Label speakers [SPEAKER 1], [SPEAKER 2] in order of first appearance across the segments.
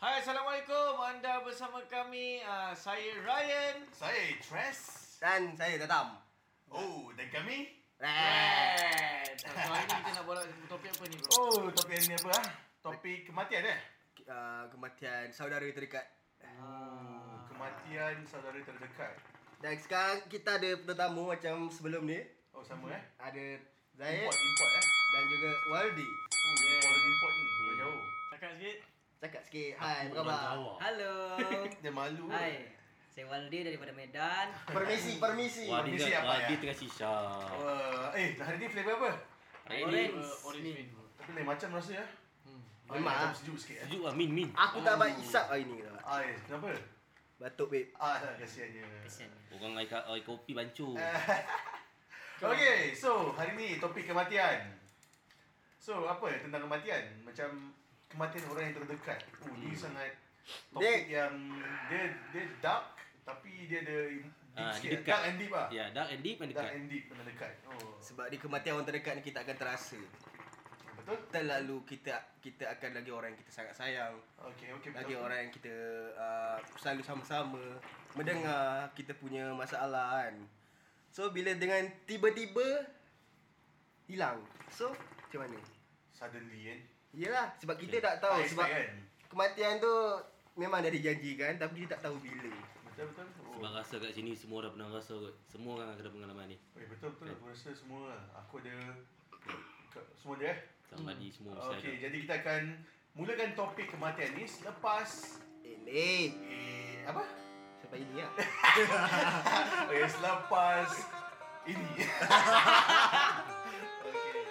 [SPEAKER 1] Hai Assalamualaikum Anda bersama kami uh, Saya Ryan
[SPEAKER 2] Saya Tres.
[SPEAKER 3] Dan saya Dadam.
[SPEAKER 2] Oh, dan kami?
[SPEAKER 1] Red Eh, So hari ni kita nak borak topik apa ni bro?
[SPEAKER 2] Oh, topik ni apa ah? Topik kematian eh?
[SPEAKER 3] Uh, kematian saudara terdekat.
[SPEAKER 1] Ah,
[SPEAKER 2] Oh, kematian saudara terdekat.
[SPEAKER 3] Dan sekarang kita ada tetamu macam sebelum ni.
[SPEAKER 2] Oh, sama eh?
[SPEAKER 3] Ada Zaid
[SPEAKER 2] Import, import eh?
[SPEAKER 3] dan juga Waldi.
[SPEAKER 2] Oh,
[SPEAKER 1] Yeah.
[SPEAKER 2] import, import ni. Dari jauh.
[SPEAKER 1] Cakap sikit
[SPEAKER 3] Cakap sikit. Hai, apa khabar?
[SPEAKER 4] Hello.
[SPEAKER 2] Dia malu.
[SPEAKER 4] Hai. Saya Waldi daripada Medan.
[SPEAKER 3] Permisi, permisi.
[SPEAKER 5] Wah, dia,
[SPEAKER 2] Mesti
[SPEAKER 5] dah,
[SPEAKER 2] apa,
[SPEAKER 5] wah,
[SPEAKER 2] ya?
[SPEAKER 5] dia tengah shisha.
[SPEAKER 2] Uh, eh, hari ni flavor apa?
[SPEAKER 5] Hari ni
[SPEAKER 4] Orange.
[SPEAKER 1] uh, Orange Min bro
[SPEAKER 2] Tapi lain macam rasa ya. Hmm.
[SPEAKER 3] Memang,
[SPEAKER 2] Memang
[SPEAKER 3] ah.
[SPEAKER 2] sejuk sikit eh.
[SPEAKER 5] sejuk lah, min, min.
[SPEAKER 3] Aku tak dapat isap hari ni. tau.
[SPEAKER 2] Ah, eh, kenapa?
[SPEAKER 3] Batuk, babe.
[SPEAKER 2] Ah, kasihannya.
[SPEAKER 4] Kesian.
[SPEAKER 5] Orang air, ka- air kopi bancu.
[SPEAKER 2] Okay, so hari ni topik kematian. So, apa ya tentang kematian? Macam kematian orang yang terdekat. Oh, hmm. ni sangat topik dia, yang dia dia dark tapi dia ada deep
[SPEAKER 5] Ah,
[SPEAKER 2] sikit.
[SPEAKER 5] dia dekat.
[SPEAKER 2] Dark and deep ah.
[SPEAKER 5] Ya, dark and deep and
[SPEAKER 2] Dark
[SPEAKER 5] dekat.
[SPEAKER 2] and deep benda dekat. Oh.
[SPEAKER 3] Sebab di kematian orang terdekat ni kita akan terasa.
[SPEAKER 2] Betul?
[SPEAKER 3] Terlalu kita kita akan lagi orang yang kita sangat sayang.
[SPEAKER 2] Okay, okay. betul.
[SPEAKER 3] Lagi orang yang kita uh, selalu sama-sama mendengar kita punya masalah kan. So bila dengan tiba-tiba hilang. So macam mana?
[SPEAKER 2] Suddenly kan.
[SPEAKER 3] Yelah sebab kita tak tahu
[SPEAKER 2] Tak expect
[SPEAKER 3] sebab
[SPEAKER 2] kan?
[SPEAKER 3] kematian tu memang dah dijanjikan tapi kita tak tahu bila.
[SPEAKER 2] Betul, betul. Oh.
[SPEAKER 5] Sebab rasa kat sini semua orang pernah rasa kot. Semua orang ada pengalaman ni.
[SPEAKER 2] Eh, betul, betul. Aku rasa semua lah. Aku ada... Kau- Semua dia eh? Ah,
[SPEAKER 5] Somebody semua mesti
[SPEAKER 2] Okay,
[SPEAKER 5] ada.
[SPEAKER 2] jadi kita akan mulakan topik kematian ni selepas...
[SPEAKER 3] Eh, eh.
[SPEAKER 2] Eh, apa?
[SPEAKER 3] Sampai ini lah.
[SPEAKER 2] Eh, selepas ini. okay.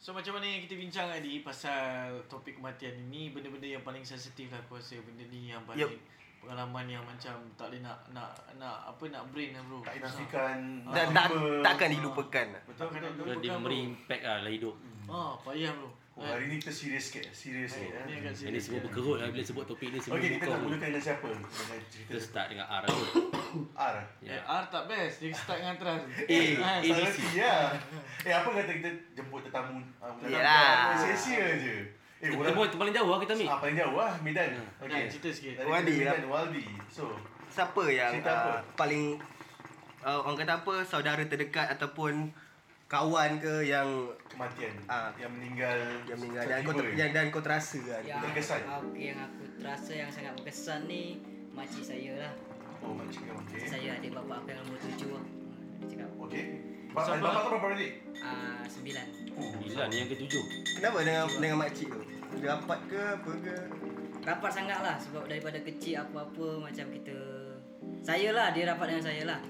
[SPEAKER 1] So macam mana yang kita bincang tadi Pasal topik kematian ini Benda-benda yang paling sensitif lah Aku rasa benda ni yang paling
[SPEAKER 3] Yup.
[SPEAKER 1] Pengalaman yang macam Tak boleh nak Nak nak apa nak brain lah bro
[SPEAKER 2] Tak dinafikan.
[SPEAKER 3] Dan tak takkan dilupakan.
[SPEAKER 2] Betul, betul, betul.
[SPEAKER 5] Dia dia memberi impact lah dalam hidup.
[SPEAKER 1] Ah, payah bro
[SPEAKER 2] Oh,
[SPEAKER 3] Eh.
[SPEAKER 2] hari ni kita serius sikit. Serius sikit.
[SPEAKER 1] Ni
[SPEAKER 2] Eh.
[SPEAKER 1] agak
[SPEAKER 5] Ini
[SPEAKER 1] serius
[SPEAKER 5] semua berkerut lah bila sebut topik ni. Semua
[SPEAKER 2] Okay, kita
[SPEAKER 5] buka
[SPEAKER 2] nak
[SPEAKER 5] mulut.
[SPEAKER 2] mulakan dengan siapa? Dengan cerita
[SPEAKER 5] Kita start dengan R lah kot.
[SPEAKER 2] R.
[SPEAKER 1] Eh,
[SPEAKER 5] Ya.
[SPEAKER 1] R tak best Dia start dengan teras
[SPEAKER 5] A,
[SPEAKER 2] Eh,
[SPEAKER 1] Ah,
[SPEAKER 5] A, B,
[SPEAKER 2] Salah
[SPEAKER 5] C.
[SPEAKER 2] ya. Eh, apa kata kita jemput tetamu? Ah, bukan
[SPEAKER 3] Yelah.
[SPEAKER 2] tetamu, Sia-sia je. Eh,
[SPEAKER 5] Kita
[SPEAKER 2] orang
[SPEAKER 5] pun paling jauh lah kita ambil.
[SPEAKER 2] Ah, paling jauh lah, Medan.
[SPEAKER 3] Ah,
[SPEAKER 1] Medan, cerita sikit.
[SPEAKER 2] Dari
[SPEAKER 3] kan, Waldi lah.
[SPEAKER 2] Medan, Waldi. So,
[SPEAKER 3] Siapa yang
[SPEAKER 2] Cerita apa?
[SPEAKER 3] uh, paling uh, orang kata apa saudara terdekat ataupun kawan ke yang
[SPEAKER 2] kematian
[SPEAKER 3] Ah.
[SPEAKER 2] yang meninggal
[SPEAKER 3] yang meninggal dan
[SPEAKER 2] tiba-tiba.
[SPEAKER 3] kau, ter- yang, dan kau terasa kan.
[SPEAKER 4] Yang
[SPEAKER 2] Berkesan.
[SPEAKER 4] Aku, yang aku terasa yang sangat berkesan ni makcik saya lah.
[SPEAKER 2] oh makcik kau okey
[SPEAKER 4] Makcik saya ada bapa aku yang nombor tujuh lah. Ha, Dia cakap
[SPEAKER 2] okey Ba-
[SPEAKER 1] Siapa?
[SPEAKER 2] bapak kau berapa beradik
[SPEAKER 4] ah sembilan.
[SPEAKER 2] oh
[SPEAKER 5] Gila, ni yang ketujuh.
[SPEAKER 3] Kenapa dengan dengan makcik tu? Dia rapat ke apa ke?
[SPEAKER 4] Rapat sangat lah sebab daripada kecil apa-apa macam kita saya lah dia rapat dengan saya lah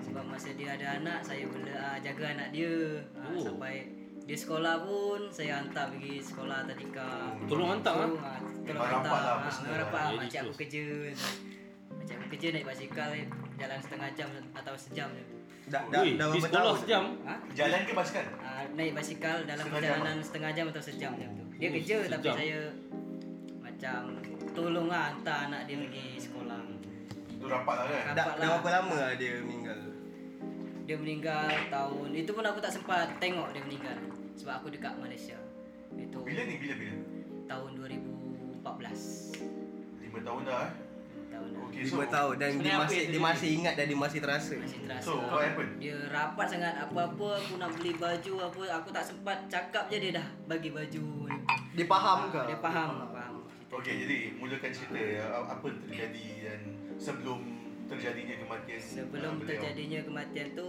[SPEAKER 4] sebab masa dia ada anak saya bela ah, jaga anak dia Ah,
[SPEAKER 5] Oh.
[SPEAKER 4] sampai dia sekolah pun saya hantar pergi sekolah tadika.
[SPEAKER 5] Tolong hantar lah.
[SPEAKER 4] Tolong
[SPEAKER 2] Memang rapat
[SPEAKER 4] hantar
[SPEAKER 2] lah,
[SPEAKER 4] lah,
[SPEAKER 2] personal
[SPEAKER 4] Memang rapat
[SPEAKER 5] lah.
[SPEAKER 4] lah Makcik aku
[SPEAKER 5] Religious.
[SPEAKER 4] kerja Makcik aku kerja naik basikal eh, Jalan setengah jam atau sejam je
[SPEAKER 3] Dah dah
[SPEAKER 5] Weh,
[SPEAKER 3] dah
[SPEAKER 5] di
[SPEAKER 3] berapa
[SPEAKER 5] sekolah
[SPEAKER 3] tahun?
[SPEAKER 5] sejam.
[SPEAKER 4] ha?
[SPEAKER 2] jalan ke kan? basikal
[SPEAKER 4] Ah, naik basikal dalam
[SPEAKER 2] Setengah jam lah. Hmm,
[SPEAKER 4] perjalanan setengah jam atau sejam macam tu Dia
[SPEAKER 5] Oh,
[SPEAKER 4] kerja tapi
[SPEAKER 5] sejam.
[SPEAKER 4] saya Macam Tolong lah hantar anak dia pergi sekolah
[SPEAKER 2] tu rapat lah kan
[SPEAKER 3] Dah, dah
[SPEAKER 4] Rapat lah.
[SPEAKER 3] berapa lama lah dia meninggal?
[SPEAKER 4] Dia meninggal tahun Itu pun aku tak sempat tengok dia meninggal Sebab aku dekat Malaysia Itu
[SPEAKER 2] bila ni bila bila
[SPEAKER 4] tahun 2014
[SPEAKER 2] lima tahun dah eh
[SPEAKER 4] Tahun dah.
[SPEAKER 2] okey so
[SPEAKER 3] Lima tahun dan dia
[SPEAKER 1] Sebenarnya apa yang
[SPEAKER 3] masih dia
[SPEAKER 1] terjadi?
[SPEAKER 3] masih ingat dan dia masih terasa.
[SPEAKER 4] Masih terasa
[SPEAKER 2] Hmm, So, what happened?
[SPEAKER 4] Dia rapat sangat Apa-apa aku nak beli baju apa Aku tak sempat cakap je dia dah bagi baju
[SPEAKER 3] Dia faham ke?
[SPEAKER 4] Dia faham Dia faham
[SPEAKER 2] okey jadi mulakan cerita ah, apa terjadi dan sebelum terjadinya kematian ah,
[SPEAKER 4] Sebelum
[SPEAKER 2] beliau.
[SPEAKER 4] terjadinya kematian tu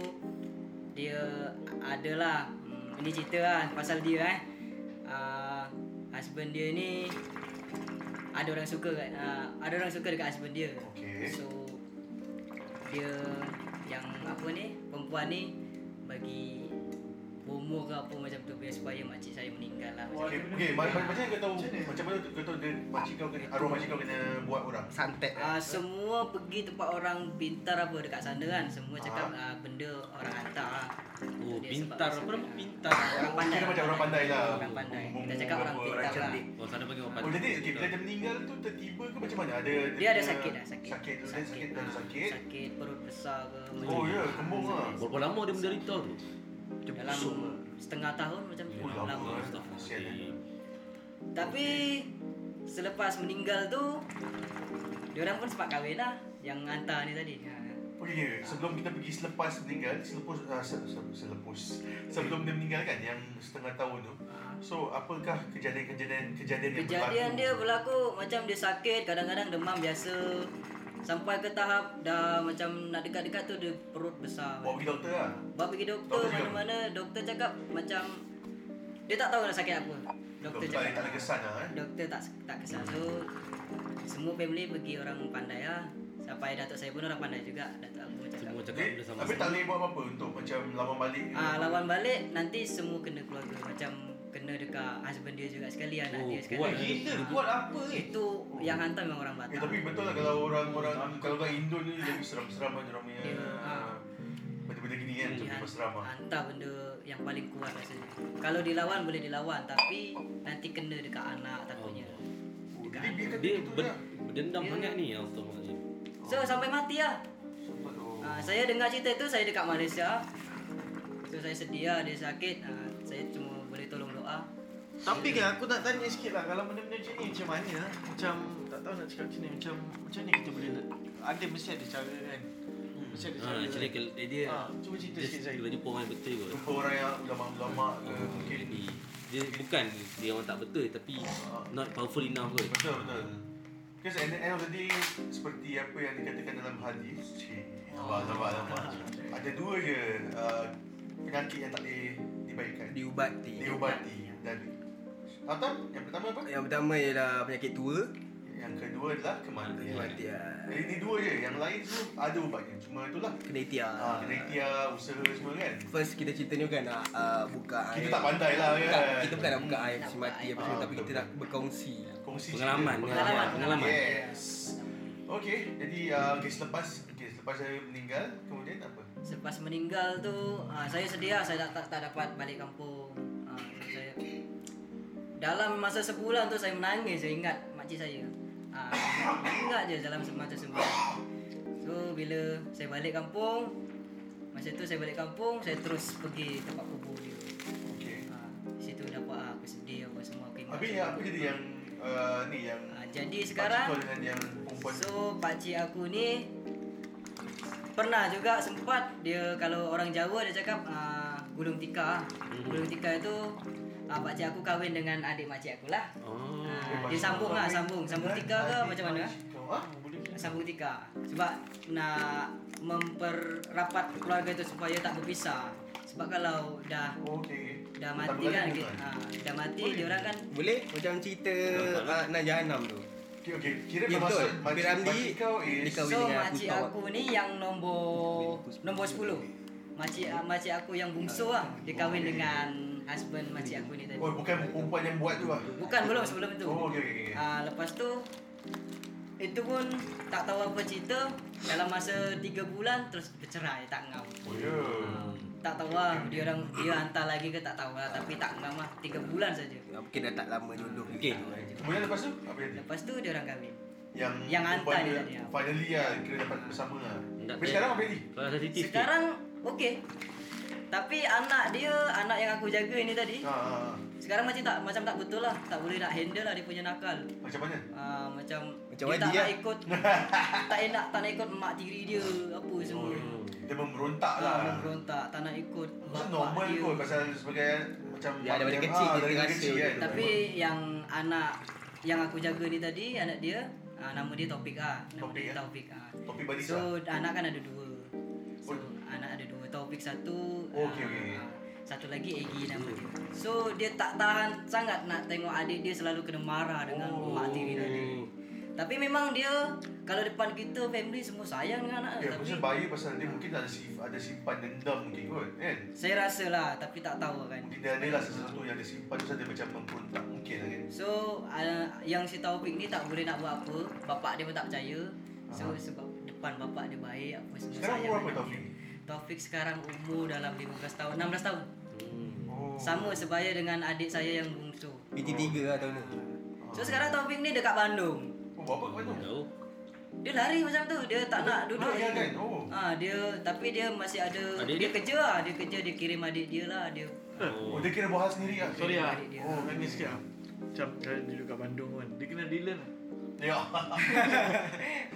[SPEAKER 4] Dia adalah hmm, Ini cerita lah pasal dia eh uh, Husband dia ni Ada orang ah, suka kat uh, Ada orang suka dekat husband dia
[SPEAKER 2] Okey.
[SPEAKER 4] So dia yang apa ni perempuan ni bagi bomo ke apa macam tu biar supaya makcik saya meninggal lah macam
[SPEAKER 2] Okay, okay. ma- ma- Macam mana kau tahu Macam mana kau tahu dia Makcik kau kena Arwah makcik kau kena Buat orang
[SPEAKER 3] Santet
[SPEAKER 4] Ah semua pergi tempat orang pintar apa dekat sana kan semua cakap ah, benda orang hantar lah.
[SPEAKER 5] Oh,
[SPEAKER 4] Dia
[SPEAKER 5] pintar.
[SPEAKER 4] sebab-
[SPEAKER 5] Apa nama pintar?
[SPEAKER 4] Orang pandai.
[SPEAKER 2] Kira macam orang pandai lah.
[SPEAKER 4] Orang pandai. Kita
[SPEAKER 2] Orang
[SPEAKER 4] cakap orang
[SPEAKER 2] orang
[SPEAKER 4] pintar lah.
[SPEAKER 3] cerdik.
[SPEAKER 5] Oh, sana panggil orang
[SPEAKER 2] Oh
[SPEAKER 5] pandai.
[SPEAKER 2] jadi okay, Bila dia meninggal tu Tertiba ke macam mana Ada
[SPEAKER 4] Dia ada sakit lah sakit.
[SPEAKER 2] Sakit Dia sakit Dia
[SPEAKER 4] ah,
[SPEAKER 2] sakit
[SPEAKER 4] Sakit perut besar ke.
[SPEAKER 2] Oh
[SPEAKER 4] macam-
[SPEAKER 2] ya kembung lah
[SPEAKER 5] Berapa lama dia menderita tu?
[SPEAKER 4] Dalam setengah tahun macam tu.
[SPEAKER 2] Oh, lama.
[SPEAKER 4] Lama.
[SPEAKER 2] Kesian, eh.
[SPEAKER 5] Astaghfirullahaladzim.
[SPEAKER 4] Tapi selepas meninggal tu diorang pun sempat kahwin lah yang hantar ni tadi. Ah.
[SPEAKER 2] Okay, okay. Oh, ya, sebelum kita pergi selepas meninggal, selepas uh, se, se, selepas sebelum dia meninggal kan yang setengah tahun tu. So, apakah kejadian-kejadian kejadian yang
[SPEAKER 4] Kejadian
[SPEAKER 2] berlaku?
[SPEAKER 4] dia berlaku macam dia sakit, kadang-kadang demam biasa. Sampai ke tahap dah macam nak dekat-dekat tu dia perut besar.
[SPEAKER 2] Bawa pergi doktor lah.
[SPEAKER 4] Bawa pergi doktor
[SPEAKER 2] Doktor cakap
[SPEAKER 4] mana-mana, doktor cakap macam dia tak tahu nak sakit apa. Doktor
[SPEAKER 2] Doktor tak
[SPEAKER 4] cakap
[SPEAKER 2] tak ada kesan lah eh.
[SPEAKER 4] doktor tak tak kesan so semua family pergi orang pandai lah. Sampai datuk saya pun orang pandai juga. Datuk aku cakap.
[SPEAKER 5] Semua cakap
[SPEAKER 2] Jadi,
[SPEAKER 5] benda sama.
[SPEAKER 2] Eh, tapi tak boleh buat apa-apa untuk macam lawan balik. ke?
[SPEAKER 4] Ah lawan balik nanti semua kena keluarga macam kena dekat husband dia juga sekali anak
[SPEAKER 5] Oh,
[SPEAKER 4] dia sekali.
[SPEAKER 5] kuat
[SPEAKER 1] Gila, buat apa ni?
[SPEAKER 4] Itu yang hantar memang orang
[SPEAKER 2] Eh,
[SPEAKER 4] Batak.
[SPEAKER 2] tapi betul lah kalau orang-orang kalau orang Indon ni lebih seram-seram lah diorang punya
[SPEAKER 4] Dia- ah.
[SPEAKER 2] benda-benda gini kan
[SPEAKER 4] Dia
[SPEAKER 2] lebih
[SPEAKER 4] han-
[SPEAKER 2] seram lah.
[SPEAKER 4] hantar benda yang paling kuat rasanya. Kalau dilawan boleh dilawan tapi nanti kena dekat anak takutnya.
[SPEAKER 2] Oh, Jadi biarkan
[SPEAKER 5] Dia
[SPEAKER 2] begitu
[SPEAKER 5] ber-
[SPEAKER 2] lah.
[SPEAKER 5] berdendam
[SPEAKER 4] Dia-
[SPEAKER 5] sangat ni Astaghfirullahaladzim.
[SPEAKER 4] So sampai mati lah.
[SPEAKER 2] Sempat tu.
[SPEAKER 4] Ah, saya dengar cerita itu saya dekat Malaysia. So saya sedih lah dia sakit. Ah, saya cuma boleh tolong doa.
[SPEAKER 1] Tapi kan aku nak tanya sikit lah Kalau benda-benda macam ni macam mana Macam tak tahu nak cakap macam ni Macam macam ni kita boleh nak- Ada mesti ada cara kan Mesti ada
[SPEAKER 5] Ha,
[SPEAKER 1] cara
[SPEAKER 5] actually kalau dia dia
[SPEAKER 1] Ah, Cuba cerita
[SPEAKER 5] dia
[SPEAKER 1] sikit saya
[SPEAKER 5] kalau jumpa orang yang betul kot.
[SPEAKER 2] Jumpa orang yang ulama-ulama ke
[SPEAKER 5] Ah,
[SPEAKER 2] mungkin.
[SPEAKER 5] jadi dia bukan dia orang tak betul tapi not powerful enough kot.
[SPEAKER 2] Betul betul. Because at the end of the day seperti apa yang dikatakan dalam hadis. Cik, Nampak nampak nampak. Ada dua je uh, penyakit yang tak boleh dibaikkan.
[SPEAKER 3] eh? diubati.
[SPEAKER 2] Diubati dan Atam, yang pertama apa?
[SPEAKER 3] Yang pertama ialah penyakit tua, ah.
[SPEAKER 2] Yang kedua adalah kematian.
[SPEAKER 3] kematian.
[SPEAKER 2] Jadi ni dua je, yang lain tu ada ubatnya. Cuma itulah.
[SPEAKER 3] Kena ikhtiar.
[SPEAKER 2] Ah, kena ikhtiar, usaha semua kan.
[SPEAKER 3] First kita cerita ni bukan nak uh, buka
[SPEAKER 2] Kita
[SPEAKER 3] aib.
[SPEAKER 2] tak pandai lah kan.
[SPEAKER 3] Bukan, kita bukan nak buka aib
[SPEAKER 4] Tak
[SPEAKER 3] si
[SPEAKER 4] buka
[SPEAKER 3] mati
[SPEAKER 4] aib.
[SPEAKER 3] apa semua
[SPEAKER 2] Ah,
[SPEAKER 3] tapi kita
[SPEAKER 2] betul.
[SPEAKER 3] nak berkongsi.
[SPEAKER 2] Kongsi
[SPEAKER 5] Pengalaman,
[SPEAKER 2] cerita.
[SPEAKER 5] pengalaman, pengalaman.
[SPEAKER 2] Yes. Okay, jadi uh, okay, selepas okay, selepas saya meninggal, kemudian apa?
[SPEAKER 4] Selepas meninggal tu ah, saya sedih lah saya tak, tak, tak dapat balik kampung. Ah, so saya dalam masa sebulan tu saya menangis saya ingat makcik saya. Ah, ingat je dalam semasa sebulan. So bila saya balik kampung masa tu saya balik kampung saya terus pergi tempat kubur dia.
[SPEAKER 2] Okay.
[SPEAKER 4] Ah, di situ dapat ah, aku sedih apa semua aku ingat.
[SPEAKER 2] Habis yang apa jadi yang uh, ni yang
[SPEAKER 4] Ah, jadi
[SPEAKER 2] pakcik
[SPEAKER 4] sekarang
[SPEAKER 2] kau dengan yang perempuan so,
[SPEAKER 4] So pakcik aku ni Pernah juga sempat dia kalau orang Jawa dia cakap uh, gulung tika. Gulung tika itu uh, pakcik aku kahwin dengan adik makcik aku lah.
[SPEAKER 5] Oh.
[SPEAKER 4] Ah, dia sambung lah, sambung.
[SPEAKER 2] Kan?
[SPEAKER 4] Sambung tika ke macam mana?
[SPEAKER 2] Ha?
[SPEAKER 4] Sambung tika. Sebab nak memperrapat keluarga itu supaya tak berpisah. Sebab kalau dah
[SPEAKER 2] Okay.
[SPEAKER 4] dah mati kan, kita, ah, dah mati
[SPEAKER 2] Boleh.
[SPEAKER 4] dia orang kan
[SPEAKER 3] Boleh macam cerita uh, nak jahanam tu.
[SPEAKER 2] Okay, okay. Kira
[SPEAKER 3] Ya,
[SPEAKER 2] bermaksud
[SPEAKER 3] betul.
[SPEAKER 2] makcik,
[SPEAKER 3] Piramli
[SPEAKER 2] makcik kau is
[SPEAKER 3] dikau-
[SPEAKER 4] So
[SPEAKER 3] dengan
[SPEAKER 4] makcik
[SPEAKER 3] aku
[SPEAKER 4] aku ni yang nombor nombor 10. Makcik ah, makcik aku yang bungsu lah. Dia kahwin dengan husband makcik aku ni tadi.
[SPEAKER 2] Oh, bukan perempuan yang buat tu lah.
[SPEAKER 4] Bukan belum sebelum itu.
[SPEAKER 2] Oh, okay, okay. okay.
[SPEAKER 4] Ah lepas tu itu pun tak tahu apa cerita dalam masa 3 bulan terus bercerai tak ngam.
[SPEAKER 2] Oh, ya.
[SPEAKER 4] Ah, tak tahu lah dia orang dia hantar lagi ke tak tahu lah tapi tak ngam lah 3 bulan saja.
[SPEAKER 3] Ah, Mungkin dah tak lama jodoh
[SPEAKER 5] Okey.
[SPEAKER 3] eh.
[SPEAKER 2] Kemudian lepas tu, apa jadi?
[SPEAKER 4] Lepas tu dia orang kahwin.
[SPEAKER 2] Yang,
[SPEAKER 4] Yang hantar
[SPEAKER 2] perempuan
[SPEAKER 4] dia
[SPEAKER 2] tu,
[SPEAKER 4] tadi, ah.
[SPEAKER 2] Finally lah, kira dapat bersama lah.
[SPEAKER 5] Tak
[SPEAKER 2] Tapi sekarang apa jadi?
[SPEAKER 5] Kalau sensitif sikit.
[SPEAKER 4] Sekarang okey. Tapi anak dia, anak yang aku jaga ini tadi,
[SPEAKER 2] Ha, ha, ha.
[SPEAKER 4] Sekarang macam tak macam tak betul lah, tak boleh nak handle lah dia punya nakal.
[SPEAKER 2] Macam mana?
[SPEAKER 4] Ah macam,
[SPEAKER 3] Macam
[SPEAKER 4] dia
[SPEAKER 3] Wadi
[SPEAKER 4] tak nak
[SPEAKER 3] lah.
[SPEAKER 4] ikut tak enak tak nak ikut mak tiri dia apa semua.
[SPEAKER 2] Oh,
[SPEAKER 4] Oh,
[SPEAKER 2] dia memberontak lah.
[SPEAKER 4] Berontak, tak nak ikut
[SPEAKER 2] Pasal
[SPEAKER 4] bapak
[SPEAKER 2] normal
[SPEAKER 4] dia.
[SPEAKER 2] kot pasal sebagai macam
[SPEAKER 3] Ya, daripada
[SPEAKER 2] macam-
[SPEAKER 3] kecil
[SPEAKER 2] ah,
[SPEAKER 3] dia
[SPEAKER 2] daripada
[SPEAKER 3] terasa
[SPEAKER 2] kecil kan.
[SPEAKER 3] dia tu.
[SPEAKER 4] Tapi yang anak yang aku jaga ni tadi, anak dia, ah, nama dia Taufik ah. Nama
[SPEAKER 2] Taufik, eh?
[SPEAKER 4] dia Taufik ah.
[SPEAKER 2] Topik balik lah.
[SPEAKER 4] So anak kan ada dua. So
[SPEAKER 2] Oh.
[SPEAKER 4] anak ada dua topik satu.
[SPEAKER 2] Oh, okey,
[SPEAKER 4] ah,
[SPEAKER 2] okey.
[SPEAKER 4] ah, Satu lagi Egi nama dia. So dia tak tahan sangat nak tengok adik dia selalu kena marah dengan
[SPEAKER 2] Oh,
[SPEAKER 4] mak tiri dia. Tapi memang dia kalau depan kita family semua sayang dengan anak.
[SPEAKER 2] Ya,
[SPEAKER 4] Yeah,
[SPEAKER 2] pasal
[SPEAKER 4] tapi
[SPEAKER 2] bahaya pasal dia mungkin ada si- ada simpan dendam mungkin kot kan.
[SPEAKER 4] saya rasa lah tapi tak tahu kan.
[SPEAKER 2] Mungkin dia adalah sesuatu yang dia simpan pasal dia macam memberontak mungkin lah kan.
[SPEAKER 4] So uh, yang si Taufik ni tak boleh nak buat apa. Bapak dia pun tak percaya. So
[SPEAKER 2] Aha.
[SPEAKER 4] sebab depan bapak dia baik apa semua
[SPEAKER 2] Sekarang
[SPEAKER 4] sayang
[SPEAKER 2] umur
[SPEAKER 4] dengan
[SPEAKER 2] apa
[SPEAKER 4] dia.
[SPEAKER 2] Taufik?
[SPEAKER 4] Taufik sekarang umur dalam 15 tahun, 16 tahun.
[SPEAKER 5] Hmm.
[SPEAKER 2] Oh.
[SPEAKER 4] Sama sebaya dengan adik saya yang bungsu.
[SPEAKER 3] PT3 lah tahun ni.
[SPEAKER 2] Ah.
[SPEAKER 4] So sekarang Taufik ni dekat Bandung.
[SPEAKER 2] Oh, bapa kat
[SPEAKER 3] Ya
[SPEAKER 2] mana?
[SPEAKER 5] Tahu.
[SPEAKER 4] Dia lari macam tu. Dia tak nak duduk.
[SPEAKER 2] Ah, ya kan? Oh.
[SPEAKER 4] Ah dia tapi dia masih ada
[SPEAKER 5] Adik
[SPEAKER 4] dia,
[SPEAKER 5] dia?
[SPEAKER 4] kerja lah, dia kerja dia kirim adik dia lah, dia
[SPEAKER 2] Oh,
[SPEAKER 1] Eh.
[SPEAKER 5] Oh.
[SPEAKER 2] dia kira buat hal sendiri lah.
[SPEAKER 1] Sorry ah.
[SPEAKER 4] Adik dia.
[SPEAKER 1] Oh, kan ni sikit ah. Macam kalau dia duduk kat Bandung kan. Dia kena dealer lah.
[SPEAKER 2] Ya.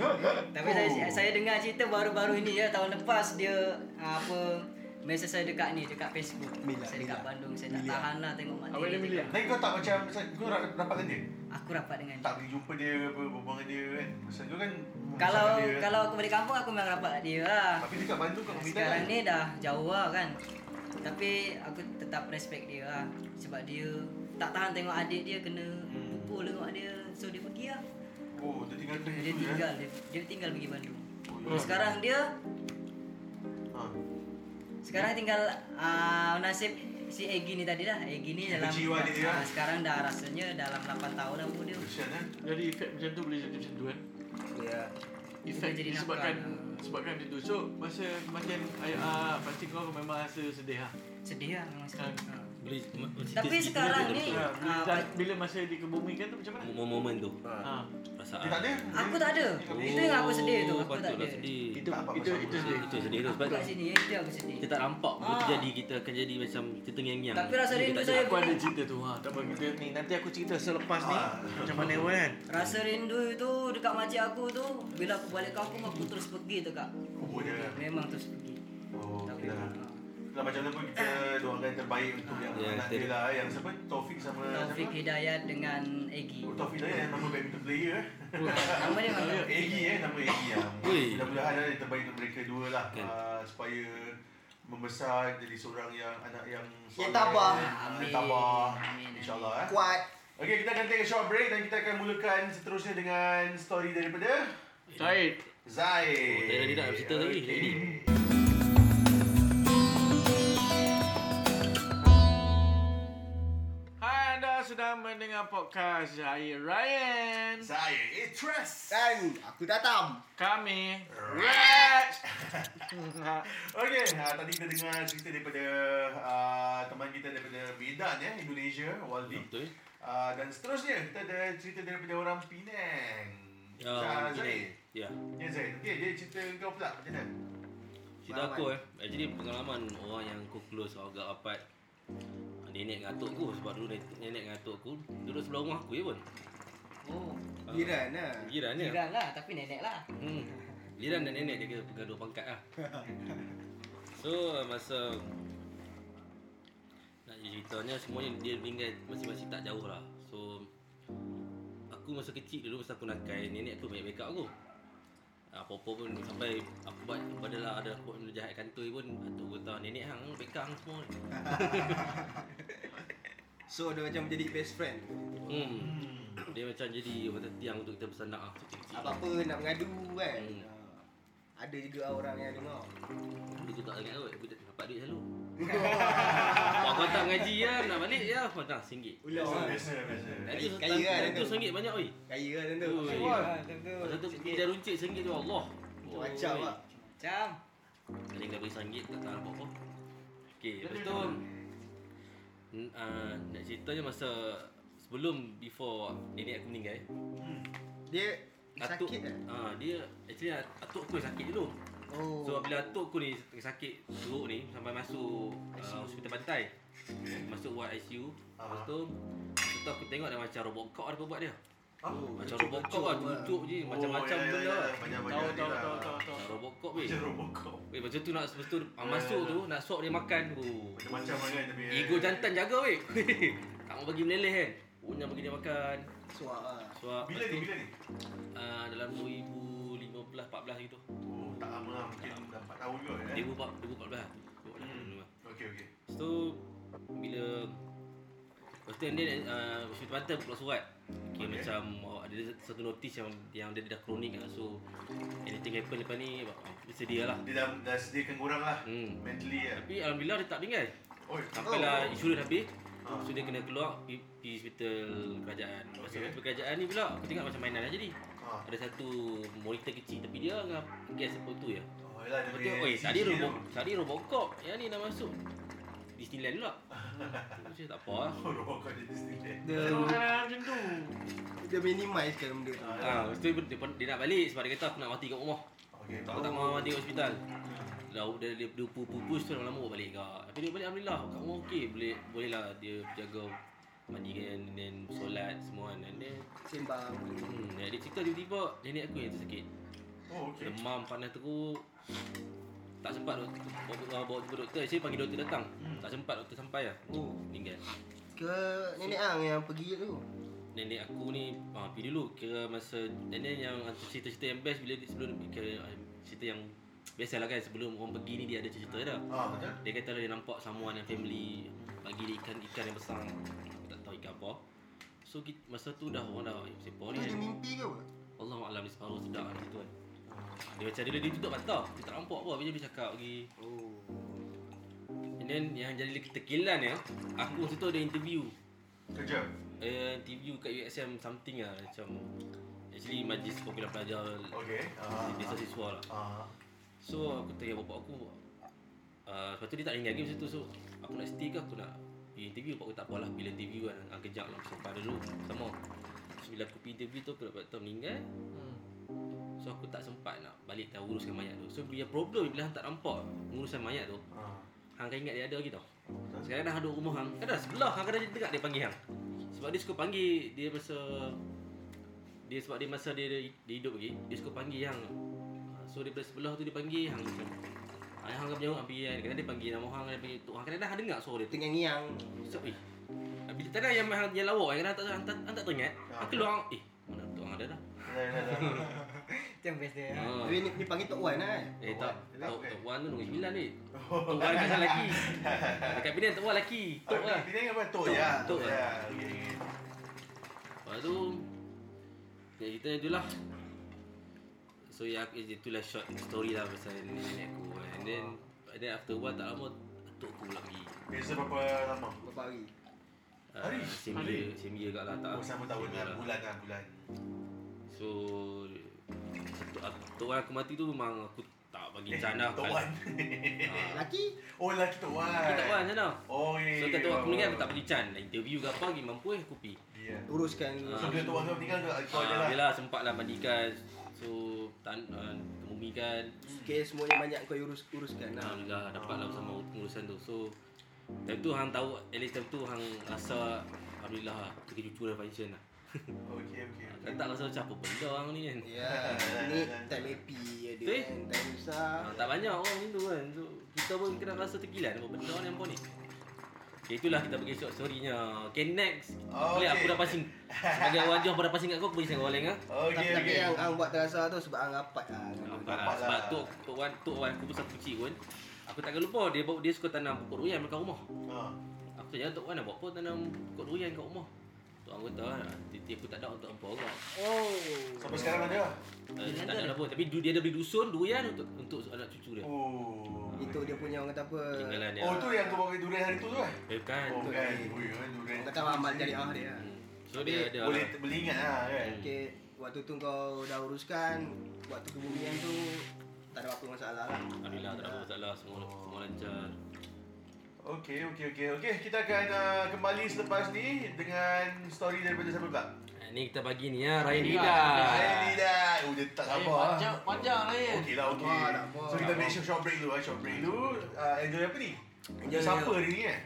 [SPEAKER 2] Oh.
[SPEAKER 4] Tapi saya saya dengar cerita baru-baru ini ya tahun lepas dia ah, apa mesej saya dekat ni dekat Facebook.
[SPEAKER 3] Mila,
[SPEAKER 4] saya dekat
[SPEAKER 3] Mila.
[SPEAKER 4] Bandung saya tak
[SPEAKER 3] Mila.
[SPEAKER 4] tahan lah tengok mati.
[SPEAKER 1] Awak dia
[SPEAKER 4] dia.
[SPEAKER 1] milih ah.
[SPEAKER 2] Tapi kau tak macam, kau ra- rapat dengan dia?
[SPEAKER 4] Aku rapat dengan dia.
[SPEAKER 2] Tak pergi jumpa dia, apa, berbual dengan dia kan? Pasal kau kan...
[SPEAKER 4] Kalau
[SPEAKER 2] pasal dia-
[SPEAKER 4] kalau aku balik kampung aku memang rapat dengan dia lah.
[SPEAKER 2] Tapi dekat Bandung kau minta kan?
[SPEAKER 4] Sekarang ni dah jauh lah kan. Tapi aku tetap respect dia lah sebab dia tak tahan tengok adik dia kena pukul tengok dia. So dia pergi lah.
[SPEAKER 2] Oh, Hmm. dia tinggal tu.
[SPEAKER 4] Dia tinggal dia, dia tinggal pergi Bandung.
[SPEAKER 2] Oh, ya.
[SPEAKER 4] Sekarang dia
[SPEAKER 2] Ha.
[SPEAKER 4] Sekarang tinggal uh, nasib si Egi ni tadi lah. Egi ni dalam
[SPEAKER 2] Jiwa dia, ya.
[SPEAKER 4] Ah, sekarang dah rasanya dalam 8 tahun lah umur dia.
[SPEAKER 2] Kesian kan?
[SPEAKER 1] Jadi efek macam tu boleh jadi macam tu kan.
[SPEAKER 3] Ya.
[SPEAKER 1] Efek
[SPEAKER 4] Dia jadi lah.
[SPEAKER 1] disebabkan
[SPEAKER 4] nakal.
[SPEAKER 1] sebabkan dia tu. So, masa kematian ayah ah, pasti kau memang rasa sedih Kan? ah.
[SPEAKER 4] Sedih lah memang sekarang. Ah.
[SPEAKER 5] Boleh ma- ma- cerita
[SPEAKER 4] Tapi
[SPEAKER 5] sikit
[SPEAKER 4] sekarang
[SPEAKER 5] boleh
[SPEAKER 4] ni
[SPEAKER 5] tak?
[SPEAKER 1] Ha,
[SPEAKER 4] ah,
[SPEAKER 1] bila, bila masa dikebumikan tu macam mana?
[SPEAKER 5] momen-momen tu
[SPEAKER 1] Ha.
[SPEAKER 3] Ha.
[SPEAKER 5] perasaan. Oh,
[SPEAKER 2] Dia tak ada?
[SPEAKER 4] aku tak ada. Itu yang aku sedih tu. Aku tak
[SPEAKER 5] patutlah
[SPEAKER 4] ada.
[SPEAKER 5] sedih.
[SPEAKER 1] Itu
[SPEAKER 2] Tak apa
[SPEAKER 1] itu
[SPEAKER 2] pasal
[SPEAKER 1] itu
[SPEAKER 2] apa.
[SPEAKER 1] sedih.
[SPEAKER 5] Itu sedih tu
[SPEAKER 4] Aku
[SPEAKER 5] sebab
[SPEAKER 4] kat sini ya, itu aku sedih.
[SPEAKER 5] kita tak nampak apa
[SPEAKER 4] Ah.
[SPEAKER 5] terjadi kita akan jadi macam kita ngiang-ngiang.
[SPEAKER 4] Tapi rasa
[SPEAKER 5] Kita
[SPEAKER 4] rindu
[SPEAKER 5] tak
[SPEAKER 4] saya
[SPEAKER 1] Aku ada cerita tu ha. Tak apa kita ni nanti aku cerita selepas ni
[SPEAKER 2] Ah.
[SPEAKER 1] macam mana awal kan.
[SPEAKER 4] Rasa rindu itu dekat makcik aku tu bila aku balik kampung aku terus pergi tu kak.
[SPEAKER 2] Kubur dia lah.
[SPEAKER 4] Memang terus pergi.
[SPEAKER 2] Oh,
[SPEAKER 4] Tapi
[SPEAKER 2] okay lah.
[SPEAKER 4] ah,
[SPEAKER 2] Lah macam mana pun kita doakan terbaik untuk yang
[SPEAKER 5] Ya,
[SPEAKER 2] anak dia
[SPEAKER 5] betul.
[SPEAKER 2] lah. Yang siapa? Taufik sama
[SPEAKER 4] Taufik
[SPEAKER 2] siapa?
[SPEAKER 4] Hidayat dengan Egi.
[SPEAKER 2] Oh, Taufik dah yang nama badminton player eh.
[SPEAKER 4] Nama dia mana?
[SPEAKER 2] Egi eh, nama Egi lah.
[SPEAKER 5] Ui.
[SPEAKER 2] Mudah-mudahan lah yang terbaik untuk mereka dua lah.
[SPEAKER 5] Kan.
[SPEAKER 2] Ah, supaya membesar jadi seorang yang anak yang
[SPEAKER 3] Yang tabah.
[SPEAKER 2] ah,
[SPEAKER 4] Ya, Amin.
[SPEAKER 2] tabah.
[SPEAKER 4] Amin.
[SPEAKER 2] InsyaAllah eh.
[SPEAKER 3] Kuat.
[SPEAKER 2] Okay, kita akan take a short break dan kita akan mulakan seterusnya dengan story daripada
[SPEAKER 1] Syahid.
[SPEAKER 2] Zaid.
[SPEAKER 5] Oh, tak ada- tak ada cerita tadi,
[SPEAKER 2] Okey.
[SPEAKER 5] lagi.
[SPEAKER 1] Hai anda sedang mendengar podcast Syahid Ryan.
[SPEAKER 2] Zaid Itras.
[SPEAKER 3] Dan aku datam.
[SPEAKER 1] Kami
[SPEAKER 2] Raj. Okay, uh, tadi kita dengar cerita daripada uh, teman kita daripada Medan ya, Indonesia, Waldi.
[SPEAKER 5] Betul. eh?
[SPEAKER 2] Uh, dan seterusnya kita ada cerita daripada orang Penang.
[SPEAKER 5] Ya,
[SPEAKER 2] Zah-
[SPEAKER 5] mungkin eh.
[SPEAKER 2] Zaid.
[SPEAKER 5] Ya.
[SPEAKER 2] Ya Zaid. Okay, dia cerita kau pula macam mana?
[SPEAKER 5] Cerita aku eh Actually pengalaman orang yang aku close Orang agak rapat Nenek dengan atuk aku Sebab dulu nenek, nenek dengan atuk aku Duduk sebelah rumah aku je pun
[SPEAKER 4] Oh,
[SPEAKER 5] Ah,
[SPEAKER 3] Jiran lah.
[SPEAKER 5] Jiran je
[SPEAKER 4] jiran lah tapi nenek lah.
[SPEAKER 5] hmm. Jiran dan nenek dia kena pegang dua pangkat lah So masa Nak jadi ceritanya Semuanya dia meninggal Masing-masing tak jauh lah So Aku masa kecil dulu Masa aku nakai Nenek aku banyak backup aku Ah, Apa-apa pun sampai aku buat adalah ada aku jahat kantoi pun atuk aku tahu nenek hang bekang semua.
[SPEAKER 3] So dia macam jadi best friend.
[SPEAKER 5] Hmm. Dia macam jadi mata tiang untuk kita bersandak ah.
[SPEAKER 3] Apa-apa nak mengadu kan.
[SPEAKER 5] Hmm.
[SPEAKER 3] Ha. Ada juga orang yang dengar.
[SPEAKER 5] Itu tak ingat kot. Aku tak dapat duit selalu. Wah, kau tak ngaji ya, nak balik ya. Kau dah RM1.
[SPEAKER 3] Ulang
[SPEAKER 2] Biasa, biasa,
[SPEAKER 3] lah.
[SPEAKER 2] biasa.
[SPEAKER 5] Tadi
[SPEAKER 3] Kaya
[SPEAKER 5] kali
[SPEAKER 3] kan,
[SPEAKER 5] kan. Itu
[SPEAKER 3] tu.
[SPEAKER 5] RM1 banyak oi.
[SPEAKER 3] Kaya lah tentu.
[SPEAKER 5] Ui. Masa tu
[SPEAKER 4] Sikit.
[SPEAKER 5] kita runcit RM1 tu Allah.
[SPEAKER 3] Macam-macam
[SPEAKER 5] Oi.
[SPEAKER 3] lah.
[SPEAKER 4] Macam
[SPEAKER 5] Kali dah beri RM1 tak tahu apa-apa. Okey, lepas tu
[SPEAKER 2] Oh,
[SPEAKER 5] n- ah, nak ceritanya masa sebelum before nenek aku meninggal
[SPEAKER 3] Dia
[SPEAKER 5] atuk
[SPEAKER 3] sakit lah.
[SPEAKER 5] ah dia actually atuk aku yang sakit dulu
[SPEAKER 3] Oh.
[SPEAKER 5] So bila atuk aku ni tengah sakit teruk ni sampai masuk uh, hospital pantai.
[SPEAKER 2] ya,
[SPEAKER 5] Masuk ward ICU. Lepas tu lepas tu aku tengok dia macam robot cop apa buat dia.
[SPEAKER 2] Ah,
[SPEAKER 3] Oh,
[SPEAKER 5] Macam robot cop lah, cucuk je,
[SPEAKER 2] Oh,
[SPEAKER 5] macam-macam
[SPEAKER 2] ya, ya,
[SPEAKER 5] benda.
[SPEAKER 2] ya,
[SPEAKER 5] lah.
[SPEAKER 2] Banyak-banyak
[SPEAKER 1] tahu
[SPEAKER 2] dia
[SPEAKER 1] tahu
[SPEAKER 2] lah.
[SPEAKER 1] tahu tahu tahu.
[SPEAKER 5] Macam Robot cop weh.
[SPEAKER 2] Macam Robocop.
[SPEAKER 5] Weh macam tu nak lepas tu ah,
[SPEAKER 2] Ya,
[SPEAKER 5] masuk
[SPEAKER 2] ya,
[SPEAKER 5] tu nak suap dia makan. Oh.
[SPEAKER 2] Macam-macam lah kan tapi.
[SPEAKER 5] Ego jantan jaga weh. tak mau bagi meleleh kan. Punya bagi dia makan.
[SPEAKER 3] Suak lah.
[SPEAKER 5] Suap.
[SPEAKER 2] Bila ni, bila ni?
[SPEAKER 5] Uh, dalam 2015 14 gitu.
[SPEAKER 2] Oh, tak lama lah. Mungkin dah 4 tahun kot. eh.
[SPEAKER 5] 2014 2014.
[SPEAKER 2] Hmm.
[SPEAKER 5] 2014.
[SPEAKER 2] Okey, okey.
[SPEAKER 5] Lepas tu bila Lepas tu and then uh, Hospital Pantai buat surat Okay,
[SPEAKER 2] Okay.
[SPEAKER 5] okay. macam oh, ada satu notis yang yang dia dah kronik lah So anything happen lepas ni ah, sedia lah
[SPEAKER 2] Dia dah, dah sediakan korang lah
[SPEAKER 5] hmm.
[SPEAKER 2] Mentally lah
[SPEAKER 5] Tapi Alhamdulillah dia tak ringan
[SPEAKER 2] Oi,
[SPEAKER 5] Sampailah oh. insurans habis
[SPEAKER 2] Ah.
[SPEAKER 5] So dia kena keluar pergi, pergi hospital kerajaan Lepas okay.
[SPEAKER 2] Okay.
[SPEAKER 5] hospital kerajaan ni pula Aku tengok macam mainan lah jadi
[SPEAKER 2] Ah.
[SPEAKER 5] Ada satu monitor kecil Tapi dia dengan gas apa tu ya
[SPEAKER 2] Oh, yelah, dia
[SPEAKER 5] Lepas tu,
[SPEAKER 2] punya
[SPEAKER 5] oi, tadi
[SPEAKER 2] CG
[SPEAKER 5] robot,
[SPEAKER 2] tu.
[SPEAKER 5] tadi Robocop Yang ni dah masuk Disneyland pula Macam tak apa lah
[SPEAKER 2] Oh, robot kau jadi Disneyland
[SPEAKER 3] Dia,
[SPEAKER 1] Kalau kadang-kadang kan macam tu
[SPEAKER 3] dia minimize kan benda tu.
[SPEAKER 5] ha, Lepas tu dia, pun- dia nak balik sebab dia kata aku nak mati kat rumah
[SPEAKER 2] Okay,
[SPEAKER 5] Tak tak mau mati kat hospital Dah dia, dia, dia pupus tu lama-lama bawa balik kat Tapi dia balik Alhamdulillah kat rumah okey Boleh, boleh lah dia jaga mandi kan and then solat semua kan and then
[SPEAKER 3] Sembang.
[SPEAKER 5] Hmm, dia ada cerita tiba-tiba nenek aku yang tersakit.
[SPEAKER 2] Oh, okay
[SPEAKER 5] Demam panas teruk. Tak sempat doktor bawa, bawa jumpa doktor. Saya panggil doktor datang.
[SPEAKER 2] Hmm.
[SPEAKER 5] Tak sempat doktor sampai lah.
[SPEAKER 3] Oh.
[SPEAKER 5] Meninggal.
[SPEAKER 3] Ke nenek ang yang pergi tu.
[SPEAKER 5] Nenek aku ni ha, pergi dulu kira masa and then yang antara cerita-cerita yang best bila dia sebelum kira ah, cerita yang biasalah kan sebelum orang pergi ni dia ada cerita dia.
[SPEAKER 2] Ah, betul
[SPEAKER 5] Dia kata dia nampak someone yang family bagi dia ikan-ikan yang besar. Aku tak tahu ikan apa. So kita, masa tu dah orang dah sepah
[SPEAKER 3] Tu
[SPEAKER 5] ni.
[SPEAKER 3] dia mimpi ke?
[SPEAKER 5] Allah Alam ni separuh sedap macam tu kan. Dia macam dia, dia tutup mata. Dia tak nampak apa. Dia cakap pergi.
[SPEAKER 3] Oh.
[SPEAKER 5] And then yang jadi tekilan ya. Aku masa tu ada interview.
[SPEAKER 2] Kerja
[SPEAKER 5] Eh, interview kat USM something lah. Macam actually majlis kumpulan pelajar
[SPEAKER 2] Okay Ah,
[SPEAKER 5] biasa siswa lah.
[SPEAKER 2] ah.
[SPEAKER 5] So aku tanya bapak aku. Uh, sebab tu dia tak ingat lagi masa tu. So aku nak stay ke aku nak pergi interview. Bapak aku tak apalah bila interview kan. Ah, kejap lah. Sampai dulu. Sama. So bila aku pergi interview tu aku dapat tahu meninggal.
[SPEAKER 1] Hmm.
[SPEAKER 5] So aku tak sempat nak balik tahu uruskan mayat tu. So bila problem bila hang tak nampak urusan mayat tu,
[SPEAKER 2] Ah.
[SPEAKER 5] hang kan ingat dia ada lagi tau.
[SPEAKER 2] Betul.
[SPEAKER 5] Sekarang dah ada rumah hang, kan dah sebelah hang kadang dekat dia panggil hang. Sebab dia suka panggil dia masa dia sebab dia masa dia, dia hidup lagi, dia suka panggil hang. Ah, So daripada sebelah tu dia panggil hang macam Ah, hang kan menjawab hang pergi kan. Kadang dia panggil nama hang, dia panggil tu. Hang kadang hang dengar suara dia tu.
[SPEAKER 3] Tengah ngiang.
[SPEAKER 5] So, eh. Ah, Bila tadi yang hang yang lawak, yang kadang hang tak hang tak teringat, hang keluar hang, eh, mana tu hang ada dah.
[SPEAKER 2] Dah, dah, dah.
[SPEAKER 4] Macam best dia.
[SPEAKER 5] Ah.
[SPEAKER 3] Dia ni, ni panggil Tok Wan lah.
[SPEAKER 5] Eh tak,
[SPEAKER 2] Tok Wan.
[SPEAKER 5] Tok Tok Wan tu nombor sembilan ni Tok Wan kan lelaki Dekat Penang Tok Wan lelaki Tok
[SPEAKER 2] Ah,
[SPEAKER 5] lah
[SPEAKER 2] Penang apa? Tok
[SPEAKER 5] Tok,
[SPEAKER 2] ya
[SPEAKER 5] Tok lah.
[SPEAKER 2] ya Okay, okay.
[SPEAKER 5] Lepas tu Ya kita tu lah So ya aku- itulah short story lah pasal nenek aku And then and then after a while tak lama Tok aku pula pergi
[SPEAKER 2] Beza berapa lama?
[SPEAKER 3] Berapa hari?
[SPEAKER 5] Ah,
[SPEAKER 2] Hari?
[SPEAKER 5] Same
[SPEAKER 1] Hari?
[SPEAKER 5] year, same year kat lah tak
[SPEAKER 2] Oh, sama tahun
[SPEAKER 5] same year
[SPEAKER 2] lah
[SPEAKER 5] lah.
[SPEAKER 2] Bulan lah, bulan
[SPEAKER 5] So Tok- Tok Wan aku mati tu memang aku tak bagi lah.
[SPEAKER 2] Eh,
[SPEAKER 5] jana
[SPEAKER 2] Tok Wan
[SPEAKER 3] Lelaki?
[SPEAKER 2] Oh, lelaki Tok Wan
[SPEAKER 5] Ah, Aku tak buat macam mana
[SPEAKER 2] Oh, yeah
[SPEAKER 5] So
[SPEAKER 2] yeah,
[SPEAKER 5] kata
[SPEAKER 2] yeah.
[SPEAKER 5] aku ni kan aku tak pergi can Nak interview ke apa lagi mampu eh aku pergi
[SPEAKER 2] Yeah.
[SPEAKER 3] Uruskan.
[SPEAKER 5] Ah.
[SPEAKER 2] So, bila Tok Wan kau meninggal kau kau ada
[SPEAKER 5] Ah,
[SPEAKER 2] lah
[SPEAKER 5] Yelah sempat lah mandikan So tan, uh, kemumikan
[SPEAKER 3] Okay, semuanya banyak kau urus uruskan lah.
[SPEAKER 5] Alhamdulillah dapat lah bersama pengurusan tu So Time tu hang tahu At least time tu hang rasa Alhamdulillah lah Kejujuran function lah
[SPEAKER 2] Okay, okay
[SPEAKER 5] Kan tak rasa macam apa benda orang ni kan
[SPEAKER 3] Ya, ni time happy ada
[SPEAKER 5] Betul?
[SPEAKER 3] kan, time susah.
[SPEAKER 5] Eh? Ah, Tak banyak orang macam tu kan So kita pun kena rasa terkilan Apa benda ni apa ni Okay, itulah kita pergi short story-nya Okay next
[SPEAKER 2] Oh,
[SPEAKER 5] Boleh
[SPEAKER 2] okay.
[SPEAKER 5] aku dah passing Sebagai orang Johor aku dah passing kat kau Aku beri sangat orang lain ah.
[SPEAKER 2] Okay,
[SPEAKER 3] tapi, tapi
[SPEAKER 2] okay
[SPEAKER 3] yang ang buat terasa tu sebab ang rapat lah.
[SPEAKER 5] Nampak lah. Sebab tu Tok Wan, Tok Wan aku pun satu kecil pun Aku takkan lupa dia bawa dia suka tanam pokok durian dekat rumah.
[SPEAKER 2] Ah.
[SPEAKER 5] Aku tanya Tok Wan nak buat apa tanam pokok durian kat rumah. Tok Wan kata "Ah, titi aku tak ada untuk apa orang.
[SPEAKER 3] Oh.
[SPEAKER 2] Sampai sekarang ada lah
[SPEAKER 5] Eh, tak ada apa tapi du- dia ada beli dusun durian untuk untuk anak cucu dia.
[SPEAKER 2] Oh
[SPEAKER 3] Itu dia punya orang kata apa?
[SPEAKER 5] Tinggalan dia.
[SPEAKER 2] Oh, tu yang kau pakai durian hari tu tu kan?
[SPEAKER 5] Eh, kan.
[SPEAKER 2] Oh,
[SPEAKER 3] tu.
[SPEAKER 2] kan Ui, kan durian
[SPEAKER 3] Orang kata amal jadi ah dia.
[SPEAKER 5] Hmm. So dia ada
[SPEAKER 2] Boleh boleh ingat lah kan
[SPEAKER 3] Okay, waktu tu kau dah uruskan, waktu kebumian tu tak ada apa masalah lah.
[SPEAKER 5] Alhamdulillah tak ada masalah semua semua lancar.
[SPEAKER 2] Okey, okey, okey. Okey, kita akan uh, kembali selepas ni dengan story daripada siapa pula?
[SPEAKER 5] Eh, Ni kita bagi ni ya, Ryan
[SPEAKER 1] Alhamdulillah.
[SPEAKER 5] Hida.
[SPEAKER 2] Saya tidak. Oh, dia tak
[SPEAKER 1] Eh,
[SPEAKER 2] sabar. ah.
[SPEAKER 1] panjang, panjang lah ya
[SPEAKER 2] Okey lah, okey.
[SPEAKER 3] Sabar, tak apa.
[SPEAKER 2] So, kita
[SPEAKER 3] Tak
[SPEAKER 2] make sure short break dulu. ah, Short break dulu. Uh, enjoy apa ni? Enjoy
[SPEAKER 3] Enjoy
[SPEAKER 2] siapa
[SPEAKER 3] yang-
[SPEAKER 2] hari ni eh?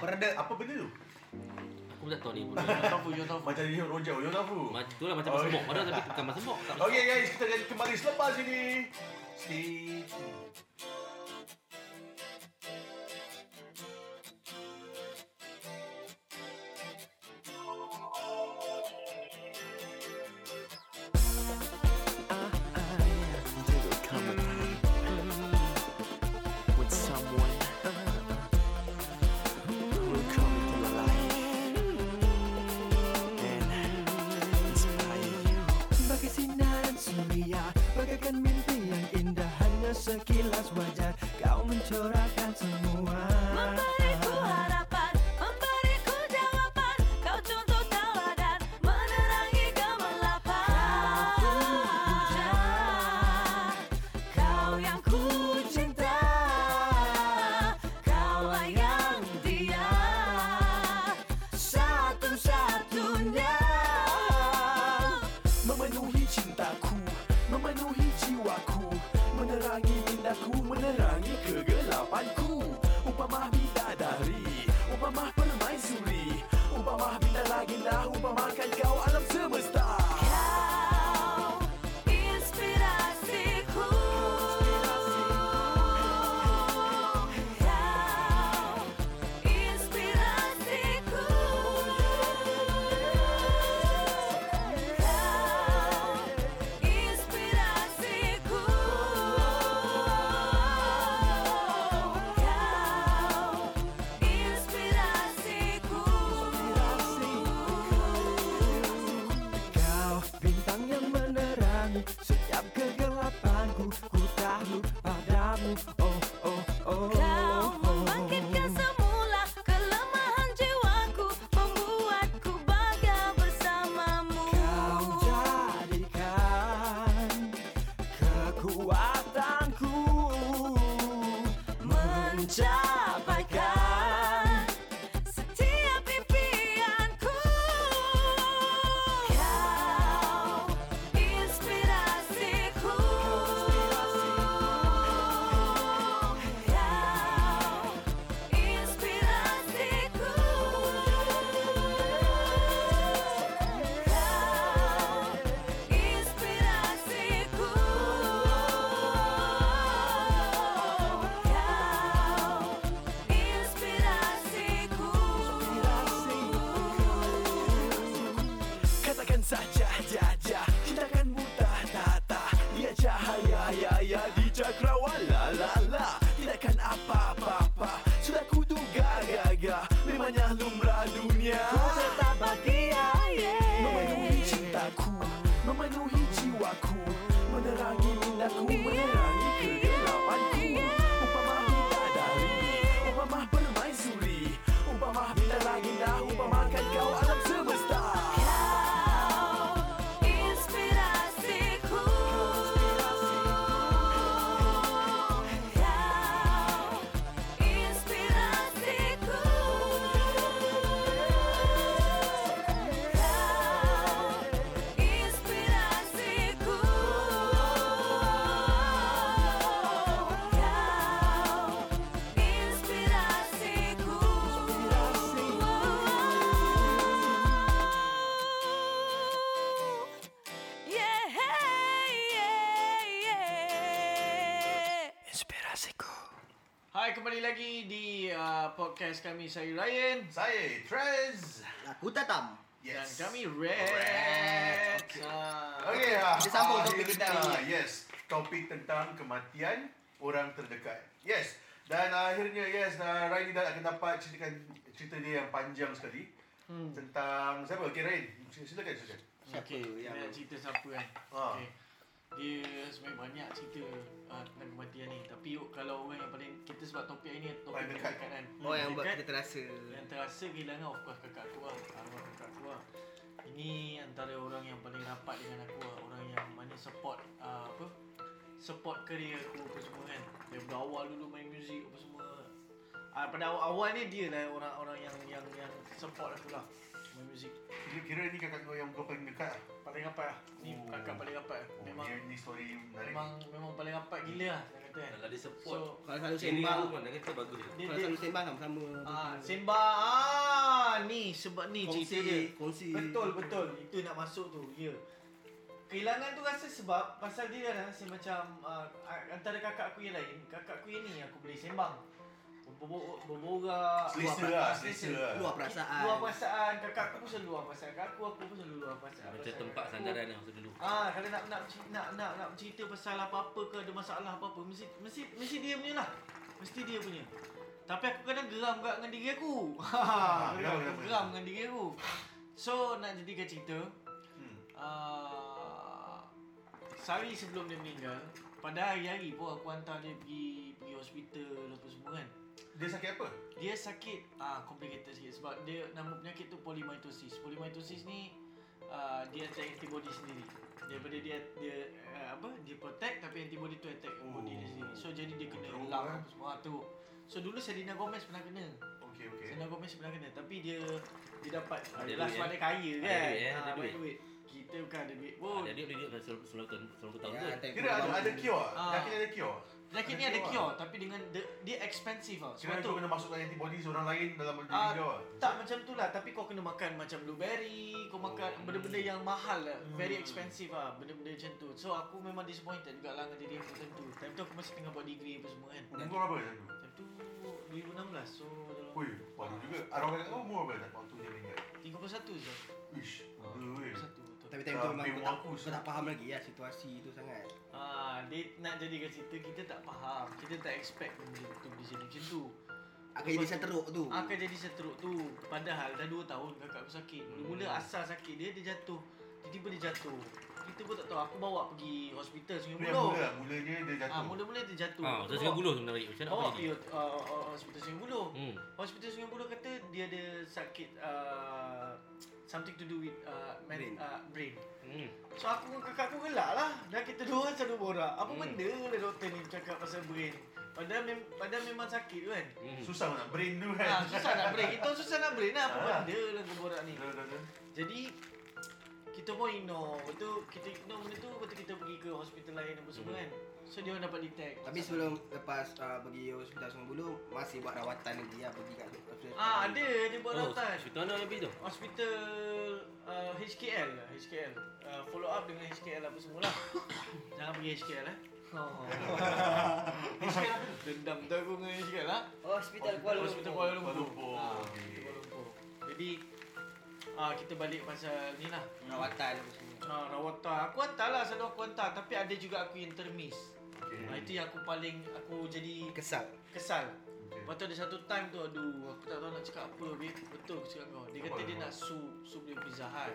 [SPEAKER 3] Perda.
[SPEAKER 2] Apa benda tu?
[SPEAKER 5] Aku pun tak tahu ni. pun.
[SPEAKER 1] Tofu, you tofu
[SPEAKER 2] Macam dia rojak, dia tahu.
[SPEAKER 5] Ma- Itulah macam
[SPEAKER 2] Okey.
[SPEAKER 5] masembok padahal tapi bukan masembok. tak masembok.
[SPEAKER 2] Okey guys, kita akan kembali selepas ini. Stay tuned.
[SPEAKER 6] with someone who will come into your life. sekilas wajar Kau mencorakkan semua
[SPEAKER 7] Memberiku harapan, memberiku jawaban Kau contoh tauladan, menerangi kemelapan Kau yang ku cinta Kaulah lah yang dia Satu-satunya
[SPEAKER 6] Memenuhi cintaku Memenuhi jiwaku Menerangi mindaku Menerangi kegelapanku Upamah bidadari Upamah permaisuri Upamah bintang legenda Upamahkan kau alam semesta
[SPEAKER 7] Kau inspirasiku Kau inspirasiku Kau inspirasiku Kau inspirasiku
[SPEAKER 6] Kau bintang yang menerangi Setiap kegelapanku Ku tahu padamu Oh oh oh
[SPEAKER 7] Kau
[SPEAKER 6] oh.
[SPEAKER 7] membangkitkan semula kelemahan jiwaku Membuatku bangga bersamamu
[SPEAKER 6] Kau jadikan kekuatanku
[SPEAKER 7] Mencapaikan setiap impianku Kau inspirasiku Kau inspirasiku Kau inspirasiku Kau inspirasiku
[SPEAKER 6] Katakan saja jaja Cintakan buta tata Dia cahaya ya ya di cakrawala la la Tidakkan apa-apa-apa Sudah kuduga gaga Memangnya lumrah dunia
[SPEAKER 7] tetap bahagia
[SPEAKER 6] Memenuhi
[SPEAKER 7] yeah.
[SPEAKER 6] cintaku Memenuhi jiwaku Menerangi mindaku Menerangi kegelapanku Umpamah bidadari Umpamah permaisuri Umpamah bintang legenda Umpamakan kau alam semesta
[SPEAKER 7] Kau inspirasiku Kau inspirasiku Kau inspirasiku Kau inspirasiku Yeah, yeah, yeah.
[SPEAKER 6] Inspirasiku
[SPEAKER 1] Hai kembali lagi di uh, podcast kami saya Ryan
[SPEAKER 2] Saya Trez.
[SPEAKER 3] Aku tatam.
[SPEAKER 1] yes.
[SPEAKER 2] Yes.
[SPEAKER 1] dan kami Red.
[SPEAKER 2] Okey.
[SPEAKER 1] Ah.
[SPEAKER 2] Okey, ah,
[SPEAKER 3] Kita sambung topik
[SPEAKER 2] akhirnya,
[SPEAKER 3] kita ni.
[SPEAKER 2] Yes, topik tentang kematian orang terdekat. Yes. Dan ah, akhirnya yes, uh, Rain dah akan dapat ceritakan cerita dia yang panjang sekali hmm. tentang siapa? Okey Rain, silakan silakan.
[SPEAKER 3] Siapa
[SPEAKER 1] Okey,
[SPEAKER 3] yang-
[SPEAKER 1] nak cerita siapa kan?
[SPEAKER 2] Ah.
[SPEAKER 1] Okey. Dia sebenarnya banyak cerita uh, tentang kematian ni. Tapi yuk, kalau orang yang paling kita sebab topik ini topik
[SPEAKER 2] Paling
[SPEAKER 1] dekat
[SPEAKER 2] dekat.
[SPEAKER 1] kan.
[SPEAKER 3] Oh yang buat
[SPEAKER 1] Dekat,
[SPEAKER 3] kita terasa.
[SPEAKER 1] yang terasa kehilangan of course kakak aku lah. Arwah kakak aku lah. Ini antara orang yang paling rapat dengan aku lah. Orang yang mana support uh, apa? Support career aku apa semua kan. Daripada awal dulu main muzik apa semua. Uh, pada awal-awal ni dia lah orang-orang yang yang yang support aku lah. Main muzik
[SPEAKER 2] Kira, kira ni kakak kau yang kau paling dekat. ah?
[SPEAKER 1] paling rapat lah. Ni
[SPEAKER 2] Oh.
[SPEAKER 1] kakak paling rapat. lah.
[SPEAKER 2] Oh,
[SPEAKER 1] Memang
[SPEAKER 2] Memang ni, ni story menarik.
[SPEAKER 1] Memang memang paling rapat gila lah saya kata kan.
[SPEAKER 5] Kalau dia
[SPEAKER 1] So
[SPEAKER 5] support
[SPEAKER 3] Kalau selalu
[SPEAKER 5] Sembang
[SPEAKER 3] sembang,
[SPEAKER 5] pun Dia kata bagus
[SPEAKER 1] dia
[SPEAKER 5] je
[SPEAKER 3] kalau
[SPEAKER 1] dia
[SPEAKER 3] selalu sembang sama-sama.
[SPEAKER 1] ah sembang ah ni sebab ni cerita dia.
[SPEAKER 3] Kongsi, kongsi.
[SPEAKER 1] Betul betul itu nak masuk tu. Ya. Kehilangan tu rasa sebab pasal dia dah rasa macam uh, antara kakak aku yang lain, kakak aku yang ni aku boleh sembang. Berborak, berborak,
[SPEAKER 2] Selesa
[SPEAKER 1] luar-
[SPEAKER 2] lah,
[SPEAKER 1] ah,
[SPEAKER 2] selesa lah.
[SPEAKER 3] Luar perasaan.
[SPEAKER 1] Luar perasaan, kakak aku pun selalu luar perasaan kat aku, aku pun selalu luar perasaan.
[SPEAKER 5] Macam
[SPEAKER 1] perasaan
[SPEAKER 5] tempat
[SPEAKER 1] kat aku.
[SPEAKER 5] sandaran lah Masa dulu
[SPEAKER 1] Ah, kalau nak nak nak nak nak cerita pasal apa-apa ke ada masalah apa-apa mesti mesti mesti dia punya lah. Mesti dia punya. Tapi aku kadang geram kat dengan diri aku. Ha, geram,
[SPEAKER 2] kenapa?
[SPEAKER 1] geram dengan diri aku. So nak jadikan cerita,
[SPEAKER 2] Hmm.
[SPEAKER 1] uh, sehari sebelum dia meninggal, Pada hari-hari pun aku hantar dia pergi pergi hospital apa semua kan.
[SPEAKER 2] Dia sakit apa?
[SPEAKER 1] Dia sakit ah complicated sikit sebab dia nama penyakit tu polymytosis. Polymytosis ni ah, dia attack antibody sendiri. Daripada dia dia ah, apa dia protect tapi antibody tu attack oh. body dia sendiri. So jadi dia kena
[SPEAKER 2] Jauh,
[SPEAKER 1] lung
[SPEAKER 2] eh.
[SPEAKER 1] apa semua ah, tu. So dulu Selena Gomez pernah kena.
[SPEAKER 2] Okey, okey.
[SPEAKER 1] Selena Gomez pernah kena tapi dia dia dapat
[SPEAKER 5] Ada
[SPEAKER 1] adalah
[SPEAKER 5] duit,
[SPEAKER 1] sebab
[SPEAKER 5] eh.
[SPEAKER 1] dia kaya kan.
[SPEAKER 5] Ada duit, eh.
[SPEAKER 1] Ah,
[SPEAKER 5] Ada
[SPEAKER 1] banyak
[SPEAKER 5] duit.
[SPEAKER 1] duit. Kita bukan ada duit
[SPEAKER 5] Oh,
[SPEAKER 1] pun.
[SPEAKER 5] dia dia dia dah selama selama selama tahun
[SPEAKER 3] Ya,
[SPEAKER 5] ke?
[SPEAKER 3] tak
[SPEAKER 2] Kira ada ada cure.
[SPEAKER 1] Ah.
[SPEAKER 2] Yakin ada cure.
[SPEAKER 1] Penyakit ni
[SPEAKER 2] Ada
[SPEAKER 1] ada
[SPEAKER 2] cure
[SPEAKER 1] cure tapi dengan dia, dia expensive tau.
[SPEAKER 2] Kira
[SPEAKER 1] Sebab
[SPEAKER 2] tu
[SPEAKER 1] tu
[SPEAKER 2] kena masukkan antibody seorang lain dalam diri
[SPEAKER 1] Ah,
[SPEAKER 2] kau. ah.
[SPEAKER 1] Tak macam tu lah Tapi kau kena makan macam blueberry Kau makan
[SPEAKER 5] Oh.
[SPEAKER 1] benda-benda yang mahal lah
[SPEAKER 2] Hmm.
[SPEAKER 1] Very expensive lah Benda-benda macam tu So aku memang disappointed juga lah Dengan diri aku macam tu Time tu aku masih tengah buat degree apa semua kan
[SPEAKER 2] Umur berapa dia tu?
[SPEAKER 1] Time tu 2016 So dalam
[SPEAKER 2] Hmm. Ui, baru ya? juga. Arwah kakak kau umur berapa waktu dia meninggal?
[SPEAKER 1] 31 je
[SPEAKER 2] Ish,
[SPEAKER 1] Ah,
[SPEAKER 2] muda weh.
[SPEAKER 1] 31 tu.
[SPEAKER 3] Tapi time tu memang
[SPEAKER 2] Tapi
[SPEAKER 3] aku tak,
[SPEAKER 2] mampus.
[SPEAKER 3] aku tak faham lagi lah situasi tu sangat.
[SPEAKER 1] Ah, Dia nak jadikan cerita Kita tak faham Kita tak expect benda tu Di sini macam tu
[SPEAKER 3] Akan jadi seteruk tu.
[SPEAKER 2] Hmm.
[SPEAKER 1] Akan jadi seteruk tu Padahal dah 2 tahun kakak aku sakit Mula-mula
[SPEAKER 2] Hmm.
[SPEAKER 1] asal sakit dia Dia jatuh Tiba-tiba dia jatuh Kita pun tak tahu Aku bawa pergi hospital Sungai
[SPEAKER 2] Dia yang
[SPEAKER 1] Buloh
[SPEAKER 2] mula, mulanya dia
[SPEAKER 1] Ah,
[SPEAKER 2] jatuh.
[SPEAKER 1] mula-mula dia jatuh. Ah,
[SPEAKER 5] Ha, saya
[SPEAKER 1] Bawa-
[SPEAKER 5] sangat buluh sebenarnya. Macam mana
[SPEAKER 1] Bawa
[SPEAKER 5] apa
[SPEAKER 1] pergi
[SPEAKER 5] ini?
[SPEAKER 1] uh, uh, hospital Sungai Buloh.
[SPEAKER 5] Hmm.
[SPEAKER 1] Hospital Sungai Buloh kata dia ada sakit uh, something to do with uh, brain.
[SPEAKER 3] Brain.
[SPEAKER 1] Uh, brain.
[SPEAKER 5] Hmm.
[SPEAKER 1] So aku dengan kakak aku gelak lah. Dah kita dua orang selalu borak. Apa
[SPEAKER 5] Hmm.
[SPEAKER 1] benda lah doktor ni cakap pasal brain. Padahal, mem- padahal memang sakit tu kan.
[SPEAKER 5] Hmm.
[SPEAKER 2] Susah nak brain tu kan.
[SPEAKER 1] Ha, susah nak brain. Kita susah nak brain lah. Apa
[SPEAKER 2] Ah.
[SPEAKER 1] benda lah kau borak ni.
[SPEAKER 2] Dah, dah, dah.
[SPEAKER 1] Jadi kita pun ignore. Lepas tu kita ignore benda tu. Lepas tu kita pergi ke hospital lain apa semua
[SPEAKER 5] Hmm.
[SPEAKER 1] kan. So dia orang dapat detect.
[SPEAKER 3] Tapi sebelum lepas uh, pergi hospital Sungai Buloh masih buat rawatan lagi lah pergi kat hospital.
[SPEAKER 1] Ah ada dia buat
[SPEAKER 5] Oh,
[SPEAKER 1] rawatan.
[SPEAKER 5] cerita mana yang habis tu?
[SPEAKER 1] Hospital uh, HKL lah, HKL. Uh, follow up dengan HKL apa semula. Jangan pergi HKL eh. Oh. HKL apa tu? Dendam tu aku dengan HKL lah.
[SPEAKER 4] Oh, hospital Kuala
[SPEAKER 1] Hospital
[SPEAKER 4] Lumpur.
[SPEAKER 1] Kuala Lumpur.
[SPEAKER 2] Kuala Lumpur.
[SPEAKER 1] Ah,
[SPEAKER 2] Okey.
[SPEAKER 1] Hospital Kuala Lumpur. Jadi ah kita balik pasal ni lah.
[SPEAKER 3] Rawatan apa semua.
[SPEAKER 1] Ah, rawatan. Aku hantar lah selalu aku hantar tapi ada juga aku yang termiss.
[SPEAKER 2] Okey.
[SPEAKER 1] Ah, itu yang aku paling aku jadi
[SPEAKER 3] Kesal.
[SPEAKER 1] kesal.
[SPEAKER 2] Okey.
[SPEAKER 1] Lepas tu ada satu time tu aduh aku tak tahu nak cakap apa babe. Betul aku cakap kau. Dia kata
[SPEAKER 2] Apa
[SPEAKER 1] dia
[SPEAKER 2] nama?
[SPEAKER 1] nak sue sue dia Pizza Hut.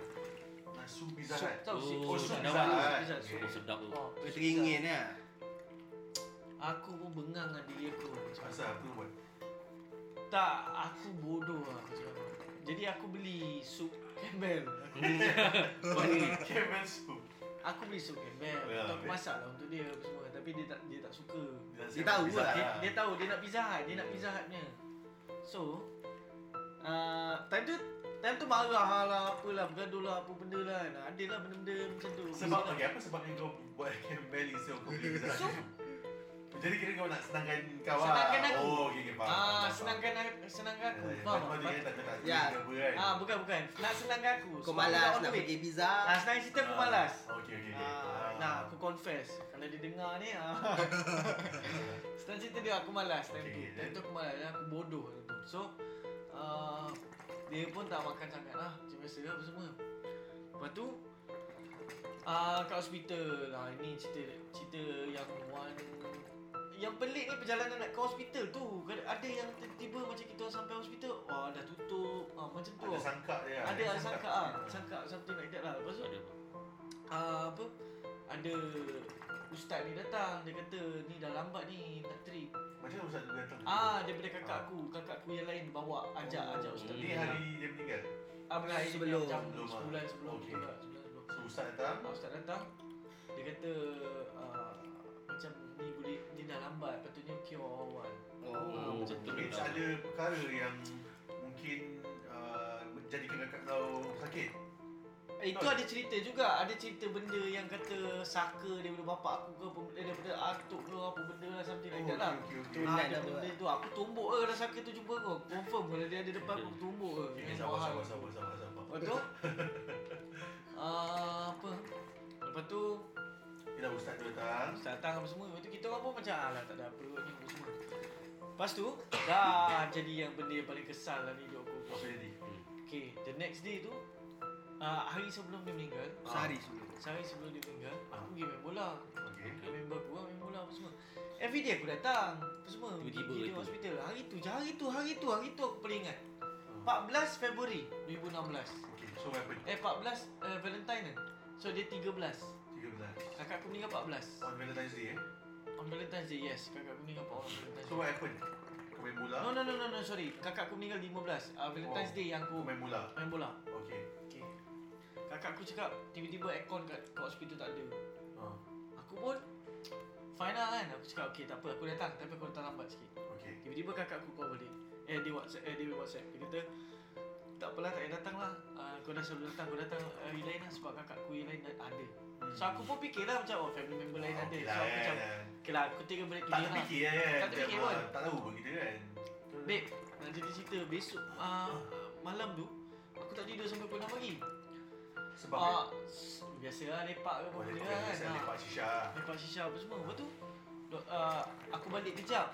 [SPEAKER 2] Nah, Su Pizza kan?
[SPEAKER 1] Sup
[SPEAKER 2] Hut.
[SPEAKER 1] Tahu si
[SPEAKER 5] Oh,
[SPEAKER 1] sup
[SPEAKER 5] sup
[SPEAKER 1] Pizza
[SPEAKER 5] daun.
[SPEAKER 1] Hut, Pizza Hut, sup.
[SPEAKER 5] Oh, sedap tu.
[SPEAKER 1] Oh,
[SPEAKER 3] Oh,
[SPEAKER 1] sup
[SPEAKER 3] teringin
[SPEAKER 1] Pizza
[SPEAKER 3] lah.
[SPEAKER 1] Hut. Aku pun bengang dengan diri aku.
[SPEAKER 2] Asal aku buat.
[SPEAKER 1] Tak, aku bodoh lah aku cakap. Jadi aku beli sup Campbell.
[SPEAKER 2] Campbell soup.
[SPEAKER 1] Aku beli sup Campbell.
[SPEAKER 2] Ya,
[SPEAKER 1] Yeah, aku
[SPEAKER 2] babe.
[SPEAKER 1] masak lah untuk dia apa semua. Tapi dia tak dia tak suka.
[SPEAKER 3] Dia tahu lah.
[SPEAKER 1] Dia, dia tahu dia nak Pizza Hut, dia nak Pizza Hutnya. So, uh, time tu Time tu marah lah, apalah, bergaduh lah, apa benda lah kan. Adalah benda-benda macam tu.
[SPEAKER 2] Sebab okey apa sebabnya kau buat Campbell isi kau beli Pizza Hut?
[SPEAKER 1] So,
[SPEAKER 2] Jadi kira kau nak senangkan kau lah.
[SPEAKER 1] Senangkan aku.
[SPEAKER 2] Oh, okey, okey, faham.
[SPEAKER 1] Ah,
[SPEAKER 2] faham,
[SPEAKER 1] senangkan aku, senangkan
[SPEAKER 2] faham.
[SPEAKER 1] aku.
[SPEAKER 2] Eh,
[SPEAKER 1] Faham
[SPEAKER 2] lepas tu dia
[SPEAKER 1] tak?
[SPEAKER 2] tak cakap
[SPEAKER 3] Ya.
[SPEAKER 2] dia apa kan.
[SPEAKER 1] Ah, bukan bukan. Nak senangkan aku.
[SPEAKER 3] Kau
[SPEAKER 1] Sebab aku
[SPEAKER 3] malas
[SPEAKER 1] on
[SPEAKER 3] nak
[SPEAKER 1] the way.
[SPEAKER 3] pergi pizza.
[SPEAKER 1] Ah, senang cerita aku
[SPEAKER 2] Ah,
[SPEAKER 1] malas.
[SPEAKER 2] Okey, okey, okey.
[SPEAKER 1] Ah, nah, aku confess. Kalau dia dengar ni, ah. senang cerita dia aku malas time tu.
[SPEAKER 2] Okay,
[SPEAKER 1] Time
[SPEAKER 2] then.
[SPEAKER 1] tu aku malas, dan aku bodoh time tu. So, ah, dia pun tak makan sangat lah. Macam biasa lah apa semua. Lepas tu, ah, kat hospital lah. Ini cerita cerita yang one yang pelik ni perjalanan nak ke hospital tu Ada yang tiba-tiba macam kita orang sampai hospital Wah dah tutup ah, Macam tu
[SPEAKER 2] Ada sangka dia.
[SPEAKER 1] ada ada sangka ah, sangka something like that lah. Lepas tu
[SPEAKER 5] Ada apa?
[SPEAKER 1] ah, apa ada ustaz ni datang dia kata ni dah lambat ni nak trip.
[SPEAKER 2] Macam mana ustaz tu datang?
[SPEAKER 1] Ah daripada kakak aku, kakak aku yang lain bawa ajak ajak ustaz
[SPEAKER 2] Ni
[SPEAKER 1] ni.
[SPEAKER 2] hari Oh, dia meninggal.
[SPEAKER 1] Ah bukan hari
[SPEAKER 3] Sebelum.
[SPEAKER 1] sebelum jam
[SPEAKER 2] Sebelum, ah.
[SPEAKER 1] sebulan sebelum
[SPEAKER 2] Okey.
[SPEAKER 1] okay. sebulan sebelum.
[SPEAKER 2] So ustaz datang.
[SPEAKER 1] Ah, ustaz datang dia kata ah, macam ni boleh ni dah lambat patutnya cure awal. Ah,
[SPEAKER 3] Oh.
[SPEAKER 1] macam tu.
[SPEAKER 2] Mungkin ada perkara yang mungkin ah, menjadikan kakak kau sakit.
[SPEAKER 1] Eh, Itu ada cerita juga Ada cerita benda yang kata Saka daripada bapak aku ke apa- eh, Daripada atuk ke apa benda lah Something
[SPEAKER 2] Oh,
[SPEAKER 1] like that lah
[SPEAKER 2] Okey, okey,
[SPEAKER 1] Ah,
[SPEAKER 3] Tunai
[SPEAKER 1] ada
[SPEAKER 3] dah
[SPEAKER 1] benda
[SPEAKER 3] buat.
[SPEAKER 1] tu aku tumbuk ke dah sakit tu jumpa kau. Confirm kalau dia ada depan aku tumbuk ke.
[SPEAKER 2] okey.
[SPEAKER 1] Memang
[SPEAKER 2] Sabar,
[SPEAKER 1] mahal.
[SPEAKER 2] sabar, sabar, sabar, sabar.
[SPEAKER 1] Lepas tu ah, apa? Lepas tu
[SPEAKER 2] Bila ustaz tu datang,
[SPEAKER 1] ustaz datang apa semua. Lepas tu kita orang pun macam alah tak ada apa kot ni apa semua. Lepas tu dah jadi yang benda yang paling kesal lah ni hidup
[SPEAKER 2] apa
[SPEAKER 1] aku.
[SPEAKER 2] jadi?
[SPEAKER 1] Okay, the next day tu ah, hari sebelum dia meninggal,
[SPEAKER 3] Sehari sebelum.
[SPEAKER 1] sehari sebelum dia meninggal, aku pergi main bola.
[SPEAKER 2] Okey.
[SPEAKER 1] Kan member aku orang main bola apa semua Every day aku datang Apa semua
[SPEAKER 5] Tiba-tiba
[SPEAKER 1] Pergi
[SPEAKER 5] tu.
[SPEAKER 1] hospital Hari tu je Hari tu Hari tu Hari tu aku boleh ingat 14 Februari 2016
[SPEAKER 2] Okey, so what happened?
[SPEAKER 1] Eh 14 uh, Valentine kan So dia 13
[SPEAKER 2] 13.
[SPEAKER 1] Kakak aku meninggal 14
[SPEAKER 2] On Valentine's Day eh?
[SPEAKER 1] je yes Kakak aku meninggal 4 orang Valentine's
[SPEAKER 2] So
[SPEAKER 1] Day
[SPEAKER 2] what happened? Kau main bola?
[SPEAKER 1] No no no no, no sorry Kakak aku meninggal 15 uh, Valentine's
[SPEAKER 2] Oh.
[SPEAKER 1] Day yang
[SPEAKER 2] Kau
[SPEAKER 1] aku
[SPEAKER 2] main bola.
[SPEAKER 1] main bola
[SPEAKER 2] Okay.
[SPEAKER 1] okay. Kakak aku cakap Tiba-tiba aircon kat, kat hospital tak ada
[SPEAKER 2] Ha.
[SPEAKER 1] Aku pun Final kan Aku cakap okay tak apa aku datang Tapi aku datang lambat sikit
[SPEAKER 2] Okay.
[SPEAKER 1] Tiba-tiba kakak aku call balik Eh dia whatsapp Eh dia whatsapp Dia kata Tak apalah tak payah datang lah uh, Kau dah selalu datang Kau datang uh, hari lain lah Sebab kakak aku yang lain dah ada So aku pun fikir lah macam Oh family member lain ada So
[SPEAKER 2] Hmm. Okay lah,
[SPEAKER 1] aku macam
[SPEAKER 2] kan, kan.
[SPEAKER 1] Okay lah aku take a break
[SPEAKER 2] Tak
[SPEAKER 1] today lah
[SPEAKER 2] terfikir kan, kan.
[SPEAKER 1] Tak terfikir
[SPEAKER 2] Macam,
[SPEAKER 1] pun.
[SPEAKER 2] ah, Tak tahu pun kita kan.
[SPEAKER 1] Babe Nak jadi cerita Besok uh, Malam tu Aku tak tidur sampai pukul 6 pagi
[SPEAKER 2] Sebab
[SPEAKER 1] uh, Biasalah lah lepak ke apa
[SPEAKER 2] boleh
[SPEAKER 1] benda
[SPEAKER 2] pakai
[SPEAKER 1] kan
[SPEAKER 2] pasal
[SPEAKER 1] Ah.
[SPEAKER 2] Oh, lepak shisha.
[SPEAKER 1] Lepas shisha apa semua Lepas tu do- uh, Aku balik kejap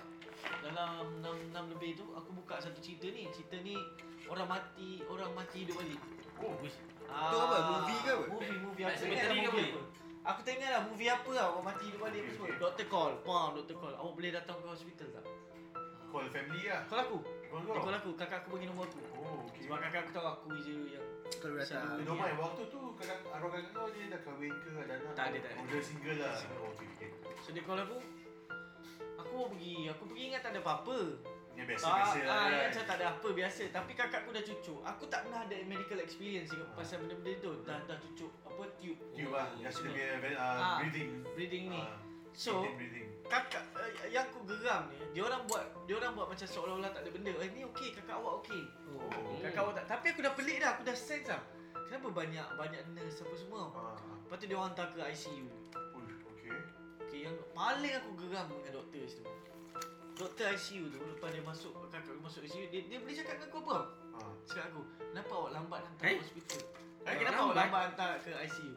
[SPEAKER 1] Dalam 6, 6 lebih tu Aku buka satu cerita ni Cerita ni Orang mati Orang mati hidup balik
[SPEAKER 5] Oh, wish.
[SPEAKER 1] Ah,
[SPEAKER 3] apa? Movie ke apa?
[SPEAKER 1] Movie, movie Aku
[SPEAKER 5] Pet
[SPEAKER 1] tak ingat lah
[SPEAKER 5] Sematary ke
[SPEAKER 1] movie
[SPEAKER 5] apa?
[SPEAKER 1] apa Aku tak ingat lah movie apa lah Orang mati hidup balik apa
[SPEAKER 2] Okay,
[SPEAKER 1] semua
[SPEAKER 2] okay.
[SPEAKER 1] Doktor call Pam, doktor call Awak boleh datang ke hospital tak?
[SPEAKER 2] Call family lah.
[SPEAKER 1] Call aku
[SPEAKER 2] Call
[SPEAKER 1] Dia
[SPEAKER 2] kau.
[SPEAKER 1] call aku Kakak aku bagi nombor aku
[SPEAKER 2] Oh, okay.
[SPEAKER 1] Sebab kakak aku tahu aku je yang
[SPEAKER 3] Kalau
[SPEAKER 2] Dia
[SPEAKER 3] datang
[SPEAKER 2] don't mind. Waktu tu kakak arwah kakak kau dia dah kahwin ke ada anak?
[SPEAKER 1] Tak ada, tak ada.
[SPEAKER 2] Oh, dia single lah. Oh, okay, okay.
[SPEAKER 1] So dia call aku Aku mau pergi Aku pergi ingat tak ada apa-apa
[SPEAKER 2] Yang biasa-biasa lah.
[SPEAKER 1] ah, ya,
[SPEAKER 2] kan.
[SPEAKER 1] macam tak ada apa biasa Tapi kakakku dah cucuk Aku tak pernah ada medical experience juga
[SPEAKER 2] Ah.
[SPEAKER 1] Pasal benda-benda tu Dah, dah cucuk Apa tube
[SPEAKER 2] Tube lah. Just dia punya ah,
[SPEAKER 1] Ah.
[SPEAKER 2] breathing.
[SPEAKER 1] Breathing ni
[SPEAKER 2] Ah,
[SPEAKER 1] So
[SPEAKER 2] breathing, breathing.
[SPEAKER 1] kakak eh, Yang aku geram ni Dia orang buat Dia orang buat macam seolah-olah tak ada benda Eh ni okey kakak awak okey
[SPEAKER 2] Oh.
[SPEAKER 1] Kakak awak tak Tapi aku dah pelik dah Aku dah sense lah Kenapa banyak Banyak nurse apa semua
[SPEAKER 2] Ah,
[SPEAKER 1] Lepas tu dia orang hantar ke ICU
[SPEAKER 2] oh, okay.
[SPEAKER 1] Okay, yang paling aku geram dengan doktor situ Doktor ICU tu Lepas dia masuk Kakak aku masuk ICU Dia, dia boleh cakap dengan aku apa?
[SPEAKER 2] Ah.
[SPEAKER 1] Cakap aku Kenapa awak lambat hantar
[SPEAKER 5] Eh?
[SPEAKER 1] ke hospital? Eh,
[SPEAKER 5] Eh,
[SPEAKER 1] kenapa awak
[SPEAKER 5] lambat?
[SPEAKER 1] lambat hantar ke ICU?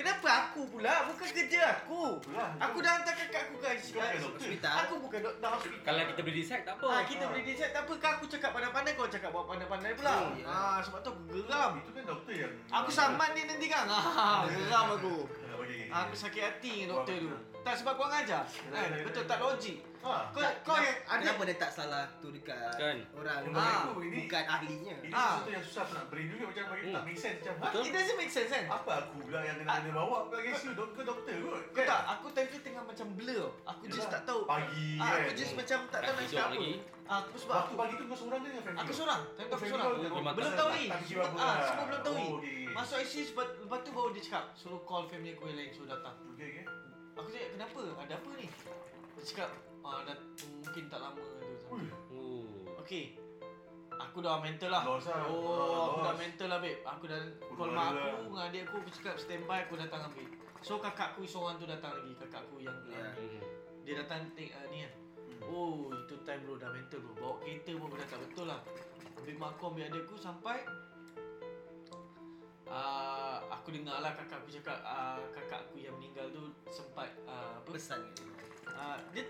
[SPEAKER 1] Kenapa aku pula? Bukan kerja aku
[SPEAKER 2] Itulah.
[SPEAKER 1] Aku dah hantar kakak aku ke ICU
[SPEAKER 2] Kau bukan lah. kan doktor.
[SPEAKER 3] Hospital
[SPEAKER 1] Aku bukan doktor hospital
[SPEAKER 5] Kalau kita boleh decide tak apa.
[SPEAKER 1] Ah, kita boleh decide tak apa kau aku cakap pandai-pandai kau cakap buat pandai-pandai pula.
[SPEAKER 3] Oh, ya.
[SPEAKER 1] Ah, sebab tu aku geram.
[SPEAKER 2] Itu kan doktor yang
[SPEAKER 1] Aku saman dia nanti kan. Ah,
[SPEAKER 3] Hmm.
[SPEAKER 1] geram aku.
[SPEAKER 2] Ah, okay, okay, okay.
[SPEAKER 1] Aku sakit hati dengan doktor tu. Tak sebab kau ngajar.
[SPEAKER 2] Yelah,
[SPEAKER 1] Eh,
[SPEAKER 2] yelah,
[SPEAKER 1] betul
[SPEAKER 2] yelah.
[SPEAKER 1] tak logik.
[SPEAKER 2] Ah.
[SPEAKER 1] Kau kau yang ada
[SPEAKER 3] Kenapa dia tak salah tu dekat
[SPEAKER 5] Kan?
[SPEAKER 3] orang
[SPEAKER 2] Yang
[SPEAKER 3] ah,
[SPEAKER 2] bagi aku ini-
[SPEAKER 3] bukan ahlinya.
[SPEAKER 2] Ini
[SPEAKER 1] Ah.
[SPEAKER 2] sesuatu yang susah aku nak brain juga macam bagi
[SPEAKER 5] Hmm.
[SPEAKER 2] tak make sense macam ha?
[SPEAKER 5] Betul?
[SPEAKER 1] It doesn't make sense kan?
[SPEAKER 2] Apa aku pula yang kena kena bawa pula guys you doktor doktor kot.
[SPEAKER 1] Kau tak, aku time tu tengah macam blur. Aku just
[SPEAKER 2] Yelah,
[SPEAKER 1] tak tahu.
[SPEAKER 2] Pagi
[SPEAKER 1] Ah,
[SPEAKER 2] kan.
[SPEAKER 1] aku just macam tak tahu nak
[SPEAKER 5] Kaki
[SPEAKER 1] cakap
[SPEAKER 5] jauh
[SPEAKER 1] apa.
[SPEAKER 5] lagi.
[SPEAKER 1] Ah, aku sebab
[SPEAKER 2] Waktu
[SPEAKER 1] aku
[SPEAKER 2] pagi tu kau seorang ke dengan family?
[SPEAKER 1] aku seorang. Time tu aku
[SPEAKER 2] Family
[SPEAKER 1] seorang.
[SPEAKER 2] kau dah-
[SPEAKER 5] Memang
[SPEAKER 1] Belum
[SPEAKER 5] tak
[SPEAKER 1] tahu
[SPEAKER 2] tak-
[SPEAKER 1] ni.
[SPEAKER 2] tak fikir apa-apa
[SPEAKER 1] Ah,
[SPEAKER 2] lah.
[SPEAKER 1] semua belum tahu ni.
[SPEAKER 2] Oh, okay, okay.
[SPEAKER 1] Masuk IC sebab lepas tu baru dia cakap suruh call family aku yang lain suruh datang.
[SPEAKER 2] Okay, okay.
[SPEAKER 1] Aku cakap kenapa? Ada apa ni? Dia cakap ah dah mungkin tak lama tu.
[SPEAKER 2] Ui,
[SPEAKER 5] Oh.
[SPEAKER 1] Okay Aku dah mental lah
[SPEAKER 2] Lost lah.
[SPEAKER 1] Oh
[SPEAKER 2] Ah,
[SPEAKER 1] aku dah
[SPEAKER 2] lost.
[SPEAKER 1] mental lah babe Aku dah
[SPEAKER 2] Bunuh
[SPEAKER 1] call mak aku
[SPEAKER 2] diri lah.
[SPEAKER 1] Dengan adik aku Aku cakap standby Aku datang ambil So kakak aku seorang tu datang lagi Kakak aku yang
[SPEAKER 3] Ya.
[SPEAKER 5] Hmm.
[SPEAKER 1] Dia datang take uh, ni kan
[SPEAKER 2] Hmm.
[SPEAKER 1] Oh itu time bro dah mental bro Bawa kereta pun dah tak betul lah Ambil mak aku ambil adik aku sampai uh, Aku dengar lah kakak aku cakap uh, Kakak aku yang meninggal tu Sempat uh, apa
[SPEAKER 3] Pesan kat dia.
[SPEAKER 1] uh, dia,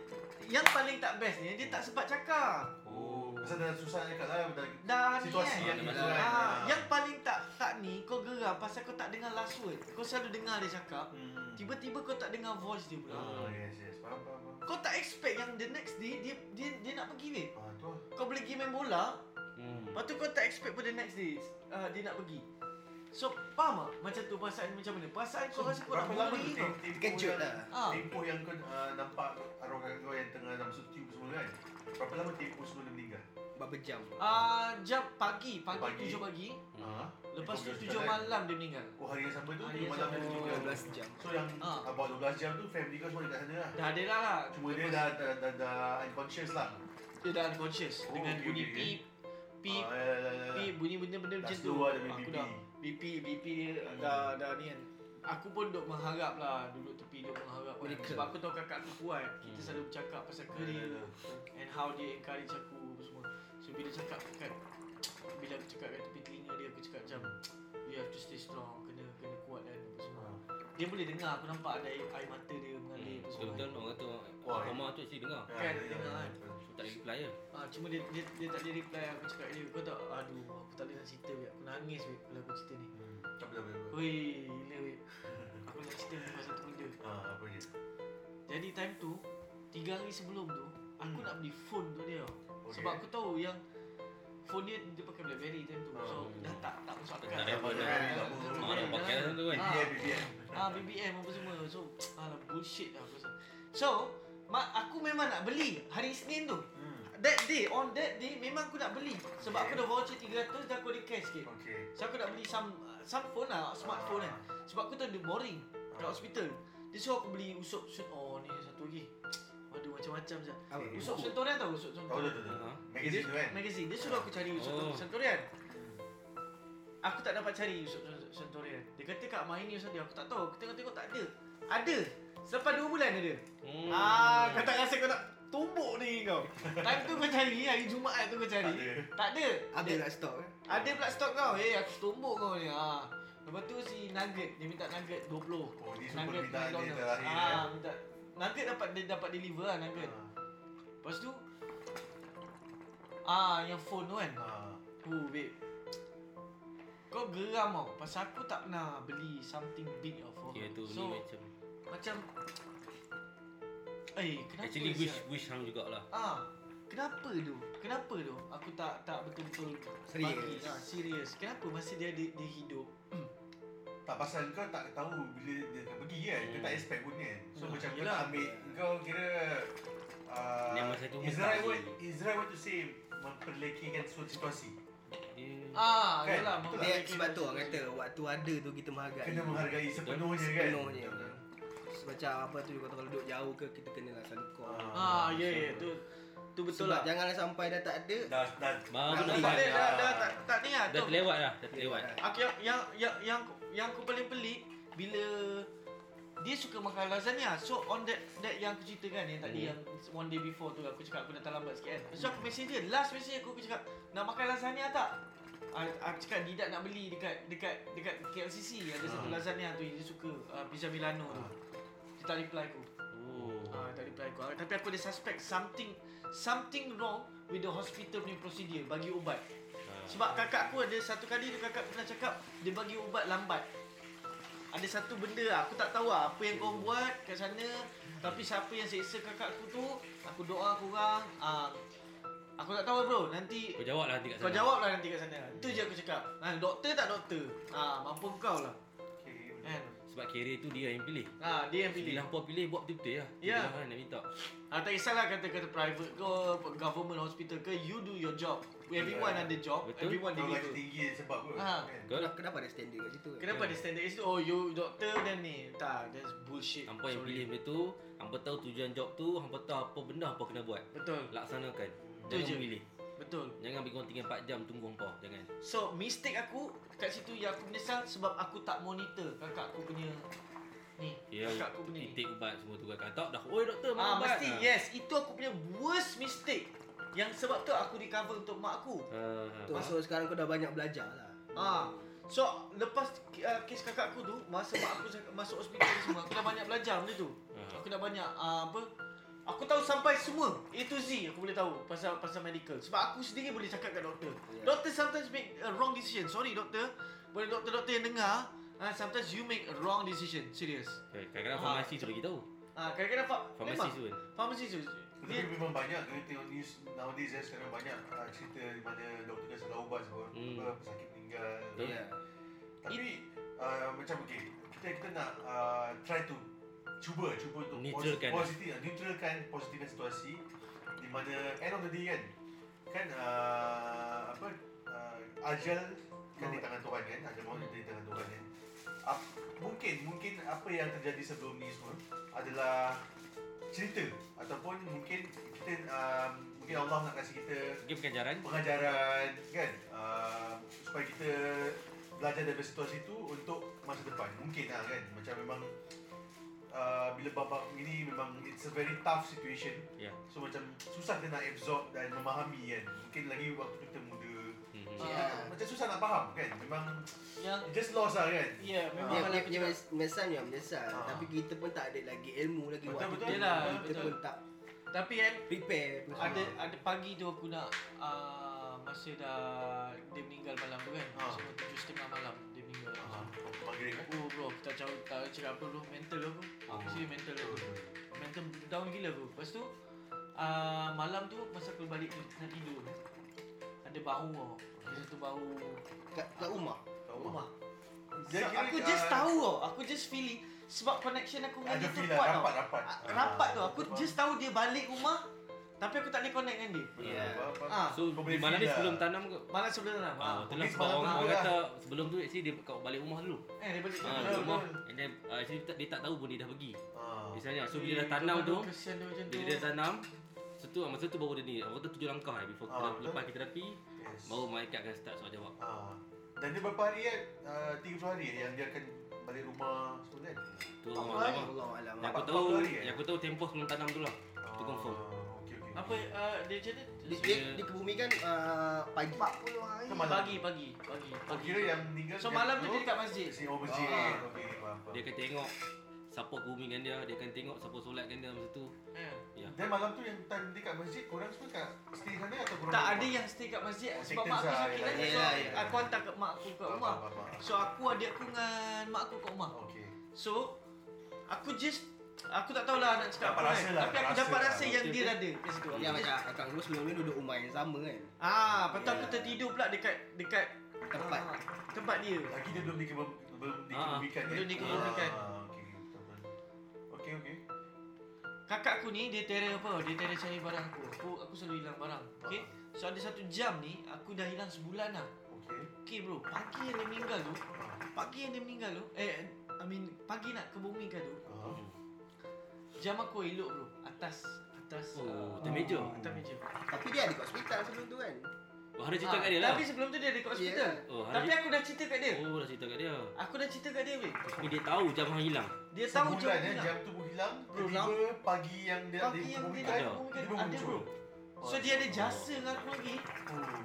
[SPEAKER 1] Yang paling tak best ni Dia tak sempat cakap
[SPEAKER 2] Oh, pasal dah susah nak cakap lah dah
[SPEAKER 1] Dah
[SPEAKER 2] situasi
[SPEAKER 1] ni
[SPEAKER 2] yang
[SPEAKER 1] kan.
[SPEAKER 2] kita
[SPEAKER 1] Ah,
[SPEAKER 2] kan. Ah.
[SPEAKER 1] yang paling tak tak ni kau geram pasal kau tak dengar last word. Kau selalu dengar dia cakap,
[SPEAKER 2] Hmm.
[SPEAKER 1] tiba-tiba kau tak dengar voice dia pula.
[SPEAKER 2] Ah, yes, yes. Faham, faham, faham.
[SPEAKER 1] Kau tak expect yang the next day dia dia dia nak pergi weh.
[SPEAKER 2] Ah, tu lah.
[SPEAKER 1] Kau boleh pergi main bola,
[SPEAKER 5] Hmm.
[SPEAKER 1] lepas tu kau tak expect pada next day uh, dia nak pergi. So faham tak macam tu perasaan macam mana? Perasaan kau rasa kau nak
[SPEAKER 2] Berapa lama
[SPEAKER 1] buli kau.
[SPEAKER 2] tu tem- tempoh
[SPEAKER 3] Terkejut
[SPEAKER 2] yang-
[SPEAKER 3] lah.
[SPEAKER 1] Ah.
[SPEAKER 2] Tempoh yang kau ah, nampak arwah kakak kau yang tengah dalam masuk tube semua kan? Berapa lama tempoh sebelum dia meninggal?
[SPEAKER 3] Berapa jam?
[SPEAKER 1] Ah jam pagi, pagi,
[SPEAKER 2] Pagi.
[SPEAKER 1] tujuh pagi.
[SPEAKER 2] Ah.
[SPEAKER 1] Lepas tu
[SPEAKER 2] Kau pergi
[SPEAKER 1] tujuh
[SPEAKER 2] hospital kan?
[SPEAKER 1] malam dia meninggal.
[SPEAKER 2] Oh hari yang sama tu
[SPEAKER 1] Hari
[SPEAKER 2] dia
[SPEAKER 1] yang
[SPEAKER 2] malam
[SPEAKER 1] sama.
[SPEAKER 2] dia meninggal
[SPEAKER 3] 12 jam.
[SPEAKER 2] So yang
[SPEAKER 1] Ah.
[SPEAKER 2] about 12 jam tu family kau semua dekat sana lah
[SPEAKER 1] Dah ada dah lah.
[SPEAKER 2] Cuma dia
[SPEAKER 1] Lepas-
[SPEAKER 2] dah, dah, dah, dah unconscious lah
[SPEAKER 1] dia dah unconscious
[SPEAKER 2] Oh,
[SPEAKER 1] dengan
[SPEAKER 2] okay,
[SPEAKER 1] bunyi
[SPEAKER 2] okay.
[SPEAKER 1] pip pip
[SPEAKER 2] Ah, ya, ya, ya, ya.
[SPEAKER 1] Tapi bunyi benda benda
[SPEAKER 2] Dah
[SPEAKER 1] macam tu.
[SPEAKER 2] slow lah dia punya
[SPEAKER 1] Aku
[SPEAKER 2] Hmm. BP.
[SPEAKER 1] dah BP BP dia dah dah ni kan. Aku pun duk mengharap lah Duduk tepi duk mengharap kan.
[SPEAKER 3] Miracle.
[SPEAKER 1] Sebab aku tahu kakak aku kuat Kita selalu bercakap pasal
[SPEAKER 2] Hmm. Ya,
[SPEAKER 1] career
[SPEAKER 2] ya,
[SPEAKER 1] And how dia encourage aku apa semua So bila cakap kat Bila aku cakap kat tepi telinga dia Aku cakap macam You have to stay strong Kena kena kuat dan apa semua
[SPEAKER 2] Ah.
[SPEAKER 1] Dia boleh dengar Aku nampak ada air, air mata dia mengalir
[SPEAKER 5] Hmm,
[SPEAKER 1] apa semua
[SPEAKER 5] Betul-betul orang kata
[SPEAKER 2] Why?
[SPEAKER 5] Koma tu actually dengar
[SPEAKER 2] Ya,
[SPEAKER 1] Kan,
[SPEAKER 2] ya, ya,
[SPEAKER 1] dengar kan.
[SPEAKER 2] betul.
[SPEAKER 5] Tak ada reply ya
[SPEAKER 1] Ah, cuma dia, dia, dia tak ada reply aku cakap dia Kau tak, aduh aku tak boleh nak cerita weh. Aku nangis weh kalau aku cerita ni
[SPEAKER 2] Hmm, Tak apa, tak apa, tak apa.
[SPEAKER 1] Hui, gila weh Aku nak cerita ni pasal satu benda
[SPEAKER 2] Ah, apa dia?
[SPEAKER 1] Jadi time tu, tiga hari sebelum tu Aku
[SPEAKER 2] Hmm.
[SPEAKER 1] nak beli phone tu dia okay.
[SPEAKER 2] Okay.
[SPEAKER 1] Sebab aku tahu yang Phone dia, dia pakai Blackberry time tu So,
[SPEAKER 2] Ah.
[SPEAKER 1] dah tak, tak masuk akal
[SPEAKER 5] Tak ada
[SPEAKER 1] Dah
[SPEAKER 5] phone
[SPEAKER 1] tak
[SPEAKER 5] dah.
[SPEAKER 1] ada
[SPEAKER 2] Tak
[SPEAKER 1] phone.
[SPEAKER 5] Orang
[SPEAKER 1] Dah-
[SPEAKER 5] pakai tu kan
[SPEAKER 1] Ah.
[SPEAKER 2] BBM, BBM
[SPEAKER 1] Ah BBM apa semua So alah bullshit lah aku rasa So Mak aku memang nak beli hari Isnin tu. That day, on that day memang aku nak beli sebab aku
[SPEAKER 2] Okay.
[SPEAKER 1] dah voucher 300 dan aku ada cash sikit.
[SPEAKER 2] Okay.
[SPEAKER 1] So aku nak beli some some phone lah, smartphone kan. Sebab aku tu dia boring kat
[SPEAKER 2] Ah.
[SPEAKER 1] hospital. Dia suruh aku beli usop sun oh ni satu lagi. Waduh macam-macam je.
[SPEAKER 3] Apa?
[SPEAKER 1] Usop suntorian tau usop
[SPEAKER 2] Tahu dah
[SPEAKER 1] suntorian.
[SPEAKER 2] tu.
[SPEAKER 5] Ha.
[SPEAKER 2] Magazine tu kan.
[SPEAKER 1] Magazine. Dia suruh aku cari usop
[SPEAKER 5] Oh.
[SPEAKER 1] suntorian. Aku tak dapat cari usop sun- suntorian. Dia kata kat mak ini usop dia aku tak tahu. Aku tengok-tengok tak ada. Ada. Selepas 2 bulan ada.
[SPEAKER 5] Hmm.
[SPEAKER 1] Ah, kau tak rasa kau nak tumbuk ni kau. Time tu kau cari, hari Jumaat tu kau cari.
[SPEAKER 2] Tak ada. lah.
[SPEAKER 1] Tak ada.
[SPEAKER 3] Ada
[SPEAKER 1] Dia-
[SPEAKER 3] tak stok eh?
[SPEAKER 1] ada pula stok kau. Eh, aku tumbuk kau ni. Ha. Lepas tu si Nugget, dia minta Nugget 20.
[SPEAKER 2] Oh, ni super
[SPEAKER 1] Nugget
[SPEAKER 2] minta dia
[SPEAKER 1] McDonald's.
[SPEAKER 2] terakhir. ya.
[SPEAKER 1] Ah, minta Nugget dapat dia dapat deliver lah
[SPEAKER 2] eh.
[SPEAKER 1] Nugget. Lepas tu Ah, yang phone tu kan.
[SPEAKER 2] Ah. Ah.
[SPEAKER 1] Oh, babe. Kau geram tau Pasal aku tak pernah beli something big tau for her.
[SPEAKER 5] Okay, Ya, tu ni
[SPEAKER 1] So,
[SPEAKER 5] macam
[SPEAKER 1] macam Eh, kenapa
[SPEAKER 5] Actually
[SPEAKER 1] sial?
[SPEAKER 5] wish wish hang jugalah
[SPEAKER 1] Ah, kenapa tu? Kenapa tu? Aku tak tak betul-betul
[SPEAKER 3] Serious.
[SPEAKER 1] bagi. Ah, serius. Kenapa masa dia dia, dia hidup?
[SPEAKER 2] Tak pasal kau tak tahu bila dia akan pergi kan. Kau
[SPEAKER 5] Hmm.
[SPEAKER 2] tak expect pun kan. So
[SPEAKER 1] Hmm,
[SPEAKER 2] macam kau
[SPEAKER 1] yelah.
[SPEAKER 2] tak ambil kau kira uh,
[SPEAKER 5] Yang masa tu
[SPEAKER 2] is the right
[SPEAKER 5] mustahil.
[SPEAKER 2] word is the right word to say memperlekikan suatu situasi.
[SPEAKER 5] Dia
[SPEAKER 1] Ah,
[SPEAKER 2] Kan?
[SPEAKER 1] yalah.
[SPEAKER 2] Betul
[SPEAKER 3] Dia sebab tu orang kata waktu ada tu kita menghargai.
[SPEAKER 2] Kena menghargai sepenuhnya kan.
[SPEAKER 3] Ya, sepenuhnya. Macam apa tu kata kalau duduk jauh ke kita kenalah selalu call.
[SPEAKER 2] Ah.
[SPEAKER 1] Ah, ya ya tu tu betul
[SPEAKER 3] Sebab
[SPEAKER 1] lah.
[SPEAKER 3] janganlah sampai dah tak ada.
[SPEAKER 2] Dah dah
[SPEAKER 5] Baru
[SPEAKER 2] dah
[SPEAKER 1] Tak
[SPEAKER 5] dah-
[SPEAKER 1] tak ada,
[SPEAKER 2] lepas.
[SPEAKER 1] dah dah tak tak ni lah.
[SPEAKER 5] dah
[SPEAKER 1] tu.
[SPEAKER 5] terlewat dah, dah terlewat.
[SPEAKER 1] Aku yang yang yang yang aku, yang aku paling pelik bila dia suka makan lasagna. So on that that yang aku cerita kan yang tadi
[SPEAKER 5] Hmm.
[SPEAKER 1] yang one day before tu aku cakap aku datang lambat sikit kan. So aku message dia, last message aku aku cakap nak makan lasagna tak? Ah, Aku cakap Didak nak beli dekat dekat dekat KLCC ada satu
[SPEAKER 2] Ah.
[SPEAKER 1] lasagna tu yang dia suka ah, pizza Milano tu. Dia tak reply aku.
[SPEAKER 5] Oh.
[SPEAKER 1] Ah, tak reply aku. Ah, Tapi aku ada suspect something something wrong with the hospital punya prosedur bagi ubat.
[SPEAKER 5] Ah.
[SPEAKER 1] Sebab kakak aku ada satu kali dia kakak pernah cakap dia bagi ubat lambat. Ada satu benda lah, aku tak tahu lah apa yang kau buat kat sana tapi siapa yang seksa kakak aku tu aku doa aku orang ah, aku tak tahu lah bro nanti
[SPEAKER 5] Kau jawab lah nanti kat sana.
[SPEAKER 1] kau jawab lah nanti kat sana. Itu je aku cakap. Ha, doktor tak doktor. Ha, mampu kau lah.
[SPEAKER 2] Okay.
[SPEAKER 1] Kan?
[SPEAKER 5] Sebab carrier tu dia yang pilih.
[SPEAKER 1] Ha, dia yang pilih.
[SPEAKER 5] Bila hangpa pilih buat betul-betul lah.
[SPEAKER 1] Ya.
[SPEAKER 5] Dia Hang nak minta.
[SPEAKER 1] Ah, tak kisahlah kata-kata private ke, government hospital ke, you do your job. Everyone
[SPEAKER 2] Yeah.
[SPEAKER 1] ada job,
[SPEAKER 5] Betul.
[SPEAKER 1] everyone
[SPEAKER 2] Kau gaji
[SPEAKER 1] deliver.
[SPEAKER 2] tinggi sebab apa?
[SPEAKER 1] Ha.
[SPEAKER 2] kan?
[SPEAKER 5] Kau lah.
[SPEAKER 3] Kenapa ada standard kat situ?
[SPEAKER 1] Kenapa ada standard kat situ? Oh, you doktor dan ni. Tak, that's bullshit.
[SPEAKER 5] Hangpa yang
[SPEAKER 1] Sorry.
[SPEAKER 5] pilih benda tu, hangpa tahu tujuan job tu, hangpa tahu apa benda hangpa kena buat.
[SPEAKER 1] Betul,
[SPEAKER 5] Laksanakan.
[SPEAKER 1] Itu je.
[SPEAKER 5] Jangan pilih.
[SPEAKER 1] betul.
[SPEAKER 5] Jangan bagi orang tinggal 4 jam tunggu hangpa. Jangan.
[SPEAKER 1] So, mistake aku kat situ yang aku menyesal sebab aku tak monitor kakak aku punya ni.
[SPEAKER 5] Ya,
[SPEAKER 1] kakak aku punya ni.
[SPEAKER 5] intake ubat semua tu kan. Tak dah. Oi doktor, mana
[SPEAKER 1] Ah,
[SPEAKER 5] ubat?
[SPEAKER 1] mesti
[SPEAKER 2] ya.
[SPEAKER 1] yes. Itu aku punya worst mistake. Yang sebab tu aku recover untuk mak aku.
[SPEAKER 5] Ha. Ha.
[SPEAKER 3] Tu, so sekarang kau dah banyak belajar lah.
[SPEAKER 1] Ah. So lepas uh, kes kakak aku tu masa mak aku cakap- masuk hospital ni semua aku dah banyak belajar benda tu.
[SPEAKER 5] Ah.
[SPEAKER 1] Aku dah banyak uh, apa Aku tahu sampai semua A to Z aku boleh tahu pasal pasal medical sebab aku sendiri boleh cakap kat doktor.
[SPEAKER 3] Ya.
[SPEAKER 1] Yeah. Doctor sometimes make a wrong decision. Sorry doktor. Boleh doktor-doktor yang dengar, uh, sometimes you make a wrong decision. Serius.
[SPEAKER 5] Kadang-kadang
[SPEAKER 1] Ah.
[SPEAKER 5] farmasi tu bagi tahu.
[SPEAKER 1] Ah, kadang-kadang fa-
[SPEAKER 5] Farmasi
[SPEAKER 1] memang-
[SPEAKER 5] tu kan.
[SPEAKER 1] Farmasi tu.
[SPEAKER 2] Tapi
[SPEAKER 1] Dia
[SPEAKER 2] memang banyak kalau tengok news nowadays eh, sekarang banyak uh, cerita di mana doktor dah salah ubat sebab
[SPEAKER 5] Hmm.
[SPEAKER 2] apa pesakit meninggal.
[SPEAKER 5] Betul.
[SPEAKER 3] Ya.
[SPEAKER 2] Tapi uh, macam okay, kita kita nak uh, try to cuba cuba untuk
[SPEAKER 5] Neutralkan.
[SPEAKER 2] positif, neutralkan positifkan situasi di mana end of the day kan kan uh, apa uh, ajal kan di tangan Tuhan kan ajal maut di tangan Tuhan kan Ap, mungkin mungkin apa yang terjadi sebelum ni semua adalah cerita ataupun mungkin kita um, mungkin Allah nak kasih kita
[SPEAKER 5] Mungkin pengajaran.
[SPEAKER 2] pengajaran kan uh, supaya kita belajar dari situasi itu untuk masa depan mungkin lah kan macam memang uh, bila babak ini memang it's a very tough situation
[SPEAKER 5] Ya.
[SPEAKER 2] so macam susah kita nak absorb dan memahami kan mungkin lagi waktu kita muda
[SPEAKER 5] Mhm.
[SPEAKER 2] so,
[SPEAKER 1] Ya.
[SPEAKER 2] macam susah nak faham kan memang
[SPEAKER 1] yang
[SPEAKER 2] just lost lah kan
[SPEAKER 1] ya yeah, memang
[SPEAKER 3] Dia
[SPEAKER 1] kalau
[SPEAKER 3] dia
[SPEAKER 1] aku
[SPEAKER 3] punya
[SPEAKER 1] cakap-
[SPEAKER 3] mes- mesan yang mesan
[SPEAKER 2] Ah.
[SPEAKER 3] Tapi kita pun tak ada lagi ilmu lagi
[SPEAKER 2] Betul,
[SPEAKER 3] waktu
[SPEAKER 2] betul.
[SPEAKER 3] tu.
[SPEAKER 1] Yelah,
[SPEAKER 3] Kita
[SPEAKER 1] betul.
[SPEAKER 3] pun tak
[SPEAKER 1] tapi kan
[SPEAKER 3] prepare pun
[SPEAKER 1] ada
[SPEAKER 3] semua.
[SPEAKER 1] ada pagi tu aku nak uh, masa dah dia meninggal malam tu kan
[SPEAKER 2] Ah.
[SPEAKER 1] semua tujuh setengah malam dia meninggal
[SPEAKER 2] uh, maghrib kan
[SPEAKER 1] oh bro kita cakap tak cakap apa dulu mental aku
[SPEAKER 2] Ah.
[SPEAKER 1] aku sini mental aku mental down gila aku lepas tu uh, malam tu masa aku balik nak tidur ada bau tau ada satu bau
[SPEAKER 3] kat, kat rumah.
[SPEAKER 2] kat
[SPEAKER 1] rumah
[SPEAKER 2] rumah Dia
[SPEAKER 1] So,
[SPEAKER 2] kira,
[SPEAKER 1] aku just
[SPEAKER 2] ah,
[SPEAKER 1] tahu tau aku just feeling sebab connection aku dengan
[SPEAKER 2] Ada
[SPEAKER 1] dia tu
[SPEAKER 2] feel
[SPEAKER 1] kuat
[SPEAKER 2] lah,
[SPEAKER 1] tau.
[SPEAKER 2] rapat, rapat.
[SPEAKER 1] Ah, Rapat tu. Aku just tahu dia balik rumah tapi aku tak boleh connect dengan dia.
[SPEAKER 5] Yeah.
[SPEAKER 1] Ah,
[SPEAKER 5] Ya. So
[SPEAKER 2] Kau boleh
[SPEAKER 5] di malam
[SPEAKER 2] feel
[SPEAKER 5] ni
[SPEAKER 2] lah.
[SPEAKER 5] sebelum tanam kot
[SPEAKER 1] Malam sebelum tu lah. Ah,
[SPEAKER 5] Ah, itulah
[SPEAKER 2] mungkin
[SPEAKER 5] sebab
[SPEAKER 2] semalam tu
[SPEAKER 5] orang, orang
[SPEAKER 2] lah.
[SPEAKER 5] kata sebelum tu actually dia kau balik rumah dulu.
[SPEAKER 1] eh dia balik
[SPEAKER 5] Ha,
[SPEAKER 1] dulu.
[SPEAKER 5] balik
[SPEAKER 2] betul.
[SPEAKER 5] rumah. And then uh, actually dia tak, dia tak tahu pun dia dah pergi.
[SPEAKER 2] Ah.
[SPEAKER 5] Misalnya so bila dah
[SPEAKER 1] Eh,
[SPEAKER 5] tanam tu,
[SPEAKER 1] kesian dia macam tu.
[SPEAKER 5] bila dia dah tanam, setu masa tu baru dia ni. Orang tu tujuh langkah eh, before
[SPEAKER 2] Ah,
[SPEAKER 5] kita
[SPEAKER 2] betul.
[SPEAKER 5] lepas kita rapi,
[SPEAKER 2] Yes.
[SPEAKER 5] baru malaikat akan start soal jawab.
[SPEAKER 2] Ah. Dan dia berapa hari kan? Uh, 30 hari yang dia akan balik rumah semua kan?
[SPEAKER 5] Tu
[SPEAKER 2] Tak
[SPEAKER 5] orang
[SPEAKER 2] apa, eh.
[SPEAKER 5] lama.
[SPEAKER 3] Allah alam.
[SPEAKER 5] Yang aku
[SPEAKER 2] Empat
[SPEAKER 5] tahu,
[SPEAKER 2] puluh hari, eh?
[SPEAKER 5] yang aku tahu tempoh sebelum tanam tu lah.
[SPEAKER 1] Oh.
[SPEAKER 5] Tu confirm.
[SPEAKER 2] Okay, okay.
[SPEAKER 1] apa ah, dia macam ni?
[SPEAKER 3] Dia, dia dikebumikan uh, pagi 40 hari.
[SPEAKER 2] Ke malam?
[SPEAKER 1] Pagi pagi pagi.
[SPEAKER 2] Oh,
[SPEAKER 1] pagi.
[SPEAKER 2] kira yang meninggal
[SPEAKER 1] So malam tu dia dekat masjid.
[SPEAKER 2] Si oh masjid.
[SPEAKER 3] Ah.
[SPEAKER 2] Okey, faham. faham.
[SPEAKER 5] Dia akan tengok siapa groomingkan dia, dia akan tengok siapa solatkan dia masa tu.
[SPEAKER 1] Eh.
[SPEAKER 5] Ya.
[SPEAKER 2] Dan malam tu yang time dia kat masjid, korang semua kat stay sana atau korang?
[SPEAKER 1] Tak
[SPEAKER 2] kat
[SPEAKER 1] ada
[SPEAKER 2] rumah?
[SPEAKER 1] yang stay kat masjid
[SPEAKER 2] Oh,
[SPEAKER 1] sebab
[SPEAKER 2] sickness
[SPEAKER 1] mak aku
[SPEAKER 2] lah,
[SPEAKER 1] sakit
[SPEAKER 2] yelah,
[SPEAKER 1] kan. So
[SPEAKER 3] yelah,
[SPEAKER 2] yelah.
[SPEAKER 1] aku hantar kat mak aku kat
[SPEAKER 2] Faham,
[SPEAKER 1] rumah.
[SPEAKER 2] faham, faham.
[SPEAKER 1] So aku adik aku dengan mak aku kat rumah.
[SPEAKER 2] Ah, Okey.
[SPEAKER 1] So aku just aku tak tahulah nak cakap
[SPEAKER 2] Dapat
[SPEAKER 1] apa
[SPEAKER 2] rasa
[SPEAKER 1] kan.
[SPEAKER 2] lah,
[SPEAKER 1] Tapi aku
[SPEAKER 2] dapat
[SPEAKER 1] dapat
[SPEAKER 2] rasa
[SPEAKER 1] rasa
[SPEAKER 2] lah.
[SPEAKER 1] yang
[SPEAKER 5] Betul,
[SPEAKER 1] dia
[SPEAKER 5] betul.
[SPEAKER 1] ada kat situ.
[SPEAKER 3] Yang macam akang lu sebelum ni duduk rumah yang sama kan.
[SPEAKER 1] Ah, lepas tu
[SPEAKER 2] Ya,
[SPEAKER 1] aku tertidur pula dekat dekat
[SPEAKER 3] Tempat.
[SPEAKER 1] ah, tempat dia.
[SPEAKER 2] Lagi dia belum dikebum belum dikebumikan.
[SPEAKER 1] Ah,
[SPEAKER 2] kan?
[SPEAKER 1] belum dikebumikan.
[SPEAKER 2] Ah, Okey, betul, betul. Okey, okey.
[SPEAKER 1] Kakak aku ni dia terror apa? Dia terror cari barang aku. Aku aku selalu hilang barang. Okey. So ada satu jam ni aku dah hilang sebulan lah. dah.
[SPEAKER 2] Okey.
[SPEAKER 1] Okey bro, pagi yang dia meninggal tu, pagi yang dia meninggal tu, eh I mean pagi nak kebumikan tu,
[SPEAKER 2] Ah.
[SPEAKER 1] jam aku elok bro, atas atas
[SPEAKER 5] Oh,
[SPEAKER 1] ah,
[SPEAKER 5] atas meja.
[SPEAKER 1] Atas meja.
[SPEAKER 3] Tapi dia ada kat hospital sebelum tu kan.
[SPEAKER 5] Oh, hari
[SPEAKER 1] Ah,
[SPEAKER 5] cerita kat dia lah.
[SPEAKER 1] Tapi sebelum tu dia ada kat hospital.
[SPEAKER 5] Yeah. Oh, hari-
[SPEAKER 1] tapi aku dah cerita kat dia.
[SPEAKER 5] Oh, dah cerita kat dia.
[SPEAKER 1] Aku dah cerita kat dia weh.
[SPEAKER 5] Tapi dia tahu jam hang hilang.
[SPEAKER 1] Dia tahu
[SPEAKER 2] Sebulan
[SPEAKER 1] jam
[SPEAKER 2] eh,
[SPEAKER 1] hilang.
[SPEAKER 2] jam tu pun hilang.
[SPEAKER 1] Bro,
[SPEAKER 2] Tiba-tiba pagi yang dia
[SPEAKER 1] Pagi yang dia
[SPEAKER 2] dikebumikan,
[SPEAKER 1] nak
[SPEAKER 5] ada.
[SPEAKER 1] kebumikan
[SPEAKER 2] dia pun
[SPEAKER 1] ada
[SPEAKER 2] muncul.
[SPEAKER 1] bro. So dia
[SPEAKER 5] Oh.
[SPEAKER 1] ada jasa dengan aku lagi.
[SPEAKER 2] Oh.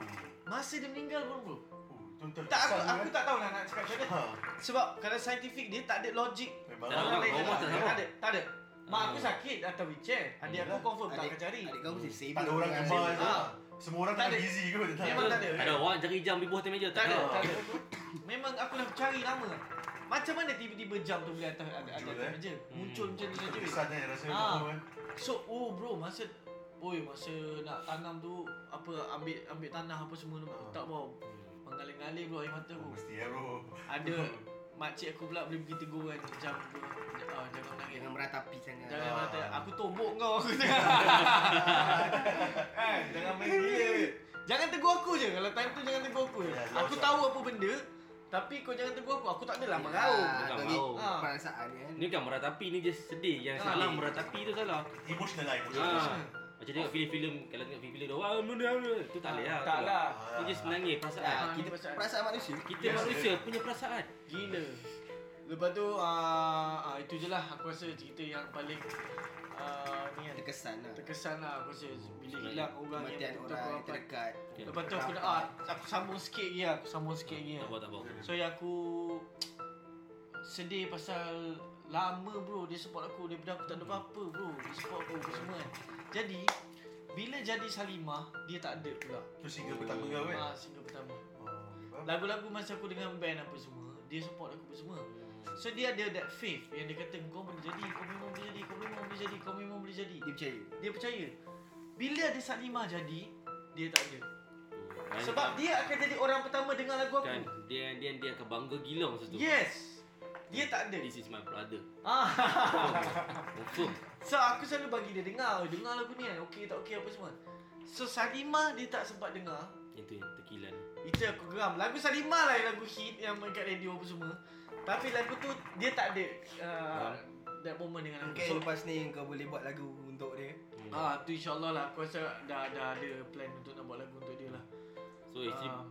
[SPEAKER 1] Masa dia meninggal pun bro.
[SPEAKER 2] Oh, tu terkesan
[SPEAKER 1] Tak aku,
[SPEAKER 2] tu,
[SPEAKER 1] aku
[SPEAKER 2] eh.
[SPEAKER 1] tak tahu lah nak cakap macam mana.
[SPEAKER 2] Ha,
[SPEAKER 1] Sebab kalau saintifik dia tak ada logik.
[SPEAKER 2] memang lah.
[SPEAKER 5] Tak
[SPEAKER 1] Orang
[SPEAKER 5] nampak,
[SPEAKER 1] lain tak
[SPEAKER 5] bawah tak
[SPEAKER 1] ada.
[SPEAKER 5] nampak.
[SPEAKER 1] Tak ada. Tak ada. Mak aku
[SPEAKER 5] Hmm.
[SPEAKER 1] sakit atau wheelchair. Adik aku
[SPEAKER 2] Yalah.
[SPEAKER 1] confirm tak akan
[SPEAKER 3] Adik-
[SPEAKER 1] cari.
[SPEAKER 3] Adik kamu kan. mesti sibuk.
[SPEAKER 2] tak ada orang
[SPEAKER 3] dengan-
[SPEAKER 2] gemar
[SPEAKER 1] Ah.
[SPEAKER 2] je. Semua orang
[SPEAKER 1] Tak
[SPEAKER 2] tak
[SPEAKER 1] ada.
[SPEAKER 2] busy ke tak
[SPEAKER 1] Memang tak ada. eh?
[SPEAKER 5] Ada orang cari jam di bawah atas meja.
[SPEAKER 1] Tak ada,
[SPEAKER 5] tahu.
[SPEAKER 1] tak ada. Memang aku dah cari lama. Macam mana tiba-tiba jam tu boleh atas ada ada
[SPEAKER 2] Muncul,
[SPEAKER 1] atas
[SPEAKER 2] eh?
[SPEAKER 1] meja.
[SPEAKER 5] Hmm.
[SPEAKER 1] Muncul macam tu saja. weh.
[SPEAKER 2] Kesan eh rasa
[SPEAKER 1] Ah.
[SPEAKER 2] betul, eh.
[SPEAKER 1] So, oh bro, masa Oi, masa nak tanam tu apa ambil ambil tanah apa semua tu
[SPEAKER 2] Ah.
[SPEAKER 1] tak mau. Mengalir-ngalir bro air mata
[SPEAKER 2] Oh,
[SPEAKER 1] bro.
[SPEAKER 2] Mesti eh bro
[SPEAKER 1] Ada makcik aku pula boleh bagi tegur kan macam ah, jangan menangis.
[SPEAKER 3] Jangan meratapi sangat.
[SPEAKER 1] Jangan
[SPEAKER 2] Ah.
[SPEAKER 1] kata aku tombok kau aku jangan. eh, Kan, jangan main gila. weh. Jangan tegur aku je. Kalau time tu jangan tegur aku. je.
[SPEAKER 2] Ya,
[SPEAKER 1] aku
[SPEAKER 2] lawa
[SPEAKER 1] tahu apa benda tapi kau jangan tegur aku. Aku tak adalah marau.
[SPEAKER 5] Bukan
[SPEAKER 3] Ah, Bagi
[SPEAKER 5] marau.
[SPEAKER 1] Ah.
[SPEAKER 3] perasaan kan.
[SPEAKER 5] Ni kan meratapi ni dia sedih. Yang
[SPEAKER 1] Ah.
[SPEAKER 5] salah meratapi tu salah.
[SPEAKER 2] Emotional lah emotional
[SPEAKER 5] Ha. Macam tengok filem-filem kalau tengok filem-filem dia orang benda tu tak boleh lah.
[SPEAKER 1] Tak
[SPEAKER 5] tu.
[SPEAKER 1] lah.
[SPEAKER 5] Dia just menangis perasaan.
[SPEAKER 1] Ah,
[SPEAKER 3] Ah, kita
[SPEAKER 1] ni perasaan.
[SPEAKER 3] perasaan manusia.
[SPEAKER 5] Kita manusia punya perasaan.
[SPEAKER 1] Gila. Lepas tu ah ah, itu je lah aku rasa cerita yang paling ah, ni kan.
[SPEAKER 3] Terkesan lah.
[SPEAKER 1] Terkesan lah aku rasa bila
[SPEAKER 5] Sebenarnya,
[SPEAKER 1] hilang orang
[SPEAKER 3] Kematian
[SPEAKER 1] yang betul
[SPEAKER 3] orang yang
[SPEAKER 1] aku rapat.
[SPEAKER 3] terdekat.
[SPEAKER 1] Lepas tu aku nak ah, aku sambung sikit lagi lah. Aku sambung sikit lagi
[SPEAKER 5] Tak
[SPEAKER 1] lah.
[SPEAKER 5] apa tak apa.
[SPEAKER 1] So yang aku sedih pasal lama bro dia support aku daripada aku tak ada apa-apa bro dia support aku apa semua kan. Jadi bila jadi Salimah dia tak ada pula.
[SPEAKER 2] Tu single pertama kau kan
[SPEAKER 1] Ah single pertama.
[SPEAKER 2] Oh, faham?
[SPEAKER 1] Lagu-lagu masa aku dengan band apa semua dia support aku apa semua. So dia ada that faith yang dia kata kau boleh jadi, kau memang boleh jadi, kau memang boleh jadi, kau memang boleh jadi.
[SPEAKER 3] Dia percaya.
[SPEAKER 1] Dia percaya. Bila ada Salimah jadi dia tak ada. Sebab dia akan jadi orang pertama dengar lagu
[SPEAKER 5] kan
[SPEAKER 1] aku.
[SPEAKER 5] dia dia dia akan bangga gila masa tu.
[SPEAKER 1] Yes. Dia tak ada.
[SPEAKER 5] This is my brother.
[SPEAKER 1] Ah.
[SPEAKER 5] Confirm.
[SPEAKER 1] So aku selalu bagi dia dengar "Oi, Dengar lagu ni kan Okey tak okey apa semua So Salimah dia tak sempat dengar
[SPEAKER 5] Yang tu yang tekilan.
[SPEAKER 1] Itu yang aku geram Lagu Salimah lah yang lagu hit Yang main kat radio apa semua Tapi lagu tu Dia tak ada uh, That moment dengan lagu
[SPEAKER 3] Mungkin
[SPEAKER 1] So
[SPEAKER 3] lepas ni kau boleh buat lagu untuk dia.
[SPEAKER 5] Hmm.
[SPEAKER 1] Ah, tu insyaAllah lah Aku rasa dah, dah ada plan untuk nak buat lagu untuk dia lah
[SPEAKER 5] So actually
[SPEAKER 1] Ah.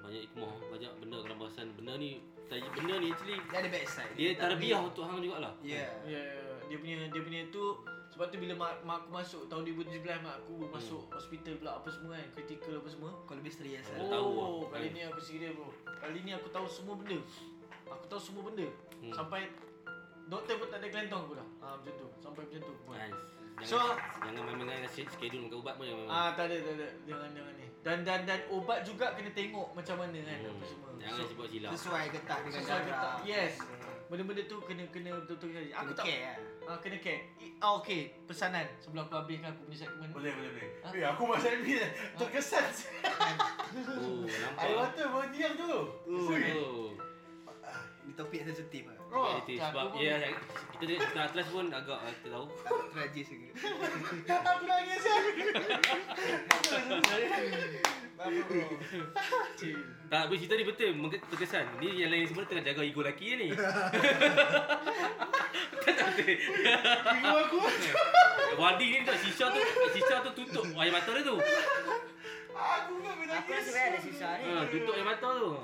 [SPEAKER 5] banyak hikmah, banyak benda kena bahasan. Benda ni taj- benda ni actually
[SPEAKER 3] Dia ada backside.
[SPEAKER 5] dia tarbiyah untuk hang jugalah.
[SPEAKER 3] Ya.
[SPEAKER 1] yeah, Dia punya dia punya tu Sebab tu bila mak, mak aku masuk Tahun 2017 mak aku masuk hospital pula apa semua kan Critical apa semua
[SPEAKER 3] Kau lebih serius
[SPEAKER 5] Dia
[SPEAKER 1] Oh,
[SPEAKER 3] lah.
[SPEAKER 5] tahu
[SPEAKER 1] tahu
[SPEAKER 5] lah.
[SPEAKER 1] kali
[SPEAKER 5] Kan?
[SPEAKER 1] ni aku serius bro. Kali ni aku tahu semua benda. Aku tahu semua benda.
[SPEAKER 5] Hmm.
[SPEAKER 1] Hmm. Sampai doktor pun tak ada kelentong aku dah. Ha, macam tu. Sampai macam tu. Pun.
[SPEAKER 5] Kan. Jangan,
[SPEAKER 1] So-
[SPEAKER 5] jangan main-main dengan schedule makan ubat pun jangan main.
[SPEAKER 1] Ah, tak ada, tak ada. Jangan, jangan ni. Dan dan dan obat juga kena tengok macam mana kan
[SPEAKER 5] Hmm.
[SPEAKER 1] apa semua.
[SPEAKER 5] Jangan
[SPEAKER 1] so,
[SPEAKER 5] sebut silap.
[SPEAKER 3] Sesuai ke tak dengan
[SPEAKER 1] sesuai
[SPEAKER 3] darah.
[SPEAKER 1] ke tak? Yes. Benda-benda tu kena kena betul-betul kena. Aku
[SPEAKER 3] Aku
[SPEAKER 1] tak
[SPEAKER 3] care lah.
[SPEAKER 1] Ah, kena care. I- Ah, okey. Pesanan sebelum aku habiskan aku punya segmen.
[SPEAKER 2] Boleh boleh boleh
[SPEAKER 1] Ah. Ah.
[SPEAKER 2] Eh aku masih ni Terkesan
[SPEAKER 5] Oh,
[SPEAKER 2] Air
[SPEAKER 5] nampak.
[SPEAKER 2] mata berdiam tu
[SPEAKER 5] Oh.
[SPEAKER 2] Ui.
[SPEAKER 3] Dia topik sensitif lah.
[SPEAKER 2] Oh,
[SPEAKER 5] Reality
[SPEAKER 1] tak,
[SPEAKER 5] sebab
[SPEAKER 1] aku pun-
[SPEAKER 5] ya ya, kita tengok kita atlas pun agak ah, kita tahu.
[SPEAKER 3] Aku tragis juga.
[SPEAKER 2] aku nangis kan.
[SPEAKER 1] Chill.
[SPEAKER 5] Tak habis cerita ni betul menge- terkesan. Ni yang lain semua tengah jaga ego lelaki ni. tak tak betul.
[SPEAKER 2] Bingung aku.
[SPEAKER 5] Wadi ni tak sisa tu sisa tu tutup air mata dia tu.
[SPEAKER 2] Aku pun
[SPEAKER 4] Aku
[SPEAKER 2] menangis.
[SPEAKER 4] rasa banyak ada sisa ni.
[SPEAKER 5] Ha tutup air mata tu.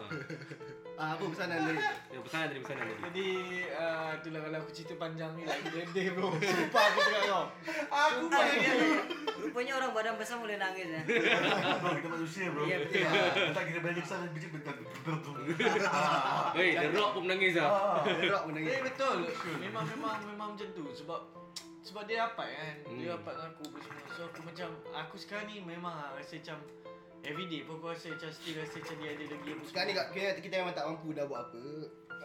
[SPEAKER 3] Ah, apa pesanan dia?
[SPEAKER 5] Ya pesanan tadi pesanan tadi.
[SPEAKER 1] Jadi uh, itulah kalau aku cerita panjang ni lagi gede bro. Sumpah aku cakap kau.
[SPEAKER 2] Aku pun nangis.
[SPEAKER 4] Rupanya orang badan besar boleh nangis ya.
[SPEAKER 2] Bro, kita manusia bro.
[SPEAKER 4] Ya, betul.
[SPEAKER 2] Ah, Tak kira banyak kesalahan biji bentar. bentar, bentar. Ah.
[SPEAKER 5] Wei, The Rock pun menangis ah.
[SPEAKER 3] Rock pun
[SPEAKER 1] Eh
[SPEAKER 3] nangis.
[SPEAKER 1] betul. Memang memang memang macam tu sebab sebab dia rapat kan. Dia
[SPEAKER 5] Hmm.
[SPEAKER 1] rapat dengan aku apa semua. So aku macam aku sekarang ni memang ah, rasa macam everyday pun aku rasa macam still rasa macam dia ada lagi apa
[SPEAKER 3] Sekarang ni
[SPEAKER 1] semua.
[SPEAKER 3] kat kita, kita memang tak mampu dah buat apa.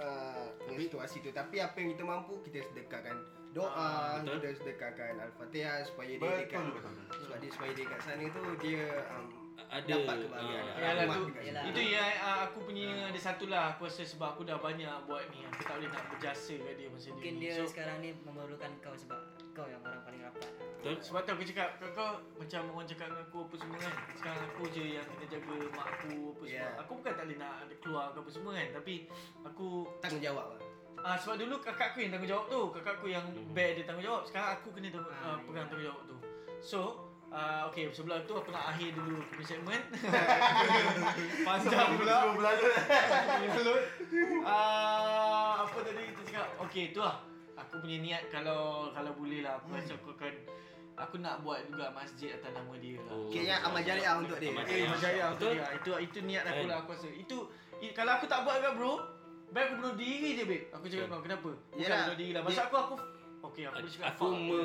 [SPEAKER 3] Uh, dengan situasi tu Tapi apa yang kita mampu Kita sedekahkan
[SPEAKER 1] Ah,
[SPEAKER 3] Doa
[SPEAKER 5] betul.
[SPEAKER 3] Kita sedekahkan Al-Fatihah Supaya dia
[SPEAKER 2] Betul,
[SPEAKER 3] dekat
[SPEAKER 2] betul.
[SPEAKER 3] Sebab dia supaya dia kat sana tu Dia um,
[SPEAKER 5] Ada,
[SPEAKER 3] Dapat kebahagiaan
[SPEAKER 5] ah.
[SPEAKER 1] Yalah
[SPEAKER 3] Rahmat
[SPEAKER 1] tu.
[SPEAKER 3] dekat
[SPEAKER 4] Yalah.
[SPEAKER 3] situ.
[SPEAKER 1] Itu yang uh, aku punya ada satulah aku rasa sebab aku dah banyak buat ni aku tak boleh nak berjasa kat dia masa
[SPEAKER 4] Mungkin
[SPEAKER 1] dia.
[SPEAKER 4] dia
[SPEAKER 1] ni. So
[SPEAKER 4] sekarang ni memerlukan kau sebab kau yang orang paling rapat.
[SPEAKER 5] Betul?
[SPEAKER 1] sebab tu aku cakap kau kau macam orang cakap dengan aku apa semua kan. Sekarang aku je yang kena jaga mak aku apa semua.
[SPEAKER 3] Yeah.
[SPEAKER 1] Aku bukan tak boleh nak ada keluar ke apa semua kan tapi aku
[SPEAKER 3] Tanggungjawab lah
[SPEAKER 1] Ah sebab dulu kakak aku yang tanggungjawab tu. Kakak aku yang
[SPEAKER 5] Hmm.
[SPEAKER 1] bear dia tanggungjawab. Sekarang aku kena tanggung,
[SPEAKER 4] Ah,
[SPEAKER 1] ah,
[SPEAKER 4] ya.
[SPEAKER 1] pegang tanggungjawab tu. So Uh, okay, sebelum tu aku nak akhir dulu aku punya segmen Panjang pula
[SPEAKER 2] Sebelum berlalu.
[SPEAKER 1] uh, Apa tadi kita cakap Okay, tu lah Aku punya niat kalau kalau boleh lah
[SPEAKER 4] Hmm.
[SPEAKER 1] Aku rasa aku akan Aku nak buat juga masjid atas nama dia lah
[SPEAKER 3] Kira amal jariah untuk dia.
[SPEAKER 5] Amal
[SPEAKER 1] Eh,
[SPEAKER 5] jariah.
[SPEAKER 1] berjaya aku
[SPEAKER 5] Betul?
[SPEAKER 1] dia. Itu itu niat aku
[SPEAKER 5] Kan?
[SPEAKER 1] lah aku rasa. Itu i- kalau aku tak buat kan bro, baik aku bunuh diri je babe. Aku cakap
[SPEAKER 5] Betul.
[SPEAKER 1] kau kenapa? Bukan
[SPEAKER 3] Yelah,
[SPEAKER 1] bunuh diri lah. Masa
[SPEAKER 3] dia-
[SPEAKER 1] aku aku Okey, aku boleh cakap
[SPEAKER 5] Aku
[SPEAKER 1] fuck.
[SPEAKER 5] me,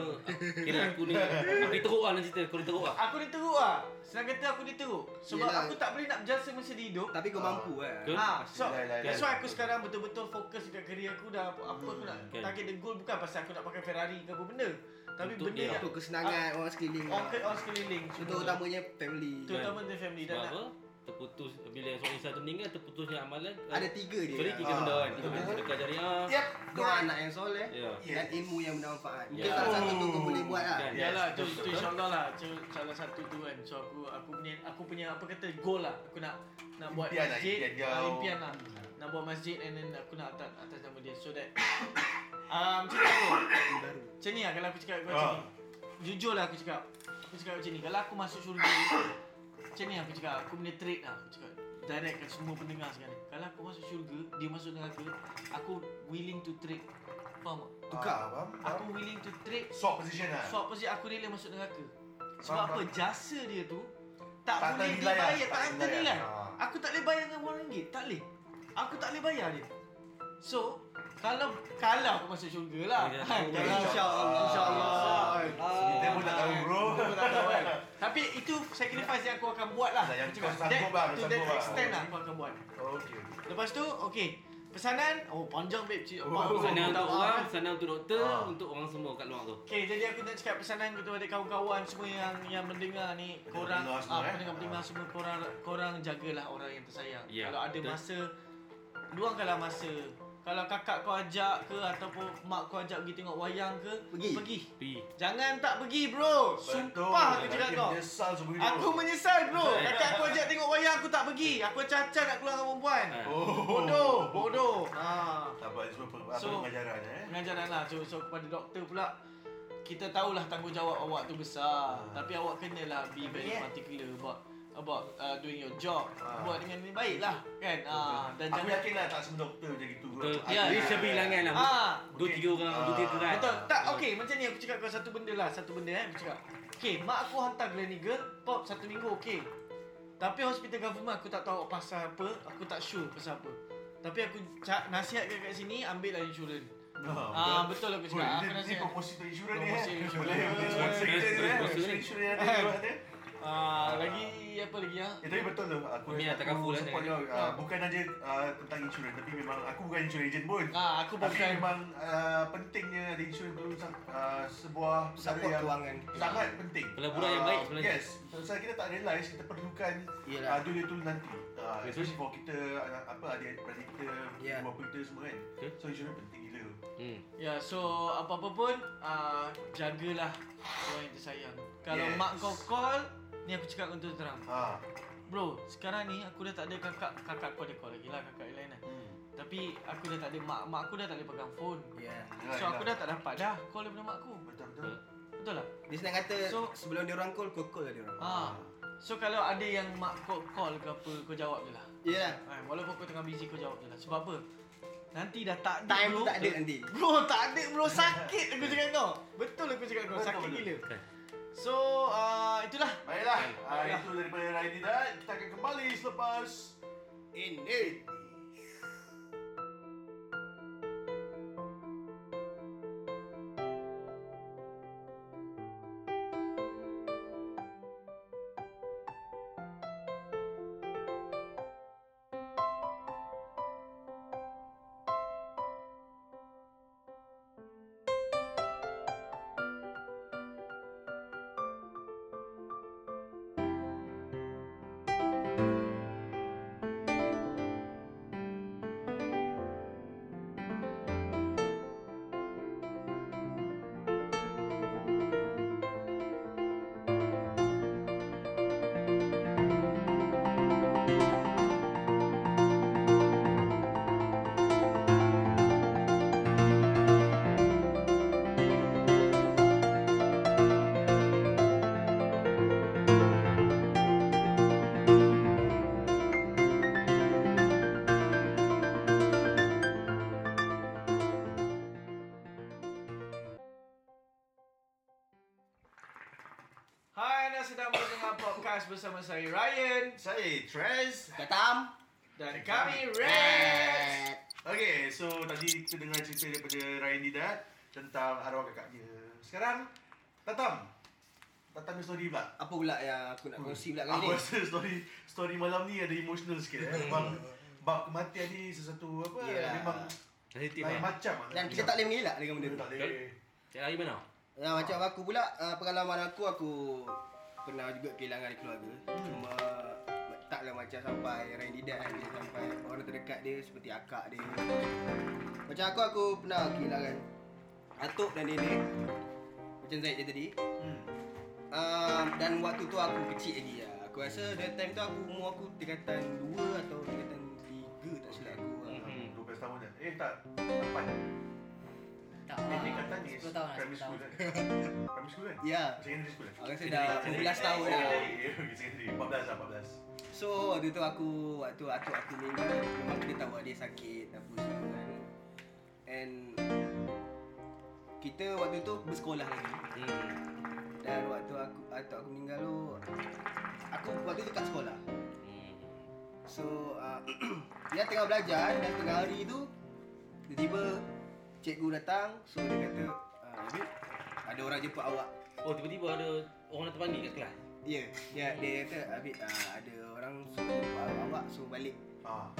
[SPEAKER 5] kira aku ni aku ni teruk lah dalam cerita. Kau ni teruk lah.
[SPEAKER 1] Aku ni teruk ah. Senang kata aku ni teruk. Sebab
[SPEAKER 3] Yelah.
[SPEAKER 1] aku tak boleh nak berjasa masa di hidup.
[SPEAKER 3] Tapi kau
[SPEAKER 2] Ah.
[SPEAKER 3] mampu lah
[SPEAKER 5] Betul?
[SPEAKER 1] Ha, so
[SPEAKER 2] Yelah, yelah,
[SPEAKER 1] that's why
[SPEAKER 2] yelah.
[SPEAKER 1] aku sekarang betul-betul fokus dekat kerjaya aku dah apa apa aku nak
[SPEAKER 5] Kan.
[SPEAKER 1] target the goal bukan pasal aku nak pakai Ferrari ke apa benda. Tapi
[SPEAKER 5] Untuk
[SPEAKER 1] benda
[SPEAKER 5] dia.
[SPEAKER 1] yang
[SPEAKER 3] Untuk kesenangan orang sekeliling
[SPEAKER 1] orang
[SPEAKER 3] lah.
[SPEAKER 1] orang sekeliling.
[SPEAKER 3] Untuk
[SPEAKER 1] semua.
[SPEAKER 3] utamanya family
[SPEAKER 1] terutama the family dan
[SPEAKER 5] Sebab
[SPEAKER 1] nak-
[SPEAKER 5] apa? Terputus bila seorang insan tu meninggal terputusnya amalan.
[SPEAKER 3] Ada tiga dia Ya.
[SPEAKER 5] Sorry
[SPEAKER 3] lah.
[SPEAKER 5] tiga
[SPEAKER 2] Ah,
[SPEAKER 5] benda kan. Tiga
[SPEAKER 3] betul.
[SPEAKER 5] benda sedekah jariah.
[SPEAKER 2] Yep.
[SPEAKER 3] Doa anak yang soleh
[SPEAKER 5] Ya.
[SPEAKER 3] Dan ilmu yang bermanfaat Mungkin
[SPEAKER 5] Ya.
[SPEAKER 3] salah satu tu kau
[SPEAKER 2] Oh.
[SPEAKER 3] boleh buat lah
[SPEAKER 5] Kan?
[SPEAKER 1] Ya lah, tu,
[SPEAKER 5] Betul,
[SPEAKER 1] tu
[SPEAKER 5] betul.
[SPEAKER 1] insyaAllah lah tu, Salah satu tu kan So aku aku punya aku punya apa kata goal lah Aku nak nak buat
[SPEAKER 2] Impian lah,
[SPEAKER 1] masjid
[SPEAKER 2] impian Hmm. kau.
[SPEAKER 1] ah, impian lah Nak buat masjid and then aku nak atas, atas nama dia So that um, Macam ni aku
[SPEAKER 3] Baru
[SPEAKER 1] Macam ni lah kalau aku cakap kau
[SPEAKER 2] Ah.
[SPEAKER 1] macam ni Jujur lah aku cakap Aku cakap macam ni Kalau aku masuk syurga Macam ni lah aku cakap Aku punya trade lah aku cakap Direct kat semua pendengar sekarang ni Kalau aku masuk syurga Dia masuk neraka Aku willing to trade Faham tak?
[SPEAKER 3] Tukar.
[SPEAKER 2] Ah, faham, faham.
[SPEAKER 1] Aku willing to trade
[SPEAKER 2] Swap position lah.
[SPEAKER 1] Sebab apa sih aku rela masuk neraka? Sebab
[SPEAKER 2] Faham,
[SPEAKER 1] apa
[SPEAKER 2] faham.
[SPEAKER 1] jasa dia tu tak,
[SPEAKER 2] Tak
[SPEAKER 1] boleh
[SPEAKER 2] ternilai lah,
[SPEAKER 1] dibayar,
[SPEAKER 2] tak
[SPEAKER 1] tak
[SPEAKER 2] ternilai.
[SPEAKER 1] ternilai.
[SPEAKER 2] Ha.
[SPEAKER 1] Aku tak boleh bayar dengan wang ringgit, tak boleh. Aku tak boleh bayar dia. So, kalau kalau aku masuk syurga lah.
[SPEAKER 5] Ya,
[SPEAKER 1] Kan?
[SPEAKER 5] ya,
[SPEAKER 1] Kalau-
[SPEAKER 3] InsyaAllah
[SPEAKER 1] InsyaAllah.
[SPEAKER 4] Oh,
[SPEAKER 2] Kita Ah. pun tak tahu bro.
[SPEAKER 1] Aku tak tahu kan. Tapi itu sacrifice yang aku akan buat lah.
[SPEAKER 2] Lah, yang
[SPEAKER 1] Aku cakap,
[SPEAKER 2] kau sanggup lah,
[SPEAKER 1] that-
[SPEAKER 2] kau
[SPEAKER 1] To that
[SPEAKER 2] sanggup lah.
[SPEAKER 1] extent lah aku akan buat.
[SPEAKER 2] Okey.
[SPEAKER 1] Lepas tu, okay. Pesanan, oh panjang babe. Cik,
[SPEAKER 2] Oh,
[SPEAKER 1] Abang, aku
[SPEAKER 5] Sana
[SPEAKER 1] tak
[SPEAKER 5] untuk
[SPEAKER 1] tahu
[SPEAKER 5] orang,
[SPEAKER 1] lah.
[SPEAKER 5] sana untuk doktor,
[SPEAKER 2] Ah.
[SPEAKER 5] untuk orang semua kat luar tu.
[SPEAKER 1] Okay, jadi aku nak cakap pesanan kepada kawan-kawan semua yang yang mendengar ni korang
[SPEAKER 2] Pendengar semua,
[SPEAKER 1] ah,
[SPEAKER 2] eh?
[SPEAKER 1] pendengar-pendengar
[SPEAKER 2] Ah.
[SPEAKER 1] semua korang korang jagalah orang yang tersayang.
[SPEAKER 5] Ya,
[SPEAKER 1] Kalau ada
[SPEAKER 5] betul.
[SPEAKER 1] masa luangkanlah masa. Kalau kakak kau ajak ke ataupun mak kau ajak pergi tengok wayang ke,
[SPEAKER 3] Pergi.
[SPEAKER 1] pergi.
[SPEAKER 5] Pi.
[SPEAKER 1] Jangan tak pergi bro. Sumpah aku
[SPEAKER 2] Betul.
[SPEAKER 1] cakap
[SPEAKER 2] Makin
[SPEAKER 1] kau.
[SPEAKER 2] Menyesal seumur hidup.
[SPEAKER 1] Aku menyesal bro.
[SPEAKER 5] Betul.
[SPEAKER 1] Kakak aku ajak tengok wayang aku tak pergi. Aku cacat nak keluar dengan perempuan.
[SPEAKER 5] Ha.
[SPEAKER 2] Oh.
[SPEAKER 1] Bodoh, bodoh. Ha.
[SPEAKER 2] Tak apa, itu apa apa
[SPEAKER 1] So-
[SPEAKER 2] pengajaran eh.
[SPEAKER 1] Pengajaran lah so, so kepada doktor pula Kita tahulah tanggungjawab awak tu besar
[SPEAKER 2] Ah.
[SPEAKER 1] Tapi awak kenalah be very
[SPEAKER 4] Yeah.
[SPEAKER 1] particular about About uh, doing your job
[SPEAKER 2] Ah.
[SPEAKER 1] Buat dengan ni baik lah kan ah, Dan
[SPEAKER 2] Aku
[SPEAKER 1] jangan
[SPEAKER 2] yakin lah tak semua doktor macam gitu.
[SPEAKER 5] Betul.
[SPEAKER 1] Ya.
[SPEAKER 5] Ni sebilangan lah.
[SPEAKER 1] ah,
[SPEAKER 5] Dua tiga orang, dua tiga orang.
[SPEAKER 1] Betul, tak
[SPEAKER 5] Ah.
[SPEAKER 1] okay macam ni aku cakap kau satu benda lah Satu benda eh aku cakap Okay mak aku hantar Gleneagle Pop satu minggu okay Tapi hospital government aku tak tahu pasal apa Aku tak sure pasal apa Tapi aku ca- nasihatkan kat sini ambil lah insurans Ah betul aku cakap
[SPEAKER 2] Boleh,
[SPEAKER 1] aku
[SPEAKER 2] ni, ni
[SPEAKER 1] nasihat
[SPEAKER 2] promosi untuk insurans ni.
[SPEAKER 1] Promosi
[SPEAKER 2] eh.
[SPEAKER 1] insurans.
[SPEAKER 2] Boleh, boleh sponsor kita ni. eh.
[SPEAKER 5] Sponsor ni.
[SPEAKER 2] Insurans yang ada buat ni.
[SPEAKER 1] Ah, lagi apa lagi ah?
[SPEAKER 2] Eh, tapi betul tu aku,
[SPEAKER 5] Umi
[SPEAKER 2] aku,
[SPEAKER 5] atakan full lah
[SPEAKER 2] support
[SPEAKER 5] dia.
[SPEAKER 2] kau ah, bukan aja ah, tentang insurans tapi memang aku bukan insurans agent pun.
[SPEAKER 1] Ah, aku
[SPEAKER 2] Tapi
[SPEAKER 1] bukan
[SPEAKER 2] memang ah, pentingnya ada insurans tu ah, sebuah perkara
[SPEAKER 1] Kan.
[SPEAKER 3] Support kewangan.
[SPEAKER 2] sangat penting.
[SPEAKER 5] Pelaburan yang
[SPEAKER 2] Ah,
[SPEAKER 5] baik sebenarnya.
[SPEAKER 2] Yes, sebab kita tak realise kita perlukan
[SPEAKER 3] Yelah.
[SPEAKER 2] ah, dunia tu nanti. Ah,
[SPEAKER 5] Betul.
[SPEAKER 2] especially for kita anak apa adik adik kita,
[SPEAKER 3] Yeah.
[SPEAKER 2] ibu bapa kita semua kan.
[SPEAKER 5] Betul.
[SPEAKER 2] So insurans penting gila.
[SPEAKER 5] Hmm.
[SPEAKER 1] Ya, so apa-apa pun uh, jagalah orang yang tersayang. Kalau
[SPEAKER 2] Yes.
[SPEAKER 1] yes. mak kau call, ni aku cakap kau terus terang.
[SPEAKER 2] Ha.
[SPEAKER 1] Bro, sekarang ni aku dah tak ada kakak, kakak kau ada call lagi lah, kakak yang lain lah.
[SPEAKER 2] Hmm.
[SPEAKER 1] Tapi aku dah tak ada mak, mak aku dah tak boleh pegang phone.
[SPEAKER 3] Yeah.
[SPEAKER 2] Yelah,
[SPEAKER 1] So aku
[SPEAKER 2] yelah.
[SPEAKER 1] dah tak dapat dah call daripada mak aku.
[SPEAKER 2] betul betul.
[SPEAKER 1] Betul lah?
[SPEAKER 3] Dia senang kata so,
[SPEAKER 1] So-
[SPEAKER 3] sebelum dia orang call, kau call lah dia orang.
[SPEAKER 1] Ha.
[SPEAKER 2] Ah.
[SPEAKER 1] So kalau ada yang mak kau call ke apa, kau jawab je lah.
[SPEAKER 3] Yelah.
[SPEAKER 1] Ha, walaupun kau tengah busy kau jawab je lah. Sebab apa? Nanti dah tak ada
[SPEAKER 3] Time
[SPEAKER 1] bro.
[SPEAKER 3] tak ada nanti.
[SPEAKER 1] Bro tak ada bro sakit aku cakap kau. Oh, Betul aku cakap kau
[SPEAKER 2] Betul,
[SPEAKER 1] sakit
[SPEAKER 2] betul.
[SPEAKER 1] gila.
[SPEAKER 5] Kan.
[SPEAKER 1] So uh, itulah
[SPEAKER 2] Baiklah, ah, itu daripada Raidi dan kita akan kembali selepas
[SPEAKER 3] In it.
[SPEAKER 1] Hai anda sedang mendengar podcast bersama saya Ryan
[SPEAKER 2] saya Tres.
[SPEAKER 3] Katam.
[SPEAKER 1] dan kami Red.
[SPEAKER 2] Okay, so tadi kita dengar cerita daripada Ryan Didat tentang arwah kakak dia. Sekarang, Tatam. Tatam ni story pula.
[SPEAKER 3] Apa pula yang aku nak kongsi pula kali
[SPEAKER 2] Aku
[SPEAKER 3] ni?
[SPEAKER 2] rasa story story malam ni ada emotional sikit. Eh. Bang, bab kematian ni sesuatu apa
[SPEAKER 3] Yelah.
[SPEAKER 2] memang
[SPEAKER 5] Sensitif
[SPEAKER 2] lain
[SPEAKER 5] lah.
[SPEAKER 2] macam lah.
[SPEAKER 3] Ya. Dan kita tak boleh mengelak dengan benda
[SPEAKER 2] Kita
[SPEAKER 3] tu.
[SPEAKER 2] tak boleh.
[SPEAKER 5] Cik Hari mana?
[SPEAKER 3] Ya, macam aku pula, uh, pengalaman aku, aku pernah juga kehilangan keluarga. Cuma taklah macam sampai Rain Didat kan. Dia sampai orang terdekat dia seperti akak dia. Macam aku, aku pernah kehilangan atuk dan nenek. Macam Zaid dia tadi.
[SPEAKER 2] Hmm.
[SPEAKER 3] Uh, dan waktu tu aku kecil lagi lah. Aku rasa that time tu aku umur aku tingkatan 2 atau tingkatan 3 tak silap aku. Uh,
[SPEAKER 5] Hmm.
[SPEAKER 2] 12 tahun dah. Eh tak, 8.
[SPEAKER 4] Tak.
[SPEAKER 2] Eh, dia
[SPEAKER 4] ah,
[SPEAKER 2] kata ni
[SPEAKER 4] 10 tahun lah,
[SPEAKER 2] primary
[SPEAKER 4] 10 tahun.
[SPEAKER 2] school kan. Primary school kan?
[SPEAKER 3] Ya.
[SPEAKER 2] Secondary school kan?
[SPEAKER 3] Aku rasa dah 11 tahun ya. dah.
[SPEAKER 2] Eh, okay, Secondary, 14 lah, 14.
[SPEAKER 3] So waktu tu aku Waktu aku aku meninggal Memang kita tahu dia sakit Apa semua kan And Kita waktu tu bersekolah lagi
[SPEAKER 5] Hmm.
[SPEAKER 3] Dan waktu aku waktu aku meninggal tu Aku waktu tu kat sekolah
[SPEAKER 5] Hmm.
[SPEAKER 3] So uh, Dia tengah belajar Dan tengah hari tu Tiba-tiba Cikgu datang So dia kata uh, "Abid, Ada orang jemput awak
[SPEAKER 5] Oh tiba-tiba ada orang nak terpanggil kat kelas.
[SPEAKER 3] Ya yeah. Dia kata Abid uh, ada orang suruh jemput awak, awak Suruh balik
[SPEAKER 2] Ah.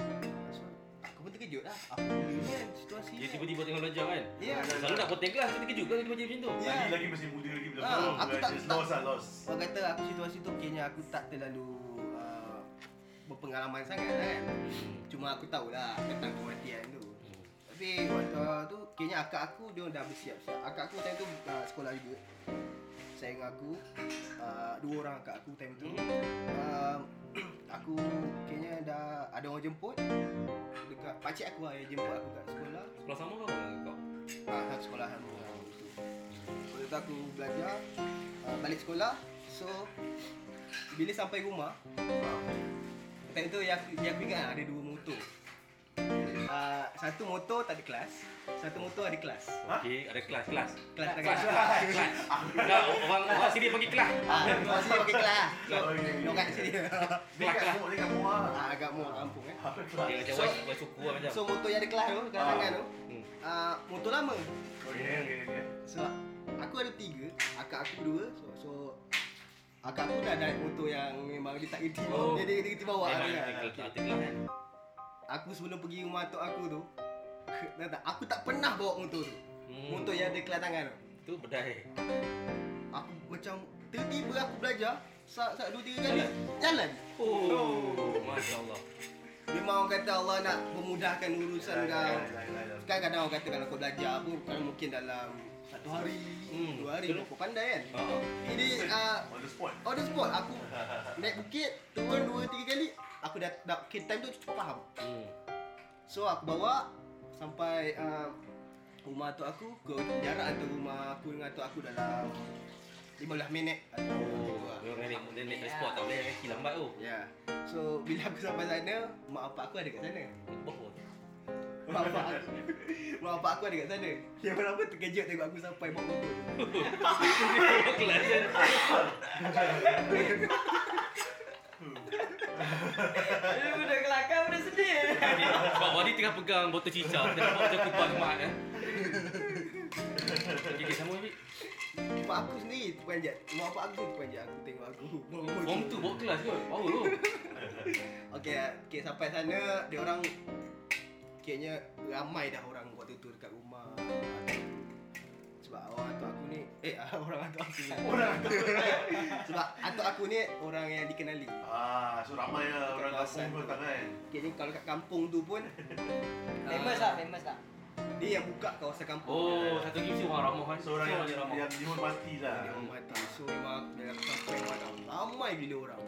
[SPEAKER 3] So, aku pun terkejut lah Apa benda ni kan situasi
[SPEAKER 5] Dia tiba-tiba tengah belajar kan.
[SPEAKER 3] Ya
[SPEAKER 5] Selalu nak potong kelas dia terkejut kan tiba-tiba macam tu.
[SPEAKER 3] Ya.
[SPEAKER 2] Lagi lagi masih muda lagi belum
[SPEAKER 3] Ah,
[SPEAKER 2] tahu.
[SPEAKER 3] aku tak-
[SPEAKER 2] Just
[SPEAKER 3] tak-
[SPEAKER 2] lost lah lost.
[SPEAKER 3] Orang kata aku situasi tu Kayaknya aku tak terlalu uh, Berpengalaman sangat lah kan Cuma aku tahulah Tentang kematian tu
[SPEAKER 5] Hmm.
[SPEAKER 3] Tapi waktu tu Kayaknya akak aku Dia dah bersiap-siap Akak aku time tu uh, Sekolah juga Saya dengan aku uh, Dua orang akak aku time tu uh, Aku Kayaknya dah Ada orang jemput Dekat Pakcik aku lah Yang jemput aku kat sekolah
[SPEAKER 5] Sekolah sama kau dengan kau.
[SPEAKER 3] Ah, satu sekolah sama orang tu. Waktu tu aku belajar, ah, balik sekolah. So, bila sampai rumah, ah, time tu yang aku, yang aku ingat ah, ada dua motor. Ah, satu motor tak ada kelas, satu motor ada kelas.
[SPEAKER 5] Okey, ada kelas kelas.
[SPEAKER 3] Kelas tak ada
[SPEAKER 5] Kelas
[SPEAKER 3] kelas.
[SPEAKER 5] kelas. kelas. Nah, orang orang sini panggil kelas.
[SPEAKER 3] Ah, orang sini pakai kelas.
[SPEAKER 2] Oh, ya, ya, ya.
[SPEAKER 3] Orang sini.
[SPEAKER 2] Dia kat semua, dia kat semua.
[SPEAKER 3] Ah, agak muar kampung eh.
[SPEAKER 5] Dia macam
[SPEAKER 3] So-
[SPEAKER 5] wai wai suku lah macam.
[SPEAKER 3] So, motor yang ada kelas tu, kelas
[SPEAKER 2] Ah.
[SPEAKER 3] tangan tu,
[SPEAKER 5] Hmm.
[SPEAKER 3] ah, motor lama.
[SPEAKER 2] Okey, okey, okey.
[SPEAKER 3] Sebab aku ada tiga, akak aku dua. So, so Akak aku dah naik motor yang memang dia tak kerti
[SPEAKER 1] Oh.
[SPEAKER 3] Dia, dia, dia kerti bawa
[SPEAKER 5] Memang
[SPEAKER 3] dia.
[SPEAKER 5] artikel tak artikel kan.
[SPEAKER 3] Aku sebelum pergi rumah tok aku tu dah tak, Aku tak pernah bawa motor tu
[SPEAKER 5] Hmm.
[SPEAKER 3] Motor yang ada kelas tangan tu
[SPEAKER 5] Tu bedai.
[SPEAKER 3] Aku macam Tiba-tiba aku belajar Saat, saat dua tiga kali Jalan
[SPEAKER 5] Oh, masya-Allah.
[SPEAKER 3] Memang orang kata Allah nak memudahkan urusan
[SPEAKER 2] Yalah,
[SPEAKER 3] kau
[SPEAKER 2] yalah, yalah, yalah.
[SPEAKER 3] Kadang-kadang orang kata kalau kau belajar pun kan Mungkin dalam satu hari
[SPEAKER 5] Hmm,
[SPEAKER 3] Dua hari
[SPEAKER 5] betul.
[SPEAKER 3] kau pandai kan
[SPEAKER 5] Ha.
[SPEAKER 3] Ini ah,
[SPEAKER 2] On the spot.
[SPEAKER 3] On the spot aku naik bukit turun dua tiga kali aku dah dah okay, time tu cukup faham.
[SPEAKER 5] Hmm.
[SPEAKER 3] So aku bawa sampai uh, rumah tu aku ke jarak antara rumah aku dengan tu aku dalam 15 minit atau
[SPEAKER 5] Oh,
[SPEAKER 3] oh.
[SPEAKER 5] memang nenek nenek transport tak boleh kaki lambat tu.
[SPEAKER 3] Ya. So bila aku sampai sana, mak bapak aku ada kat sana.
[SPEAKER 5] Bohong.
[SPEAKER 3] Mak bapak aku. mak bapak aku ada kat sana. Dia berapa terkejut tengok aku sampai bawa motor.
[SPEAKER 5] Kelas.
[SPEAKER 4] Dia budak kelakar budak sedih.
[SPEAKER 5] Sebab Wadi tengah pegang botol cicak Dia nampak macam kupas mat eh. Okay, okay, sama Wadi
[SPEAKER 3] Mak aku sendiri terpanjat. Mak bapak aku terpanjat aku tengok aku bawa motor.
[SPEAKER 5] Form tu bawa kelas kot Power tu
[SPEAKER 3] Okay, okay sampai sana dia orang kayaknya ramai dah orang buat tutur dekat rumah. Sebab orang atuk aku ni eh orang atuk aku. Orang atuk. Sebab atuk aku ni orang yang dikenali.
[SPEAKER 2] Ah, so ramai lah orang
[SPEAKER 3] kawasan.
[SPEAKER 2] kampung pun tak kan.
[SPEAKER 3] Kayaknya kalau kat kampung tu pun
[SPEAKER 4] Famous lah, famous lah.
[SPEAKER 3] dia yang buka kawasan kampung.
[SPEAKER 5] Oh, satu lagi mesti orang ramah kan
[SPEAKER 2] So orang
[SPEAKER 5] dia
[SPEAKER 2] yang,
[SPEAKER 5] ramah
[SPEAKER 2] yang dihormati lah.
[SPEAKER 3] Dia orang mati. So memang aku dalam sampai orang ramai gila orang.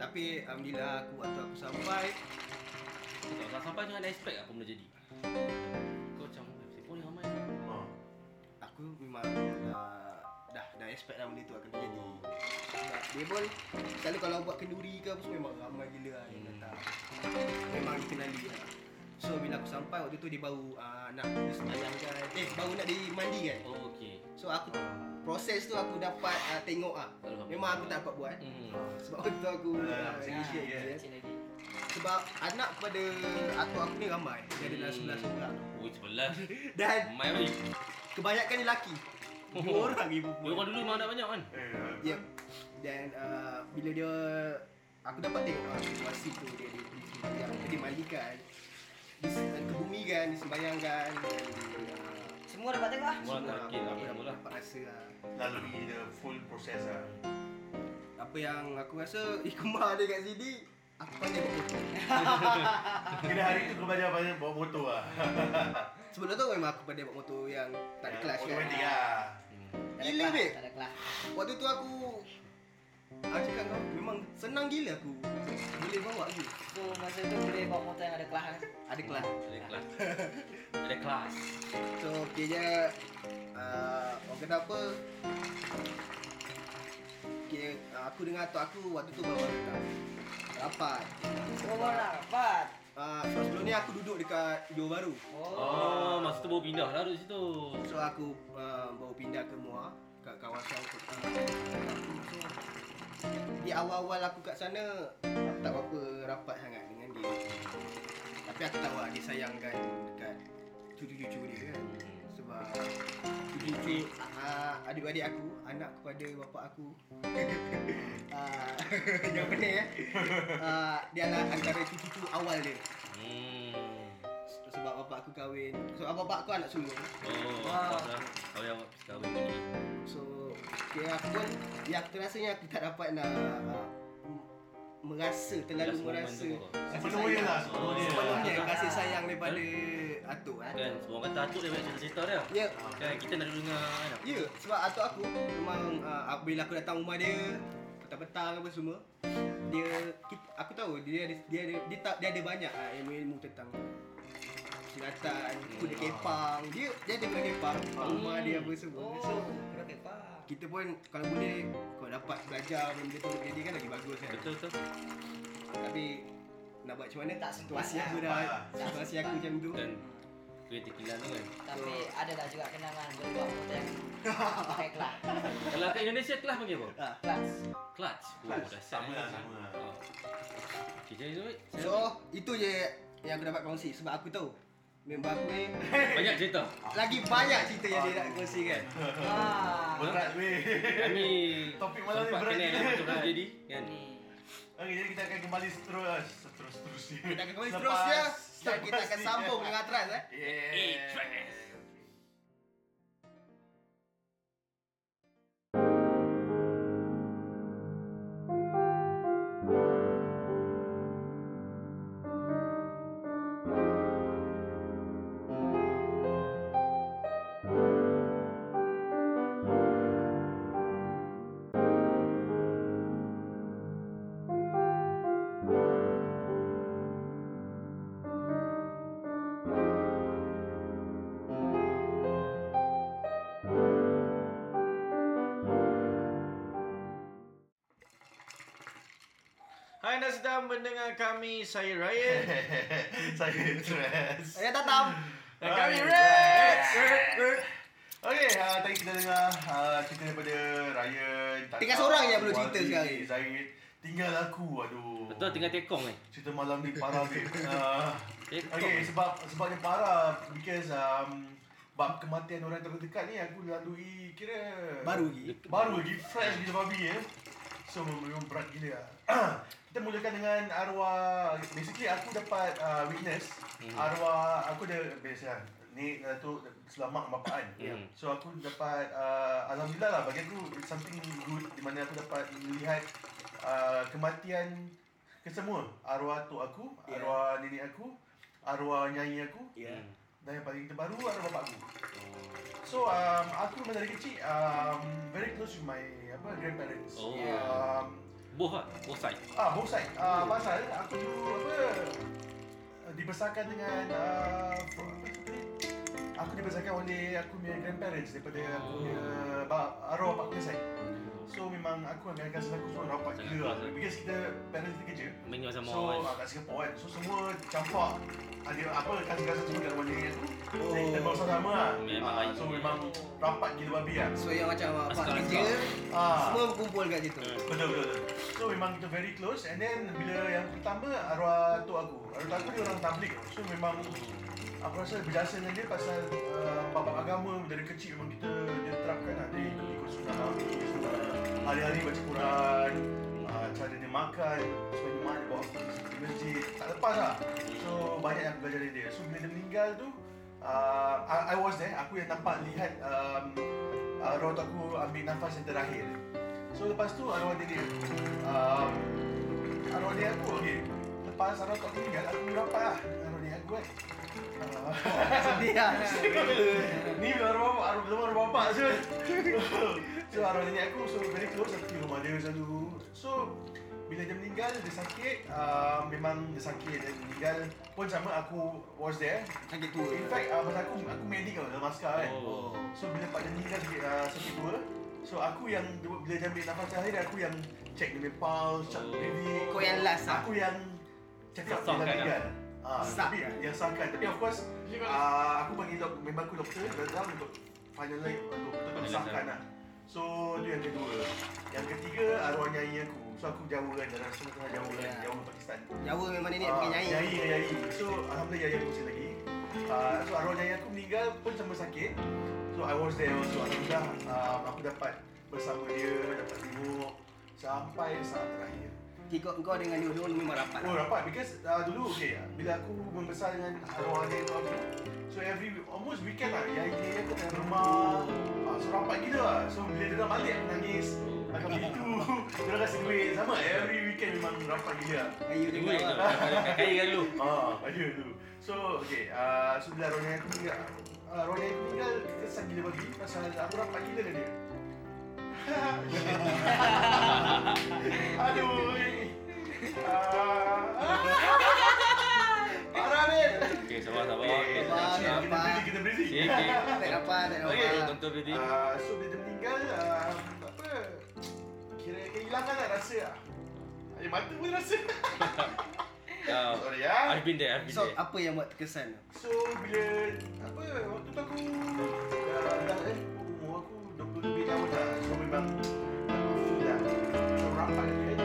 [SPEAKER 3] Tapi alhamdulillah aku waktu aku sampai
[SPEAKER 5] Kau tak sampai jangan expect apa benda jadi Kau macam, siapa ni ramai
[SPEAKER 2] Ah.
[SPEAKER 3] aku memang dah dah dah expect lah benda tu akan terjadi. Sebab Dia pun selalu kalau buat kenduri ke apa semua memang ramai gila lah yang datang. Memang dikenali lah. So bila aku sampai waktu tu dia baru uh, nak disemayangkan Eh baru nak dimandikan
[SPEAKER 5] Oh, okay
[SPEAKER 3] So aku proses tu aku dapat uh, tengok ah. Memang aku tak dapat buat
[SPEAKER 5] Hmm
[SPEAKER 3] Sebab waktu tu aku
[SPEAKER 2] Ah,
[SPEAKER 3] uh,
[SPEAKER 2] masih kecil, ya.
[SPEAKER 4] Nah, Kecil lagi.
[SPEAKER 3] Sebab anak pada aku aku ni ramai Dia ada dalam
[SPEAKER 5] Hmm.
[SPEAKER 3] sebelas orang
[SPEAKER 5] Ui, sebelas
[SPEAKER 3] Dan
[SPEAKER 5] Mai Wadi
[SPEAKER 3] kebanyakan dia lelaki Dua
[SPEAKER 5] Oh.
[SPEAKER 3] orang ibu
[SPEAKER 5] Dia orang dulu memang anak banyak kan
[SPEAKER 2] Eh,
[SPEAKER 3] Yep. Dan uh, bila dia aku dapat tengok uh, situasi tu dia dia dia sembahyang, dia dimandikan. Dikebumikan, disembayangkan. dan, uh,
[SPEAKER 4] Semua dapat tengok ah.
[SPEAKER 5] Semua
[SPEAKER 3] semua
[SPEAKER 5] tak kira apa
[SPEAKER 3] aku
[SPEAKER 5] semua
[SPEAKER 3] dapat
[SPEAKER 5] lah
[SPEAKER 3] dapat rasa lah.
[SPEAKER 2] lalui the full process lah.
[SPEAKER 3] Apa yang aku rasa Ikumar dia kat sini Aku pandai bawa motor
[SPEAKER 2] Kira hari tu kau belajar banyak bawa motor lah.
[SPEAKER 3] Sebelum tu memang aku pandai bawa motor yang Tak ada kelas kan
[SPEAKER 2] Ya, Automatic lah.
[SPEAKER 4] Tak ada
[SPEAKER 3] Gila,
[SPEAKER 4] kelas,
[SPEAKER 3] babe.
[SPEAKER 4] Tak ada kelas.
[SPEAKER 3] Waktu tu aku Aku cakap kau memang senang gila aku Boleh bawa aku
[SPEAKER 4] So masa tu boleh bawa motor yang ada kelas kan.
[SPEAKER 3] Ada kelas
[SPEAKER 5] Ada kelas Ada kelas
[SPEAKER 3] So kiranya uh, Orang kata apa Kira uh, aku dengan atuk aku waktu tu baru datang Rapat
[SPEAKER 4] Semua orang nak rapat.
[SPEAKER 3] uh, So sebelum ni aku duduk dekat Johor Baru
[SPEAKER 5] Oh, masa tu baru pindah lah duduk situ
[SPEAKER 3] So aku uh, baru pindah ke Muar Kat kawasan kota So, Di awal-awal aku kat sana Aku tak berapa rapat sangat dengan dia Tapi aku tahu lah dia sayangkan dekat cucu-cucu dia kan sebab cucu-cucu ah, adik-adik aku, anak kepada bapa aku. Ah, Jangan pening ya. Ah, dia adalah antara cucu-cucu awal dia.
[SPEAKER 5] Hmm
[SPEAKER 3] Sebab bapa aku kahwin. So bapa aku anak sulung.
[SPEAKER 5] Oh,
[SPEAKER 3] Ah.
[SPEAKER 5] tak lah Kau yang kahwin ni
[SPEAKER 3] So kira aku pun ya aku rasanya aku tak dapat nak ah, m- merasa terlalu
[SPEAKER 5] Last moment
[SPEAKER 3] merasa
[SPEAKER 5] tu kau.
[SPEAKER 3] kasih
[SPEAKER 2] Sepenuhnya
[SPEAKER 3] sayang.
[SPEAKER 2] lah, sepenuhnya.
[SPEAKER 3] Sepenuhnya kasih sayang daripada atuk ah.
[SPEAKER 5] Kan, semua orang kata atuk dia banyak cerita-cerita dia
[SPEAKER 3] Ya,
[SPEAKER 5] Kan, kita nak dulu dengar
[SPEAKER 3] Ya, sebab atuk aku memang uh, bila aku datang rumah dia petang-petang apa semua dia kita, aku tahu dia ada dia ada dia, tak, dia ada banyak uh, ilmu-ilmu tentang silatan, kuda kepang. Dia dia ada kuda kepang kat rumah dia apa semua. So
[SPEAKER 4] Oh, kena kepak.
[SPEAKER 3] kita pun kalau boleh kau dapat belajar benda tu jadi kan lagi bagus kan.
[SPEAKER 5] Betul betul.
[SPEAKER 3] Tapi nak buat macam mana tak situasi
[SPEAKER 4] sempat
[SPEAKER 3] aku
[SPEAKER 2] lah.
[SPEAKER 3] dah situasi aku macam tu.
[SPEAKER 5] Dan kereta kilan tu kan.
[SPEAKER 4] Tapi ada lah juga kenangan boleh bawa motor yang pakai kelas.
[SPEAKER 5] Kalau kat Indonesia kelas panggil apa?
[SPEAKER 3] Ah.
[SPEAKER 4] Kelas.
[SPEAKER 5] Clutch.
[SPEAKER 2] Clutch.
[SPEAKER 5] Oh, dah
[SPEAKER 2] Sama lah, sama lah.
[SPEAKER 5] Okey, jadi Zoe.
[SPEAKER 3] So itu je yang aku dapat kongsi sebab aku tahu member aku ni
[SPEAKER 5] Banyak cerita.
[SPEAKER 3] lagi banyak cerita yang dia nak kan. kongsikan. Ah.
[SPEAKER 2] Berat weh.
[SPEAKER 5] Kami
[SPEAKER 2] Topik malam ni
[SPEAKER 5] sempat
[SPEAKER 2] berat
[SPEAKER 5] kena
[SPEAKER 2] gila.
[SPEAKER 5] Betul betul jadi kan.
[SPEAKER 2] Okey, jadi kita akan kembali seterus terus terus.
[SPEAKER 3] Kita akan kembali terus ya. Start kita akan sambung dengan Atras eh.
[SPEAKER 2] Yeah.
[SPEAKER 1] Hai anda sedang mendengar kami Saya Ryan
[SPEAKER 2] Saya interest.
[SPEAKER 3] Saya Eh, tatam.
[SPEAKER 1] Dan kami
[SPEAKER 2] Hai,
[SPEAKER 1] Rex
[SPEAKER 2] Rex. Okey, uh, tadi kita dengar uh, cerita daripada Ryan. Tata,
[SPEAKER 3] Tinggal seorang je belum cerita
[SPEAKER 2] Wati,
[SPEAKER 3] sekarang.
[SPEAKER 2] Zahid. Tinggal aku, aduh.
[SPEAKER 5] Betul tinggal tekong eh.
[SPEAKER 2] Cerita malam ni parah babe. Uh,
[SPEAKER 5] Tekong.
[SPEAKER 2] okay, sebab sebabnya parah because um, bab kematian orang terdekat ni aku lalui kira
[SPEAKER 3] Baru lagi.
[SPEAKER 2] baru lagi fresh gila babi ya. So memang berat gila. lah. Kita mulakan dengan arwah basically aku dapat uh, witness
[SPEAKER 5] Hmm.
[SPEAKER 2] arwah aku ada biasa ni uh, tu selamat bapaan.
[SPEAKER 5] Hmm.
[SPEAKER 2] kan. So aku dapat uh, alhamdulillah lah bagi aku it's something good di mana aku dapat melihat uh, kematian kesemua arwah tu aku,
[SPEAKER 3] Ya.
[SPEAKER 2] arwah nenek aku, arwah nyai aku
[SPEAKER 3] Ya.
[SPEAKER 2] dan yang paling terbaru arwah bapak aku. So um, aku memang dari kecil um, very close with my apa grandparents.
[SPEAKER 5] Oh.
[SPEAKER 2] Um,
[SPEAKER 5] Boh lah, boh side.
[SPEAKER 2] ah both side. Ah
[SPEAKER 5] Oh.
[SPEAKER 2] pasal aku dulu apa uh, dibesarkan dengan uh, aku dibesarkan oleh aku punya grandparents daripada aku
[SPEAKER 5] Oh.
[SPEAKER 2] punya ba- ah, arwah bapak punya side. So memang aku dengan cousin aku semua rapat
[SPEAKER 5] Sangat
[SPEAKER 2] gila lah.
[SPEAKER 5] close, eh?
[SPEAKER 2] Because kita parents kita kerja.
[SPEAKER 5] Menyo sama
[SPEAKER 2] So
[SPEAKER 5] orang.
[SPEAKER 2] ah, kat Singapore kan So semua campak Ada apa Kasih-kasih semua kat rumah dia kan? tu Jadi kita
[SPEAKER 3] Oh.
[SPEAKER 2] bangsa sama lah
[SPEAKER 5] Memang
[SPEAKER 2] Ah,
[SPEAKER 5] baik.
[SPEAKER 2] So memang rapat gila babi lah
[SPEAKER 3] So yang macam apa
[SPEAKER 5] Askar,
[SPEAKER 3] kerja
[SPEAKER 2] Ah,
[SPEAKER 3] semua kumpul kat situ.
[SPEAKER 5] Hmm.
[SPEAKER 2] Betul betul betul. So memang kita very close And then bila yang pertama Arwah tu aku Arwah tu aku ni orang tablik So memang Aku rasa berjasa dengan dia pasal uh, Bab agama dari kecil memang kita Dia terapkan lah Dia ikut, ikut sunnah Nabi semua. Hari-hari baca Quran uh, Cara dia makan Sebab mak dia bawa aku pergi masjid Tak lepas lah So banyak yang aku belajar dari dia So bila dia meninggal tu uh, I, I was there Aku yang nampak lihat um, uh, Roh tu aku ambil nafas yang terakhir So lepas tu arwah dia dia um, Arwah dia aku okay. Lepas arwah tu aku meninggal Aku rapat lah dengan arwah dia aku kan Ah.
[SPEAKER 3] Sedih lah.
[SPEAKER 2] Ni bila arwah bapak, arwah belum arwah bapak je So arwah nenek aku, so very close aku pergi rumah dia selalu So bila dia meninggal, dia sakit uh, Memang dia sakit, dia meninggal Pun sama aku was there
[SPEAKER 3] Sakit tua.
[SPEAKER 2] In fact, uh, masa aku, aku medik tau dalam askar kan
[SPEAKER 5] Oh.
[SPEAKER 2] So bila pak dia meninggal sakit, uh, sakit tua So aku yang, bila dia ambil nafas terakhir, aku yang check dia punya pulse, check
[SPEAKER 5] Oh.
[SPEAKER 2] breathing
[SPEAKER 3] Kau yang last lah.
[SPEAKER 2] Aku yang cakap
[SPEAKER 5] Sahkan
[SPEAKER 2] bila
[SPEAKER 5] lah.
[SPEAKER 2] meninggal Ah,
[SPEAKER 3] Sah.
[SPEAKER 2] tapi yang sahkan Tapi of course Ah, aku panggil dok, member aku doktor datang untuk finalize untuk untuk
[SPEAKER 5] Finalize,
[SPEAKER 2] sahkan
[SPEAKER 5] eh.
[SPEAKER 2] lah. So tu yang kedua. Yang ketiga arwah nyai aku. So aku jauh kan dalam semua tengah jauh kan,
[SPEAKER 3] Ya.
[SPEAKER 2] jauh Pakistan.
[SPEAKER 3] Jawa memang nenek
[SPEAKER 2] Ah,
[SPEAKER 3] pakai nyai.
[SPEAKER 2] Nyai, nyai. So alhamdulillah nyai aku masih lagi. Ah, so arwah nyai aku meninggal pun sama sakit. So I was there also alhamdulillah ah, aku dapat bersama dia, dapat tengok sampai saat terakhir.
[SPEAKER 3] Kau kau dengan dia dulu memang rapat.
[SPEAKER 2] Oh rapat because uh, dulu okay uh, bila aku membesar dengan arwah adik aku aku, so every almost weekend lah yang dia aku kat rumah uh, so rapat gila lah so bila dia dah balik aku nangis aku gitu dia kasi duit sama every weekend memang rapat gila lah.
[SPEAKER 3] Kayu
[SPEAKER 5] Duit tu.
[SPEAKER 3] juga.
[SPEAKER 5] Kaya kan lu.
[SPEAKER 2] Ah, ada tu. So, okay. Uh, so, bila Ronya aku meninggal, uh, Ronya aku meninggal, kita sang gila babi pasal aku rapat gila dengan dia. Aduh. Ah. Parah, Ben.
[SPEAKER 5] Okey, sabar sabar.
[SPEAKER 2] Okay,
[SPEAKER 3] sabar.
[SPEAKER 2] kita breathing, kita breathing.
[SPEAKER 5] Okey, okey.
[SPEAKER 3] Tak rapat, tak
[SPEAKER 2] Okey,
[SPEAKER 3] rapat.
[SPEAKER 5] Tonton ready.
[SPEAKER 2] Ah, so, bila dia meninggal, ah, tak apa. Kira kehilangan lah rasa lah. Air mata pun rasa.
[SPEAKER 5] Ah,
[SPEAKER 2] Sorry ya.
[SPEAKER 5] I've been there, I've been
[SPEAKER 3] So
[SPEAKER 5] there.
[SPEAKER 3] apa yang buat terkesan?
[SPEAKER 2] So bila apa waktu tu aku dah dah eh umur aku 20 lebih tahun dah so memang aku feel dah so rapat ni kan.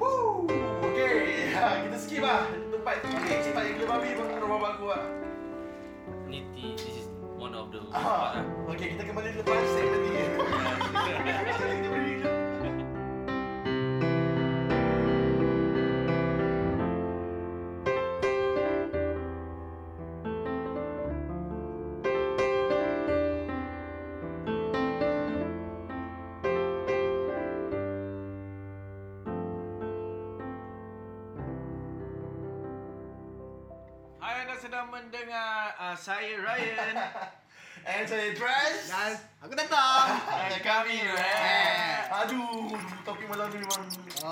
[SPEAKER 2] Woo! Okay, ha, ah, kita skip lah tempat Cepat tu boleh Cepat yang gila babi Bangun rumah bapak aku lah um,
[SPEAKER 5] Ni ti- this is one of the
[SPEAKER 2] Ah.
[SPEAKER 5] part
[SPEAKER 2] Aha.
[SPEAKER 5] lah.
[SPEAKER 2] Okey, kita kembali lepas segmen tiga. Jadi kita beri dulu.
[SPEAKER 1] Hai anda sedang mendengar uh, saya Ryan
[SPEAKER 2] And saya dress.
[SPEAKER 3] Dan aku datang.
[SPEAKER 1] dan kami Ryan.
[SPEAKER 2] Aduh, topik malam ni memang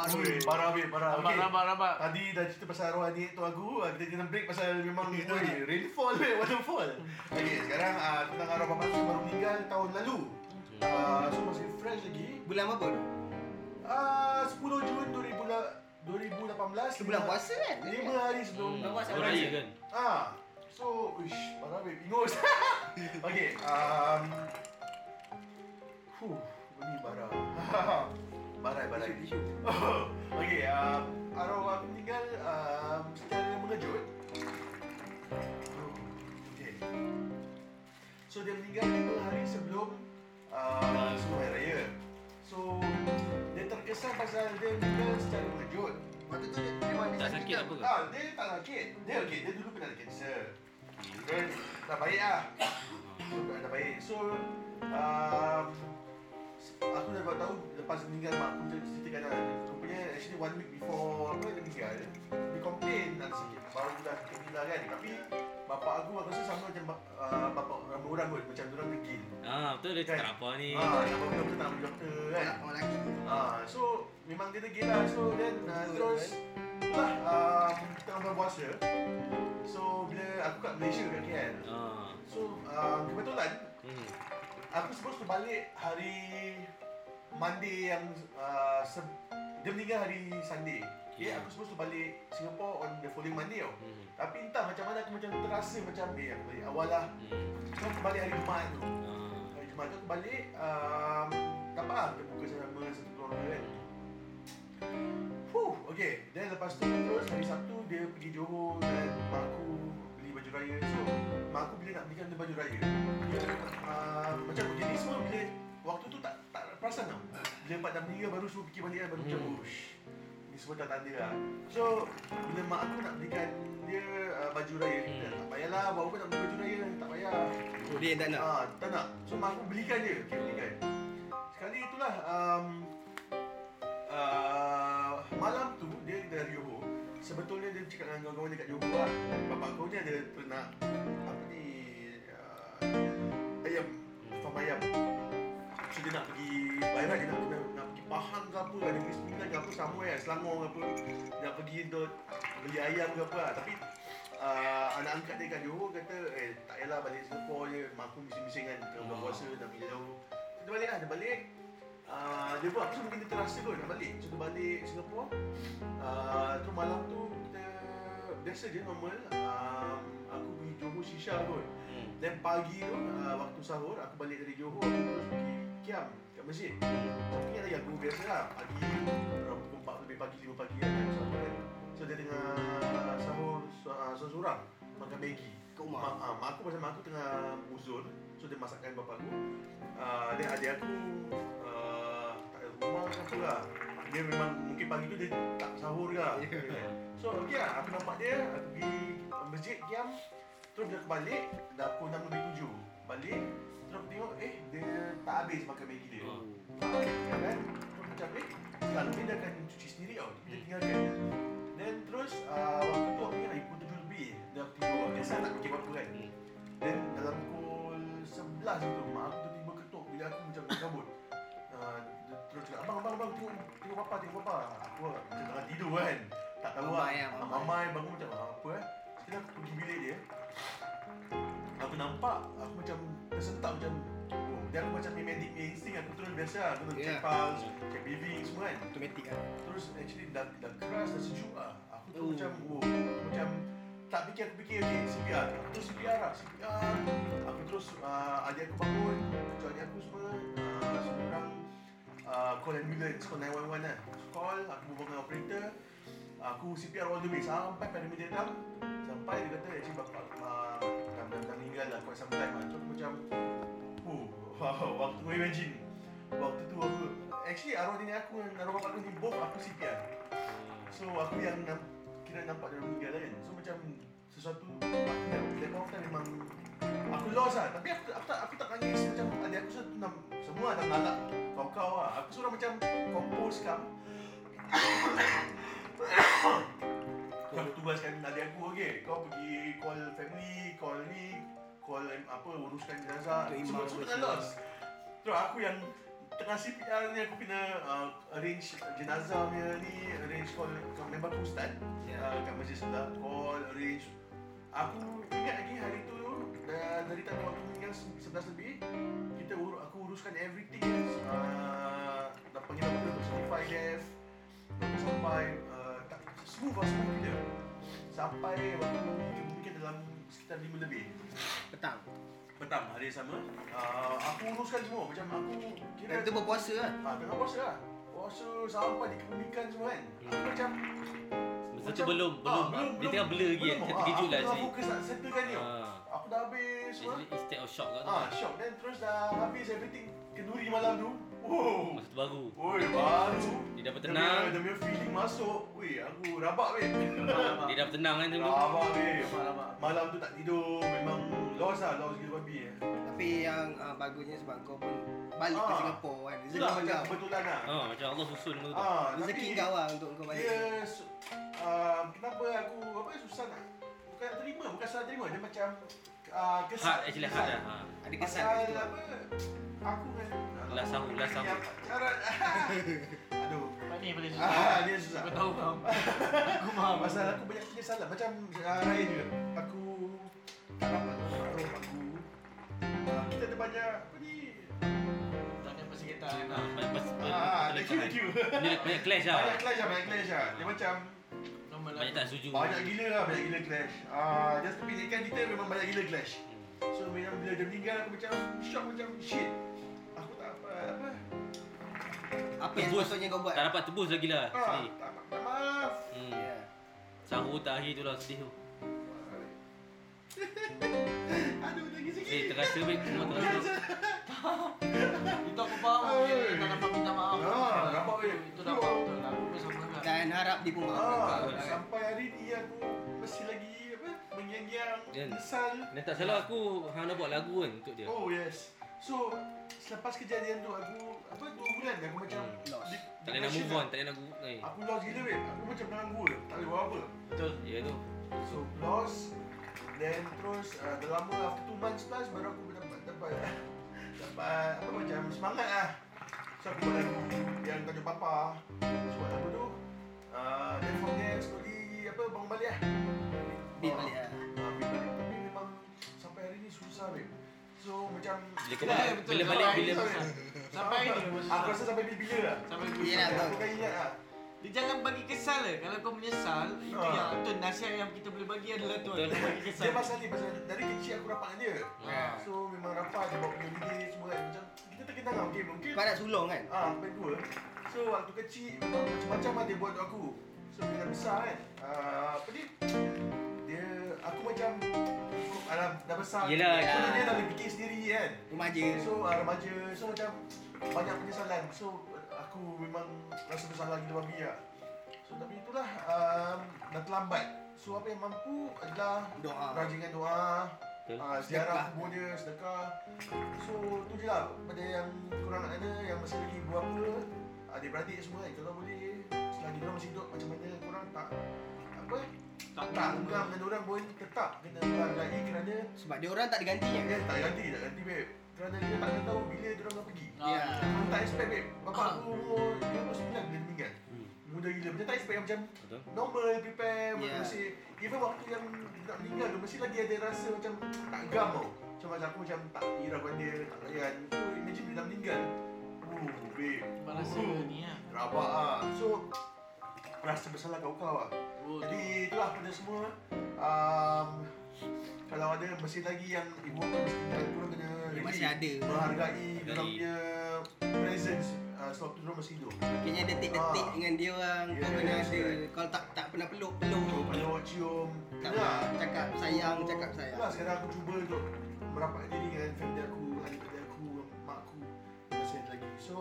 [SPEAKER 3] Aduh.
[SPEAKER 2] Ui, Barang habis, barang
[SPEAKER 1] Rabak,
[SPEAKER 2] Okey.
[SPEAKER 1] rabak, rabak.
[SPEAKER 2] Tadi dah cerita pasal arwah adik tu aku ah, Kita kena break pasal memang Ui, rainfall, weh, waterfall Okay, sekarang ah, tentang arwah bapak aku baru meninggal tahun lalu Ah, So masih fresh lagi
[SPEAKER 3] Bulan apa tu?
[SPEAKER 2] Ah, 10 Jun 2018
[SPEAKER 3] Sebulan puasa kan?
[SPEAKER 2] 5 hari sebelum
[SPEAKER 5] Hmm.
[SPEAKER 4] Bawa
[SPEAKER 5] Kau
[SPEAKER 4] sama
[SPEAKER 5] raya
[SPEAKER 4] rasa.
[SPEAKER 5] kan?
[SPEAKER 2] Ah, so, ish, parah babe, ingus. okay, um, Fuh, bunyi bara. Barai, barai. okay, um, arwah aku tinggal um, secara mengejut. Okay. So, dia meninggal lima hari sebelum uh, Semua Hari Raya. So, dia terkesan pasal dia meninggal secara mengejut.
[SPEAKER 3] Waktu tu dia memang dia
[SPEAKER 5] Tak sakit apa ke?
[SPEAKER 2] Ah, dia tak sakit. Dia okey, dia dulu kena ada kanser. Then dah baik ah. So, dah, dah baik. So um, aku dah dapat tahu lepas meninggal mak aku dia cerita kata rupanya actually one week before apa dia meninggal dia complain ada sakit baru aku dah gila kan tapi bapak aku aku rasa sama macam bap- ah, bapak ramai orang kot macam dia orang degil.
[SPEAKER 5] Ah, betul dia
[SPEAKER 2] Kan?
[SPEAKER 5] tak apa ni.
[SPEAKER 2] Ah, nak pergi doktor tak pergi doktor kan.
[SPEAKER 3] Orang lelaki.
[SPEAKER 2] Ah, so memang dia degil lah So then uh,
[SPEAKER 3] Betul,
[SPEAKER 2] terus Itulah uh, kita orang bulan puasa So bila aku kat Malaysia kat KL
[SPEAKER 5] Ah.
[SPEAKER 2] So uh, kebetulan
[SPEAKER 5] Hmm.
[SPEAKER 2] aku supposed to balik hari Monday yang uh, se- Dia meninggal hari Sunday Yeah,
[SPEAKER 5] Yeah.
[SPEAKER 2] aku supposed to balik Singapore on the following Monday tau
[SPEAKER 5] Hmm.
[SPEAKER 2] Tapi entah macam mana aku macam terasa macam Eh aku balik awal lah
[SPEAKER 5] Hmm.
[SPEAKER 2] So aku balik hari Jumaat tu
[SPEAKER 5] Ah.
[SPEAKER 2] Hari Jumaat tu aku balik um, Tak apa lah, kita buka sama satu keluarga kan Fuh, okay. Then lepas tu terus hari Sabtu dia pergi Johor dan mak aku beli baju raya. So, mak aku bila nak belikan dia baju raya, dia uh, macam okay, ni semua bila waktu tu tak tak perasan tau. Bila empat dah meninggal baru semua fikir balik kan, baru macam ush. Ni semua dah tanda lah. So, bila mak aku nak belikan dia uh, baju raya, dia tak payahlah, bawa pun nak beli baju raya, tak payah.
[SPEAKER 3] Oh, dia yang tak nak.
[SPEAKER 2] Ah, tak nak. So mak aku belikan je. Okay, belikan. Sekali itulah um, uh, malam tu dia dari Johor. Sebetulnya dia cakap dengan kawan-kawan dekat Johor lah. Bapak kau ni ada ternak apa ni uh, ayam, farm ayam. So dia nak pergi Barat dia nak, nak, nak pergi Pahang ke apa Dia pergi Sembilan ke apa Sama kan Selangor ke apa Nak pergi untuk Beli ayam ke apa lah. Tapi uh, Anak angkat dia kat Johor Kata eh tak payahlah balik Singapura je Mak aku bising-bising kan Tengah bulan
[SPEAKER 5] Ah.
[SPEAKER 2] puasa Nak pergi jauh So, Dia balik lah Dia balik uh, Dia pun aku rasa mungkin dia terasa kot Nak balik So dia balik Singapura uh, Tu malam tu Kita Biasa je normal um, Aku pergi Johor Shisha kot
[SPEAKER 5] Hmm.
[SPEAKER 2] dan pagi tu uh, waktu sahur aku balik dari Johor aku terus pergi Kiam kat masjid. Tapi ada yang aku biasa lah pagi orang pukul 4 lebih pagi 5 pagi kan time sahur kan. So dia tengah sahur su- uh, seorang makan Maggi.
[SPEAKER 3] Kat rumah.
[SPEAKER 2] Mak, uh, mak aku pasal mak aku tengah uzur so dia masakkan bapak aku. Uh, dan adik aku uh, tak ada rumah ke apa lah. Dia memang mungkin pagi tu dia tak sahur ke.
[SPEAKER 3] Yeah.
[SPEAKER 2] So okey lah, aku nampak dia, aku pergi masjid Kiam Terus dia balik, dah pukul 6 lebih 7 Balik, terus aku tengok, eh dia tak habis makan Maggi dia
[SPEAKER 5] Ah.
[SPEAKER 2] Ah, Kan, terus macam eh Kalau dia akan cuci sendiri tau, dia
[SPEAKER 5] Hmm.
[SPEAKER 2] tinggalkan Then terus, uh, waktu tu aku ingat lagi pukul 7 lebih Dah aku tidur, biasa tak fikir apa-apa kan
[SPEAKER 5] Hmm.
[SPEAKER 2] Then dalam pukul 11 gitu, mak aku tiba-tiba ketuk bila aku macam kabut uh, dia Terus cakap, abang, abang, abang, tengok, tengok papa, tengok papa Aku macam tengah tidur kan tak tahu
[SPEAKER 3] Mamai
[SPEAKER 2] lah.
[SPEAKER 3] lah, mamai.
[SPEAKER 2] Mamai bangun macam ah, apa eh. Sekali aku pergi bilik dia. Aku nampak aku macam tersentak macam oh, dia aku macam memedik punya insting aku terus biasa lah. aku yeah.
[SPEAKER 3] Yeah.
[SPEAKER 2] check pulse, check BV semua kan.
[SPEAKER 3] Automatik kan.
[SPEAKER 2] Terus actually dah, dah keras dah sejuk lah. Aku tu
[SPEAKER 3] Oh.
[SPEAKER 2] macam oh, aku macam tak fikir aku fikir okay, CPR. Aku terus CPR lah, CPR. Aku terus uh, adik aku bangun, cucu adik aku semua uh, semua ah, orang uh, call ambulance, call 911 lah. Call, aku berbual dengan operator Aku CPR all the way sampai pandemik dia datang Sampai dia kata actually bapak uh, dah, dah, dah meninggal lah quite some time lah Macam macam Oh, wow, waktu kau imagine Waktu tu aku Actually arwah nenek aku dengan arwah bapak aku ni both aku CPR So aku yang nam- kira nampak dia orang meninggal kan So macam sesuatu Aku yang bila kau kan memang Aku lost lah Tapi aku, aku, tak, aku tak nangis Macam adik aku satu nam- Semua tak talak Kau-kau lah Aku suruh macam Compose kam Kau tugaskan adik aku okay Kau pergi call family Call ni Call em, apa Uruskan jenazah Semua
[SPEAKER 3] Untuk imam
[SPEAKER 2] semua tak
[SPEAKER 3] apa semua.
[SPEAKER 2] lost Terus aku yang Tengah CPR ni aku kena uh, Arrange jenazah punya ni Arrange call Kau member aku ustaz uh, Kat masjid sebelah Call arrange Aku ingat lagi hari tu dah, Dari tanda waktu meninggal se- 11 lebih Kita ur, aku uruskan everything uh, Dah panggil aku untuk certify death Sampai uh, tak, Smooth lah semua kita Sampai waktu mungkin, mungkin dalam sekitar 5 lebih
[SPEAKER 3] Petang.
[SPEAKER 2] Petang hari sama uh, Aku uruskan semua Macam aku
[SPEAKER 3] Dan
[SPEAKER 2] kira
[SPEAKER 3] tu berpuasa kan?
[SPEAKER 2] Ah, tengah puasa lah Puasa sampai dikebumikan semua kan Aku macam
[SPEAKER 5] Masa Hmm. tu belum,
[SPEAKER 2] ah,
[SPEAKER 5] belum, dia tengah blur lagi kan. Dia terkejut
[SPEAKER 2] actually. Ah, Aku
[SPEAKER 5] lah actually.
[SPEAKER 2] tengah fokus nak settlekan ni. tau.
[SPEAKER 5] Ah.
[SPEAKER 2] Aku dah habis semua.
[SPEAKER 5] Actually, instead of shock kat tu.
[SPEAKER 2] Ah, syok. Then terus dah habis everything kenduri malam tu. Oh.
[SPEAKER 5] Masa tu baru.
[SPEAKER 2] Oi, baru.
[SPEAKER 5] Dia dapat
[SPEAKER 2] Dia
[SPEAKER 5] tenang.
[SPEAKER 2] punya- Dia punya feeling masuk. Weh, aku rabak weh.
[SPEAKER 5] Dia dapat tenang kan tu.
[SPEAKER 2] Rabak weh. Malam tu tak tidur. Memang lost lah. Lost gila babi. eh.
[SPEAKER 3] Tapi yang ah, bagusnya sebab kau pun balik ke
[SPEAKER 2] Ah.
[SPEAKER 3] Singapura kan. Rezeki
[SPEAKER 2] Itulah macam
[SPEAKER 3] kau.
[SPEAKER 2] kebetulan lah.
[SPEAKER 5] Ah, macam Allah susun kau tu.
[SPEAKER 2] Ah,
[SPEAKER 3] Rezeki
[SPEAKER 2] tapi-
[SPEAKER 3] kau lah untuk kau balik.
[SPEAKER 2] Dia su- uh, kenapa aku apa susah nak bukan nak terima, bukan salah terima. Dia macam uh, kesal.
[SPEAKER 5] Hard actually hard lah. Ha.
[SPEAKER 3] Ada kesan kat
[SPEAKER 2] Pasal
[SPEAKER 3] situ.
[SPEAKER 2] apa? Aku kan
[SPEAKER 5] Lah sahu, lah sahu.
[SPEAKER 2] Yang pacaran. Aduh.
[SPEAKER 1] Tempat ni paling susah.
[SPEAKER 2] Ah, dia susah. Ah,
[SPEAKER 1] Aku tahu faham. Aku faham.
[SPEAKER 2] Pasal aku banyak penyesalan macam uh, Ryan juga. Aku tak dapat tahu aku. Ah, Kita ada banyak apa ni?
[SPEAKER 1] Tak ada pasal kita.
[SPEAKER 5] Ah, pas- pas- pas-
[SPEAKER 2] Ah,
[SPEAKER 5] boleh
[SPEAKER 2] thank you,
[SPEAKER 5] faham.
[SPEAKER 2] thank you.
[SPEAKER 5] Dia banyak clash lah.
[SPEAKER 2] Banyak clash lah, banyak clash lah. Dia macam
[SPEAKER 1] Normal lah.
[SPEAKER 5] Banyak tak setuju.
[SPEAKER 2] Banyak gila lah, banyak gila clash. Ah, just kependekan kita memang banyak gila clash. So memang bila dia meninggal aku macam shock macam shit. Aku tak apa apa.
[SPEAKER 3] Apa yang
[SPEAKER 5] Tebus.
[SPEAKER 3] sepatutnya kau buat?
[SPEAKER 5] Tak dapat tebus lagi lah.
[SPEAKER 2] Ah,
[SPEAKER 5] Sedih.
[SPEAKER 2] tak apa tak maaf.
[SPEAKER 5] Hmm.
[SPEAKER 3] Ya.
[SPEAKER 5] Sahur terakhir tu lah sedih tu.
[SPEAKER 2] Aduh lagi
[SPEAKER 5] Eh,
[SPEAKER 2] sikit.
[SPEAKER 5] terasa baik semua terasa.
[SPEAKER 1] Itu aku faham. Dia tak dapat minta maaf.
[SPEAKER 2] Ah, dapat weh.
[SPEAKER 1] Itu dapat betul. Aku pun sama lah.
[SPEAKER 3] Dan harap dia pun maafkan
[SPEAKER 2] Ah,
[SPEAKER 3] kau. kan?
[SPEAKER 2] sampai hari ni aku masih lagi apa mengiang-ngiang,
[SPEAKER 5] Kan?
[SPEAKER 2] kesal.
[SPEAKER 5] Dan tak salah aku hang nak buat lagu kan untuk dia.
[SPEAKER 2] Oh yes. So selepas kejadian tu aku apa 2 bulan aku macam
[SPEAKER 5] Hmm.
[SPEAKER 2] lost.
[SPEAKER 5] Tak boleh nak move on, tak boleh nak go. Eh.
[SPEAKER 2] Aku lost gila weh. Aku macam mengganggu. Tak boleh buat apa.
[SPEAKER 5] Betul. Ya tu.
[SPEAKER 2] So loss Then terus uh, dah lama lah, after 2 months plus baru aku dapat dapat dapat apa macam semangat lah So aku buat lagu yang tajuk Papa So buat lagu tu uh, Then from there slowly apa bangun balik lah
[SPEAKER 3] Beat balik lah.
[SPEAKER 2] Ah, Beat balik Tapi memang sampai hari ni susah babe So macam
[SPEAKER 5] Bila kau
[SPEAKER 2] Yelah,
[SPEAKER 5] balik,
[SPEAKER 1] betul.
[SPEAKER 5] bila balik, bila
[SPEAKER 1] Sampai-
[SPEAKER 2] Sampai-
[SPEAKER 1] Sampai ni memang susah.
[SPEAKER 2] Aku rasa sampai bila-bila lah
[SPEAKER 1] Sampai
[SPEAKER 3] Yelah,
[SPEAKER 1] bila.
[SPEAKER 3] betul.
[SPEAKER 2] Aku kan ingat lah
[SPEAKER 1] Dia jangan bagi kesal lah. Kalau kau menyesal, itu
[SPEAKER 2] Ah.
[SPEAKER 1] yang tu nasihat yang kita boleh bagi adalah tu.
[SPEAKER 5] Betul.
[SPEAKER 1] Jangan bagi kesal.
[SPEAKER 2] Dia pasal ni pasal dari kecil aku rapat dengan dia.
[SPEAKER 1] Ah.
[SPEAKER 2] So memang rapat dia bawa pergi holiday semua kan. Macam kita terkenal lah okay mungkin.
[SPEAKER 3] Kau nak sulung kan?
[SPEAKER 2] Ah, sampai tua. So waktu kecil memang macam-macam lah dia buat untuk aku. So bila besar kan. Ah, apa ni? Dia aku macam alam dah besar.
[SPEAKER 5] Yelah,
[SPEAKER 2] So,
[SPEAKER 5] yelah.
[SPEAKER 2] Dia dah boleh fikir sendiri kan.
[SPEAKER 3] Remaja.
[SPEAKER 2] So uh, remaja So macam Banyak penyesalan So aku memang Rasa bersalah gila babi lah So tapi itulah um, Dah terlambat So apa yang mampu adalah
[SPEAKER 3] Doa.
[SPEAKER 2] Rajinkan doa
[SPEAKER 5] Betul.
[SPEAKER 2] uh,
[SPEAKER 3] Ah. Sedekah.
[SPEAKER 2] Ziarah kubur dia Sedekah So tu je lah Pada yang kurang nak ada Yang masih lagi buat apa Adik-beradik semua kan Kalau boleh Selagi dia masih hidup Macam mana korang tak Apa eh?
[SPEAKER 1] Tak
[SPEAKER 2] Tak enggang dengan orang pun Tetap kena menghargai kerana
[SPEAKER 3] Sebab dia orang tak ada gantinya
[SPEAKER 2] Dia
[SPEAKER 3] kan?
[SPEAKER 2] tak ganti Tak ganti babe Kerana dia tak akan tahu Bila dia orang akan pergi
[SPEAKER 1] Ah,
[SPEAKER 3] Ya.
[SPEAKER 2] Aku tak expect babe Bapak aku umur 29 bila dia meninggal
[SPEAKER 5] Hmm.
[SPEAKER 2] Muda gila Macam tak expect yang macam
[SPEAKER 5] Betul.
[SPEAKER 2] Normal prepare
[SPEAKER 3] Yeah.
[SPEAKER 2] yeah. Masih Even waktu yang dia nak meninggal tu Masih lagi ada rasa macam Tak gam tau Macam macam aku macam Tak hiraukan dia Tak layan So imagine bila dah meninggal Oh babe
[SPEAKER 1] Sebab rasa
[SPEAKER 2] Oh,
[SPEAKER 1] ni lah.
[SPEAKER 2] Rabak ah So Rasa bersalah kau kau lah
[SPEAKER 1] Oh,
[SPEAKER 2] jadi itulah pada semua um, Kalau ada masih lagi yang ibu bapa mesti tinggal Korang kena
[SPEAKER 3] Masih ada.
[SPEAKER 2] Menghargai
[SPEAKER 5] Hargai.
[SPEAKER 2] Korang punya presence uh, waktu dulu masih hidup.
[SPEAKER 3] Kayaknya detik-detik
[SPEAKER 2] Ah. ya,
[SPEAKER 3] dengan dia orang Kau
[SPEAKER 2] Yes,
[SPEAKER 3] pernah ada
[SPEAKER 2] right.
[SPEAKER 3] Kau tak tak pernah peluk-peluk
[SPEAKER 2] Kau pernah awak cium. Ya.
[SPEAKER 3] Tak
[SPEAKER 2] Nah,
[SPEAKER 3] pernah cakap sayang Cakap sayang
[SPEAKER 2] Itulah sekarang aku cuba untuk merapat diri dengan family aku, adik-adik aku, mak aku masih ada lagi. So,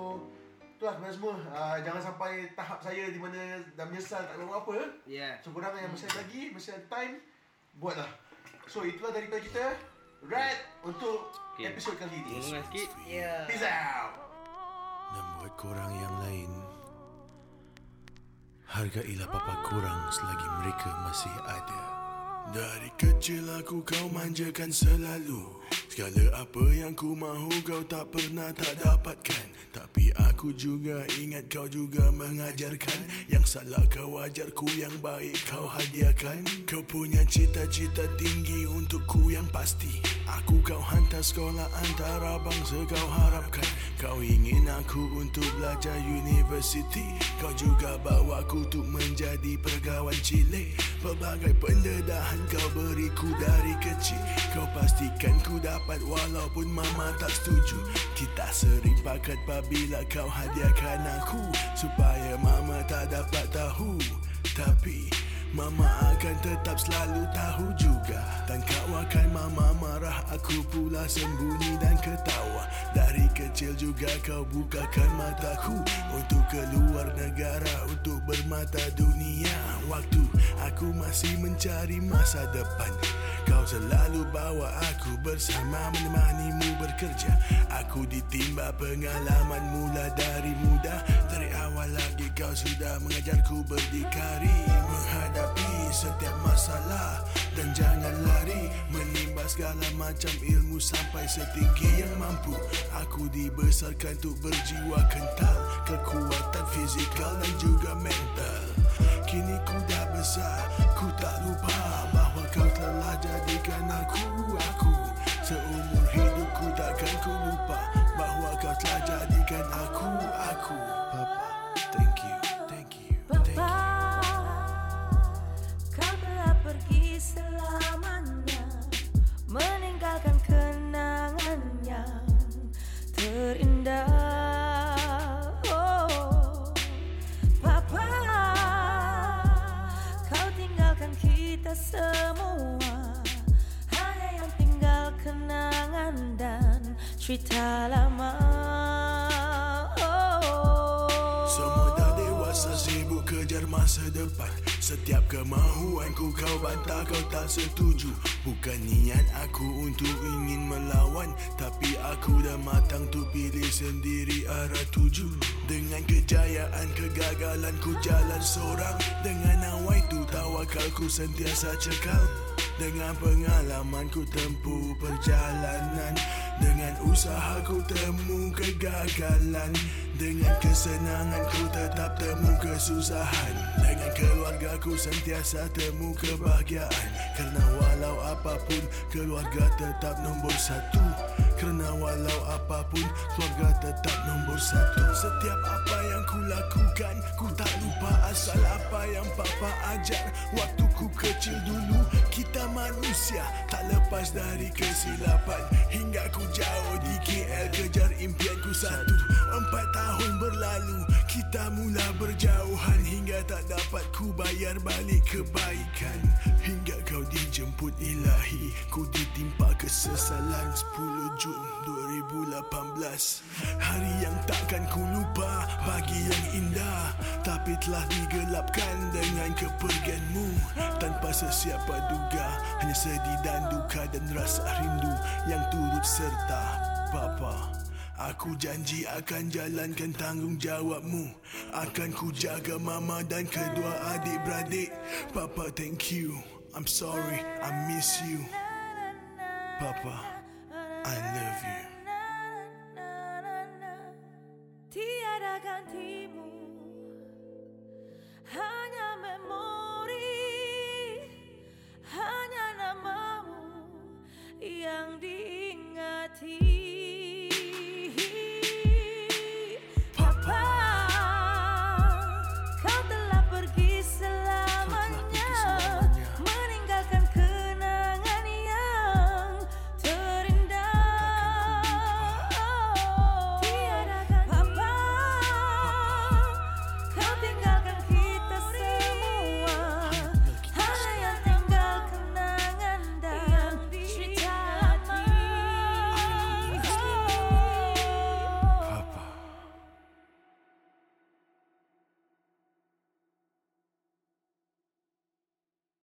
[SPEAKER 2] itulah kepada semua. Uh, jangan sampai tahap saya di mana dah menyesal tak tahu apa.
[SPEAKER 3] Ya
[SPEAKER 2] So, korang yang masih ada lagi, masih ada time, buatlah. So, itulah daripada kita. Red untuk
[SPEAKER 5] Okay.
[SPEAKER 2] episod kali ini.
[SPEAKER 5] Mengenai kan sikit
[SPEAKER 4] Ya.
[SPEAKER 2] Peace out.
[SPEAKER 6] Dan buat korang yang lain Hargailah bapa kurang selagi mereka masih ada Dari kecil aku kau manjakan selalu Segala apa yang ku mahu kau tak pernah tak dapatkan Tapi aku juga ingat kau juga mengajarkan Yang salah kau ajar ku yang baik kau hadiahkan Kau punya cita-cita tinggi untuk ku yang pasti Aku kau hantar sekolah antara bangsa kau harapkan Kau ingin aku untuk belajar universiti Kau juga bawa aku untuk menjadi pergawan cilik Pelbagai pendedahan kau beri ku dari kecil Kau pastikan ku dapat walaupun mama tak setuju Kita sering pakat bila kau hadiahkan aku Supaya mama tak dapat tahu Tapi Mama akan tetap selalu tahu juga Dan kau akan mama marah Aku pula sembunyi dan ketawa Dari kecil juga kau bukakan mataku Untuk keluar negara Untuk bermata dunia Waktu aku masih mencari masa depan Kau selalu bawa aku bersama menemanimu bekerja Aku ditimba pengalaman mula dari muda Dari awal lagi kau sudah mengajarku berdikari Menghadapi setiap masalah Dan jangan lari Menimba segala macam ilmu sampai setinggi yang mampu Aku dibesarkan untuk berjiwa kental Kekuatan fizikal dan juga mental Kini ku dah besar Ku tak lupa bahawa kau telah jadikan aku Aku seumur hidupku takkan ku lupa Bahawa kau telah jadikan aku Aku Papa, thank you, thank you, thank you
[SPEAKER 7] Papa, kau telah pergi selamanya Meninggalkan kenangan yang terindah Oh, Papa, kau tinggalkan kita semua Hanya yang tinggal kenangan dan cerita lama Oh.
[SPEAKER 6] Semua dah dewasa sibuk kejar masa depan Setiap kemahuan ku kau bantah kau tak setuju Bukan niat aku untuk ingin melawan Tapi aku dah matang tu pilih sendiri arah tuju Dengan kejayaan kegagalan ku jalan seorang Dengan awal itu tawakalku sentiasa cekal dengan pengalaman ku tempuh perjalanan Dengan usaha ku temu kegagalan Dengan kesenangan ku tetap temu kesusahan Dengan keluarga ku sentiasa temu kebahagiaan Kerana walau apapun keluarga tetap nombor satu Kerana walau apapun keluarga tetap nombor satu Setiap apa yang ku lakukan ku tak lupa asal apa yang papa ajar Waktu ku kecil dulu Kita manusia Tak lepas dari kesilapan Hingga ku jauh di KL Kejar impian ku satu Empat tahun berlalu Kita mula berjauhan Hingga tak dapat ku bayar balik kebaikan Hingga kau dijemput ilahi Ku ditimpa kesesalan 10 Jun 2018 Hari yang takkan ku lupa Pagi yang indah Tapi telah digelapkan dengan kepergianmu Tanpa sesiapa duga Hanya sedih dan duka dan rasa rindu Yang turut serta Papa Aku janji akan jalankan tanggungjawabmu Akan ku jaga mama dan kedua adik-beradik Papa thank you I'm sorry I miss you Papa I love you